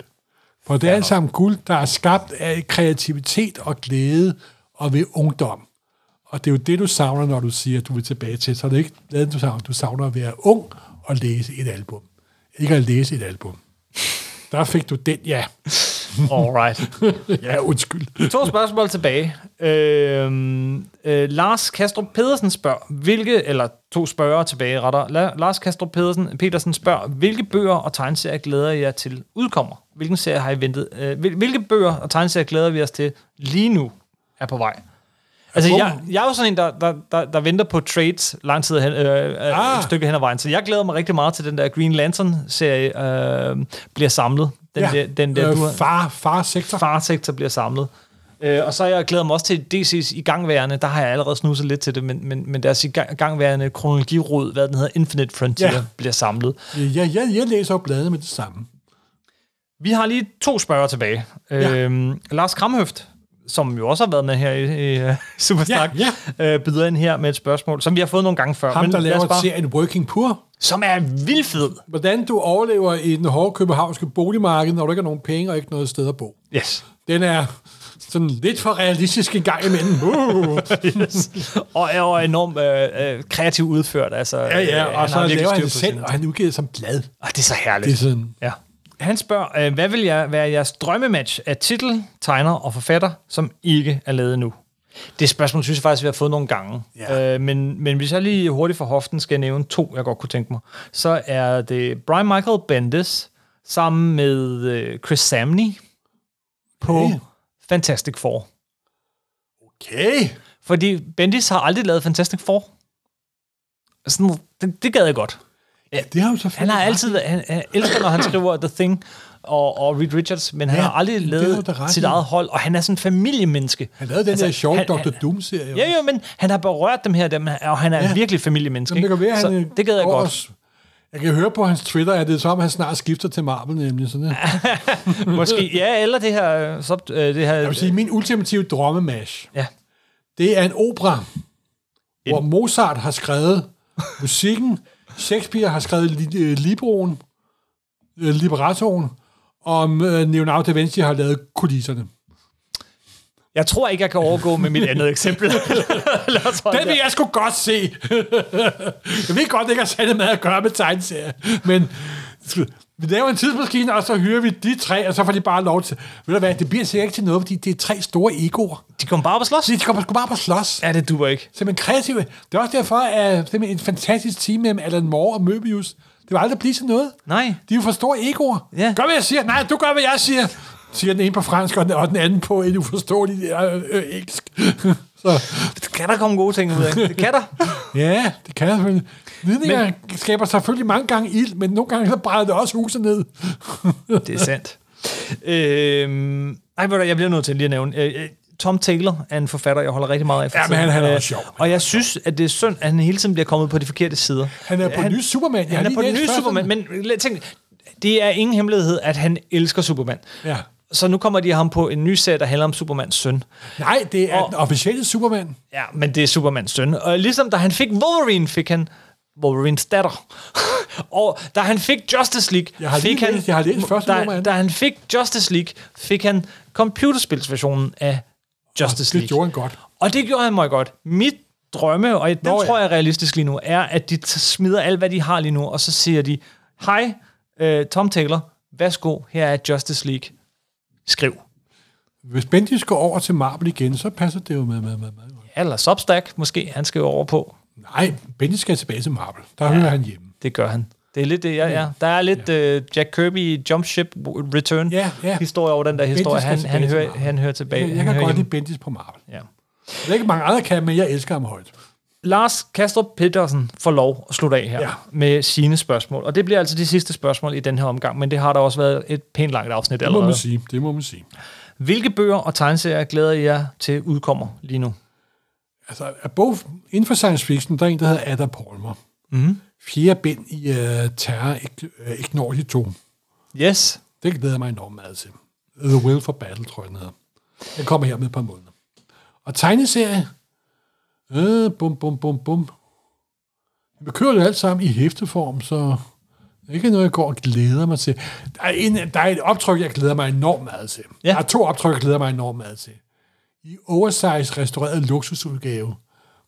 For det er alt sammen guld, der er skabt af kreativitet og glæde og ved ungdom. Og det er jo det, du savner, når du siger, at du vil tilbage til. Så det er ikke det, du savner. Du savner at være ung og læse et album. Ikke at læse et album. Der fik du den, ja.
Alright.
<laughs> Ja, undskyld.
To spørgsmål tilbage. Øhm, øh, Lars Kastrup Pedersen spørger, hvilke, eller to spørgere tilbage retter. La, Lars Kastrup Pedersen, Petersen spørger, hvilke bøger og tegneserier glæder I jer til udkommer? Hvilken serie har I ventet? Øh, hvil- hvilke bøger og tegneserier glæder vi os til lige nu er på vej? Altså,
Bum.
jeg, jeg er jo sådan en, der, der, der, der venter på trades lang tid hen, øh, ah.
Ah.
et stykke hen ad vejen, så jeg glæder mig rigtig meget til den der Green Lantern-serie øh, bliver samlet. Den, ja. der, den der,
øh,
du har,
far, far sektor.
farsektor bliver samlet. Øh, og så jeg glæder mig også til DC's igangværende, der har jeg allerede snuset lidt til det, men, men, men deres igang- igangværende kronologirod, hvad den hedder, Infinite Frontier,
Ja.
ja. bliver samlet.
Jeg, jeg, jeg læser jo bladet med det samme.
Vi har lige to spørger tilbage.
Ja.
Ja. Øhm, Lars Kramhøft, som jo også har været med her i, i uh, Supersnak,
Ja,
Øh, byder ind her med et spørgsmål, som vi har fået nogle gange før.
Ham, der
lad os
laver
bare-
serien Working Poor.
Som er vildt fed.
Hvordan du overlever i den hårde københavnske boligmarked, når du ikke har nogen penge og ikke noget sted at bo.
Yes.
Den er sådan lidt for realistisk en gang imellem.
<laughs>
Uh.
yes. <laughs> og er jo enormt øh, øh, kreativt udført. Altså,
ja,
øh,
ja,
har
og så
virkelig
laver
styr
han
på
det selv,
sine
og han er udgivet som blad.
Og det er så herligt.
Det er sådan,
Ja. Han spørger, øh, hvad vil jeg være jeres drømmematch af titel, tegner og forfatter, som ikke er lavet nu? Det spørgsmål synes jeg faktisk, vi har fået nogle gange.
Ja.
Øh, men, men hvis jeg lige hurtigt for hoften skal nævne to, jeg godt kunne tænke mig, så er det Brian Michael Bendis sammen med øh, Chris Samney på
Okay.
Fantastic Four.
Okay.
Fordi Bendis har aldrig lavet Fantastic Four. Sådan, det, det gad jeg godt.
Ja, det har jo så
Han har altid været, han, han elsker, når han skriver The Thing og, og Reed Richards, men han
Ja,
har aldrig
det har du
lavet
ret
sit
i.
eget hold, og han er sådan en familiemenneske.
Han lavede den altså, der sjove
han-
Dr.
han-
Doom-serie.
Ja, jo, men han har berørt dem her, dem, her, og han er
Ja.
ja. virkelig familiemenneske.
Jamen, det kan
ikke?
være,
så
han, øh,
det gad jeg
går og
godt.
s- Jeg kan høre på hans Twitter, at det er som, om, han snart skifter til Marvel, nemlig sådan noget.
Måske, ja, eller det her... øh, Sub, øh, det her
Jeg vil sige, min ultimative drømmemash,
ja.
det er en opera, hvor Mozart har skrevet musikken, Shakespeare har skrevet li- øh, libroen, øh, liberatoren, og øh, Leonardo da Vinci har lavet kulisserne.
Jeg tror ikke, jeg kan overgå med mit andet eksempel.
<laughs>
Eller tror jeg,
Den vil jeg sgu godt se. <laughs> jeg ved godt, det ikke har særlig meget at gøre med tegneserier, men sku- vi laver en tidsmaskine, og så hyrer vi de tre, og så får de bare lov til... Ved du hvad, det bliver sikkert ikke til noget, fordi det er tre store egoer.
De kommer bare op og slås.
De kommer sgu bare på slås.
Ja, det duer ikke.
Simpelthen kreative. Det er også derfor, at simpelthen en fantastisk team mellem Alan Moore og Möbius. Det var aldrig blive til noget.
Nej.
De er jo for store egoer.
Ja.
Gør, hvad jeg siger. Nej, du gør, hvad jeg siger. Siger den ene på fransk, og den, og den anden på et uforståeligt øh, øh, engelsk. <laughs> så
Det kan der komme gode ting ud af. Det kan der.
Ja, det kan jeg selvfølgelig. Ledninger men, skaber selvfølgelig mange gange ild, men nogle gange så brænder det også huset ned.
Det er sandt. øhm, ej, ved du, hvad, jeg bliver nødt til lige at nævne. Øh, øh, Tom Taylor er en forfatter, jeg holder rigtig meget af. for
Ja, men
tiden.
han- han er
Øh,
også sjov. Han
Og jeg synes, at det er synd, at han hele tiden bliver kommet på de forkerte sider.
Han er på den nye Superman. Jeg
han
har
er
lige
på den
læst
nye
første-
Superman, men lad- tænk, det er ingen hemmelighed, at han elsker Superman.
Ja.
Så nu kommer de ham på en ny serie, der handler om Supermans søn.
Nej, det er
Og-
den officielle Superman.
Ja, men det er Supermans søn. Og ligesom da han fik Wolverine, fik han Wolverines datter. <laughs> og da han fik Justice League,
Jeg har lige
fik han,
læst- jeg har læst første nummer
da,
af den.
da han fik Justice League, fik han computerspilsversionen af Justice
Ah, Det
League.
gjorde han godt.
Og det gjorde han meget godt. Mit drømme, og den
Nå, ja.
tror jeg er realistisk lige nu, er, at de t- smider alt, hvad de har lige nu, og så siger de, hej, øh, Tom Taylor, værsgo, her er Justice League. Skriv.
Hvis Bendis går over til Marvel igen, så passer det jo med, med, med, med.
Eller Substack, måske, han skal jo over på.
Nej, Bendis skal tilbage til Marvel. Der ja. hører han hjemme.
Det gør han. Det er lidt det, jeg er. Der er lidt ja. uh, Jack Kirby Jump Ship Return
Ja, ja.
historie over den der historie.
skal
Han,
tilbage
han,
til
hører,
Marvel.
han hører tilbage.
Jeg, jeg
han
kan
hører
godt
hjemme.
lide Bendis på Marvel.
Ja.
Det er ikke mange andre kan, men jeg elsker ham højt.
Lars Kastrup Petersen får lov at slutte af her
Ja.
ja. med sine spørgsmål. Og det bliver altså de sidste spørgsmål i den her omgang, men det har der også været et pænt langt afsnit
Det må
allerede.
man sige. Det må man sige.
Hvilke bøger og tegneserier glæder I jer til udkommer lige nu?
altså, er bog, inden for science fiction, der er en, der hedder Ada Palmer.
Mhm.
Mm. Fjerde bind i uh, Terror øh, Ignority 2.
Yes.
Det glæder jeg mig enormt meget til. The Will for Battle, tror jeg, den hedder. Den kommer her med et par måneder. Og tegneserie? Øh, bum, bum, bum, bum. Vi kører det alt sammen i hæfteform, så det er ikke noget, jeg går og glæder mig til. Der er, en, der er et optryk, jeg glæder mig enormt meget til.
Ja.
Der er to optryk, jeg glæder mig enormt meget til. I oversize restaureret luksusudgave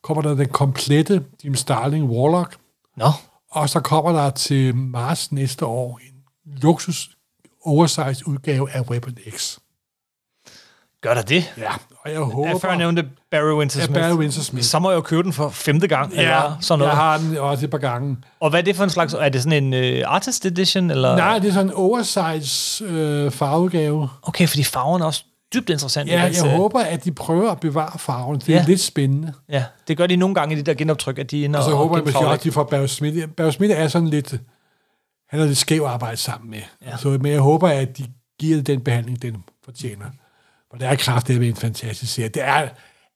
kommer der den komplette Jim Starling Warlock,
Nå,
og så kommer der til marts næste år en luksus oversize udgave af Weapon X.
gør der det?
Ja, og jeg håber...
Jeg før nævnte Barry Windsor
Ja,
Smith.
Barry Windsor Smith.
Så må jeg jo købe den for femte gang, ja,
Ja,
eller sådan noget.
jeg har den også et par gange.
Og hvad er det for en slags... Er det sådan en øh, artist edition, eller...
Nej, det er sådan en oversize øh, farveudgave.
Okay, fordi farverne er også dybt interessante. Altså, i
Ja,
den
jeg
serie.
håber, at de prøver at bevare farven. Det er
Ja.
lidt spændende.
Ja, det gør de nogle gange i de der genoptryk, at de er inde
Og så håber Altså, jeg måske
genfarver
også,
lidt.
at de får Barry Smith. Barry Smith er sådan lidt... Han er lidt skæv at arbejde sammen med. Ja. Så, men jeg håber, at de giver det den behandling, den fortjener. For det er kraftigt med en fantastisk serie. Det er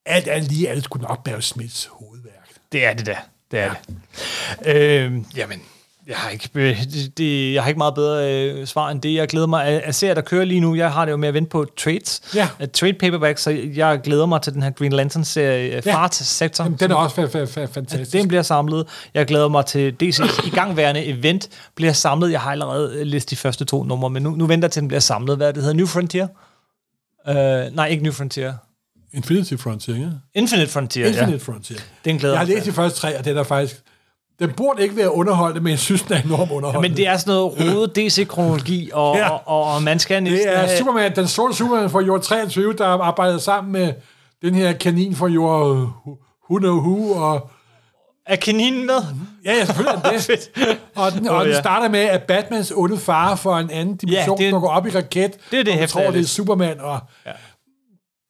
alt andet lige, alt skulle nok Barry Smiths hovedværk.
Det er det da. Det er det. Øhm, jamen, jeg har, ikke, øh, det- det, jeg har ikke meget bedre øh, svar end det. Jeg glæder mig af, af serier, der kører lige nu. Jeg har det jo med at vente på trades.
Ja.
Øh, Trade paperback, så jeg glæder mig til den her Green Lantern-serie,
Ja.
ja. Fart Sector.
Jamen, den er også fa- fa- fa- fantastisk.
Den bliver samlet. Jeg glæder mig til DC's igangværende event bliver samlet. Jeg har allerede øh, læst de første to numre, men nu, nu venter jeg til, den bliver samlet. Hvad er det, det hedder? New Frontier? Uh, nej, ikke New Frontier.
Infinity Frontier, ja?
Infinite Frontier,
Infinite
ja.
Frontier.
Den glæder
Jeg har
mig til.
læst de første tre, og den er faktisk... Den burde ikke være underholdende, men jeg synes, den er enormt underholdende.
Men det er sådan noget rodet DC-kronologi, og,
Ja.
ja. og, og, og man skal næsten...
Det er
have-
Superman, den sorte Superman fra jord 23, der arbejder sammen med Den her kanin fra jord, hun og hu, og...
Er kaninen med?
Ja, ja, selvfølgelig er den det.
Fedt.
Og den, og
Åh,
den
ja.
starter med, at Batmans onde far for en anden dimension, ja,
det-
det, dukker op i raket,
det er det
og man
hæfter
tror,
jeg
det er
lidt.
Superman, og ja.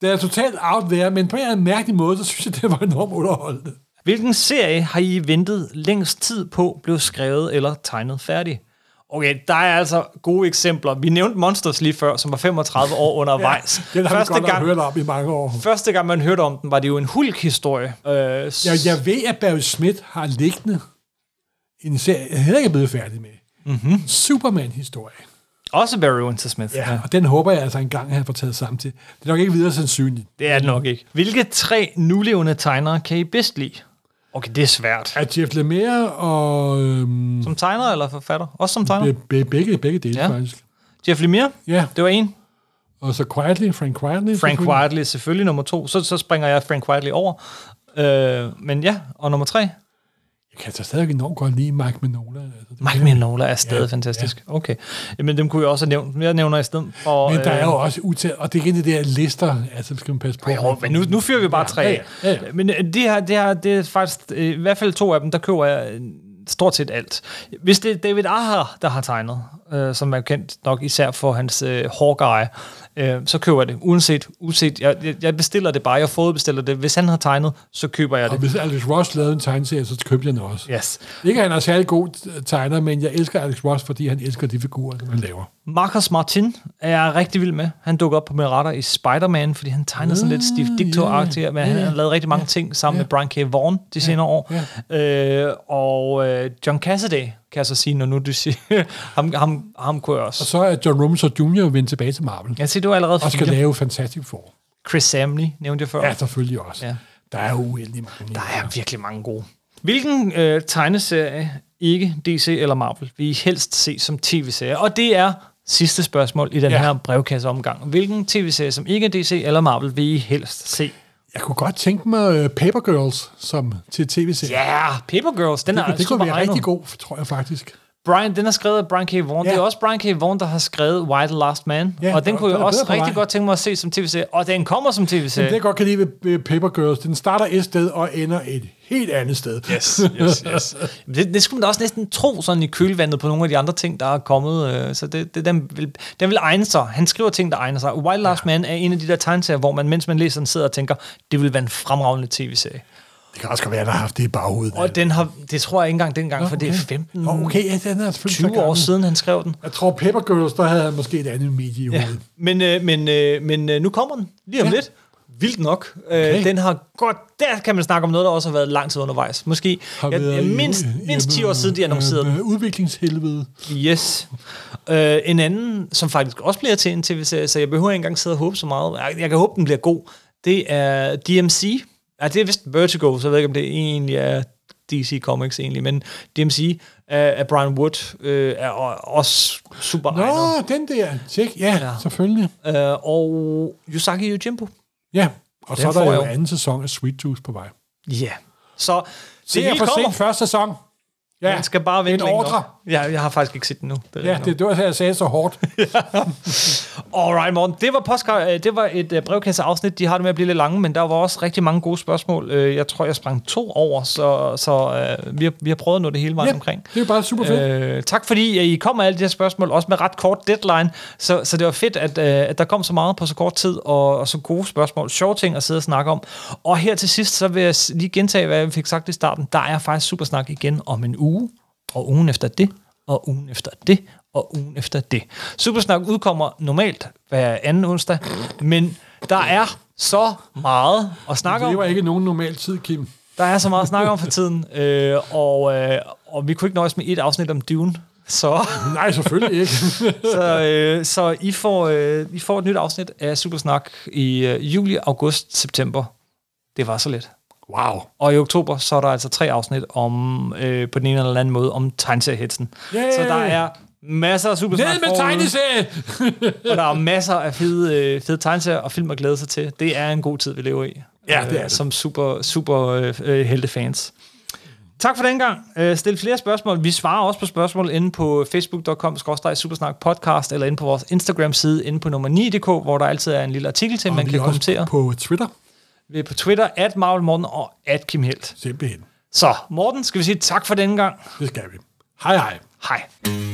det er totalt out there, men på en eller anden mærkelig måde, så synes jeg, det var enormt underholdende.
Hvilken serie har I ventet længst tid på, blev skrevet eller tegnet færdig? Okay, der er altså gode eksempler. Vi nævnte Monsters lige før, som var 35
<laughs>
år undervejs.
Den har Første vi godt
gang,
gang... hørt om i mange år.
første gang, man hørte om den, var det jo en hulk-historie. Øh, s-
Jeg, jeg ved, at Barry Smith har liggende en serie, jeg heller ikke er blevet færdig med. Mm-hmm. Superman-historie.
Også Barry Winter Smith.
Ja, og den håber jeg altså engang, at han får taget sammen til. Det er nok ikke videre sandsynligt.
Det er det nok ikke. Hvilke tre nulevende tegnere kan I bedst lide? Okay, det er svært.
Er Jeff Lemire og øhm,
Som tegner eller forfatter? Også som tegner?
be- be- begge, begge dele,
Ja.
ja. faktisk.
Jeff Lemire?
Ja,
Det var en.
og så Quietly, Frank Quietly.
Frank
selvfølgelig.
Quietly selvfølgelig nummer to. Så, så springer jeg Frank Quietly over. Øh, men ja, og nummer tre?
Jeg kan så stadig enormt godt lide Mike Minola. Altså, det
Mike Mignola er stadig ja, fantastisk. Ja. Okay. Jamen, dem kunne jeg også have nævnt. Jeg nævner i stedet. øh, Og,
Men der er jo også utal, og det er igen det der lister, altså skal man passe på.
Jo, men nu, nu fyrer vi bare tre.
ja, ja, ja.
Men øh, det her, det her, det er faktisk, øh, i hvert fald to af dem, der køber jeg øh, stort set alt. Hvis det er David Aher, der har tegnet, øh, som er kendt nok især for hans øh, Hawkeye, øh, så køber jeg det, uanset, uanset jeg, jeg- jeg bestiller det bare, jeg fodbestiller det. Hvis han har tegnet, så køber jeg
Og
det.
hvis Alex Ross lavede en tegneserie, så købte jeg den også.
Yes.
Ikke at han er særlig god øh, tegner, men jeg elsker Alex Ross, fordi han elsker de figurer, som han laver.
Marcus Martin er jeg rigtig vild med. Han dukker op på mine retter i Spider-Man, fordi han tegner sådan
Ah,
lidt Steve Ditko-agtig, men han har lavet rigtig mange ting sammen med Brian K. Vaughan de senere år. Øh, og øh, John Cassaday, kan jeg så sige, når nu du siger, <laughs> ham, ham, ham kunne jeg også.
Så er John Romero Jr. vendt tilbage til Marvel,
Jeg siger, du er allerede
og skal
fire.
lave Fantastic Four.
Chris Samley nævnte jeg før.
Ja, selvfølgelig også.
Ja.
Der er jo uendelig mange.
Der er virkelig mange gode. Hvilken øh, tegneserie, ikke DC eller Marvel, vil I helst se som tv-serie? Og det er sidste spørgsmål i den ja.
Ja.
her brevkasseomgang. Hvilken tv-serie, som ikke er DC eller Marvel, vil I helst se?
Jeg kunne godt tænke mig øh, Paper Girls som til tv-serie.
Ja, yeah, Paper Girls, den er
det, det kunne være
regnet.
rigtig god, tror jeg faktisk.
Brian, den er skrevet af Brian K. Vaughan.
Ja.
Det er også Brian K. Vaughan, der har skrevet Why the Last Man.
Ja,
og den
og
kunne
den
jeg
er
også
bedre på
rigtig
vej.
godt tænke mig at se som tv-serie. Og den kommer som
Det
tv-serie.
jeg godt kan lide ved- ved Paper Girls, den starter et sted og ender et helt andet sted.
Yes, yes, yes. det, det skulle man da også næsten tro sådan i kølvandet på nogle af de andre ting, der er kommet. øh, Så det, det, den, vil, den vil egne sig. Han skriver ting, der egner sig. Wild Last Man er en af de der tegneserier, hvor man, mens man læser den, sidder og tænker, det vil være en fremragende tv-serie.
<laughs> Det kan også godt være, at han har haft det i baghovedet.
Og den har, det tror jeg ikke engang dengang, for det er 15
Nå, okay, ja, den er selvfølgelig
20
så
år
gammel.
siden, han skrev den.
Jeg tror, Paper Girls, der havde han måske et andet medie i hovedet.
Men, øh, men, øh, men øh, nu kommer den lige om ja.
Ja.
lidt. Vildt nok. Okay. Øh, den har godt... Der kan man snakke om noget, der også har været lang tid undervejs. Måske
Har
jeg,
været
jeg,
i-
mindst,
i-
mindst 10 år siden, de annoncerede den.
øh, Udviklingshelvede.
Yes. Øh, en anden, som faktisk også bliver til en tv-serie, så jeg behøver ikke engang sidde og håbe så meget. Jeg, jeg kan håbe, den bliver god. Det er DMC. Ja, det er vist Vertigo, så jeg ved ikke, om det egentlig er DC Comics egentlig, men DMC af, af Brian Wood øh, er o- også super
Nå,
egnet.
den der. Tjek. Ja,
Ja.
ja, selvfølgelig.
Øh, og Yusaki Yojimbo.
Ja, og så
Den
er der
får
jo
jeg jo.
anden sæson af Sweet Tooth på vej.
Ja. Yeah. Så
Det er
hele
for
kommer.
sent første sæson. Ja,
Man skal bare vente
en
længe
ordre.
nok. Ja, jeg har faktisk ikke set den nu. Det er
Ja,
rigtigt
det, det var, jeg sagde så
<laughs>
hårdt.
Alright, Morten. Det var, postka- øh, det var et øh, brevkasseafsnit. De har det med at blive lidt lange, men der var også rigtig mange gode spørgsmål. Øh, Jeg tror, jeg sprang to over, så, så øh, vi, har, vi har prøvet at nå det hele vejen
Ja,
omkring.
det er jo bare super fedt.
Øh, tak fordi øh, I kom med alle de her spørgsmål, også med ret kort deadline. Så, så det var fedt, at, øh, at der kom så meget på så kort tid, og, og så gode spørgsmål. Sjove ting at sidde og snakke om. Og her til sidst, så vil jeg s- lige gentage, hvad jeg fik sagt i starten. Der er faktisk Supersnak igen om en uge, og ugen efter det, og ugen efter det, og ugen efter det. Supersnak udkommer normalt hver anden onsdag, men der er så meget at snakke om.
Det var ikke nogen normal tid, Kim.
Der er så meget at snakke om for tiden, øh, og, øh, og vi kunne ikke nøjes med et afsnit om Dune.
<laughs>
Så,
Nej,
<laughs>
selvfølgelig ikke.
så, øh, så I, får, øh, I får et nyt afsnit af Supersnak i øh, juli, august, september. Det var så let.
Wow.
Og i oktober, så er der altså tre afsnit om, øh, på den ene eller anden måde om tegneseriehetsen.
Yay!
Så der er masser af Supersnak
Ned med
forude,
tegneserie!
og der er masser af fede, øh, fede tegneserier og film at glæde sig til. Det er en god tid, vi lever i.
Ja, det er
øh,
det.
Som super, super øh, øh, heltefans. Tak for den gang. Øh, stil flere spørgsmål. Vi svarer også på spørgsmål inde på facebook.com supersnak podcast eller inde på vores Instagram side inde på nummer 9.dk, hvor der altid er en lille artikel til, man
Vi
kan
er også
kommentere.
på Twitter.
ved på Twitter, at Marvel Morten og at Kim Helt.
Simpelthen.
Så Morten, skal vi sige tak for denne gang.
Det skal vi. Hej hej.
Hej.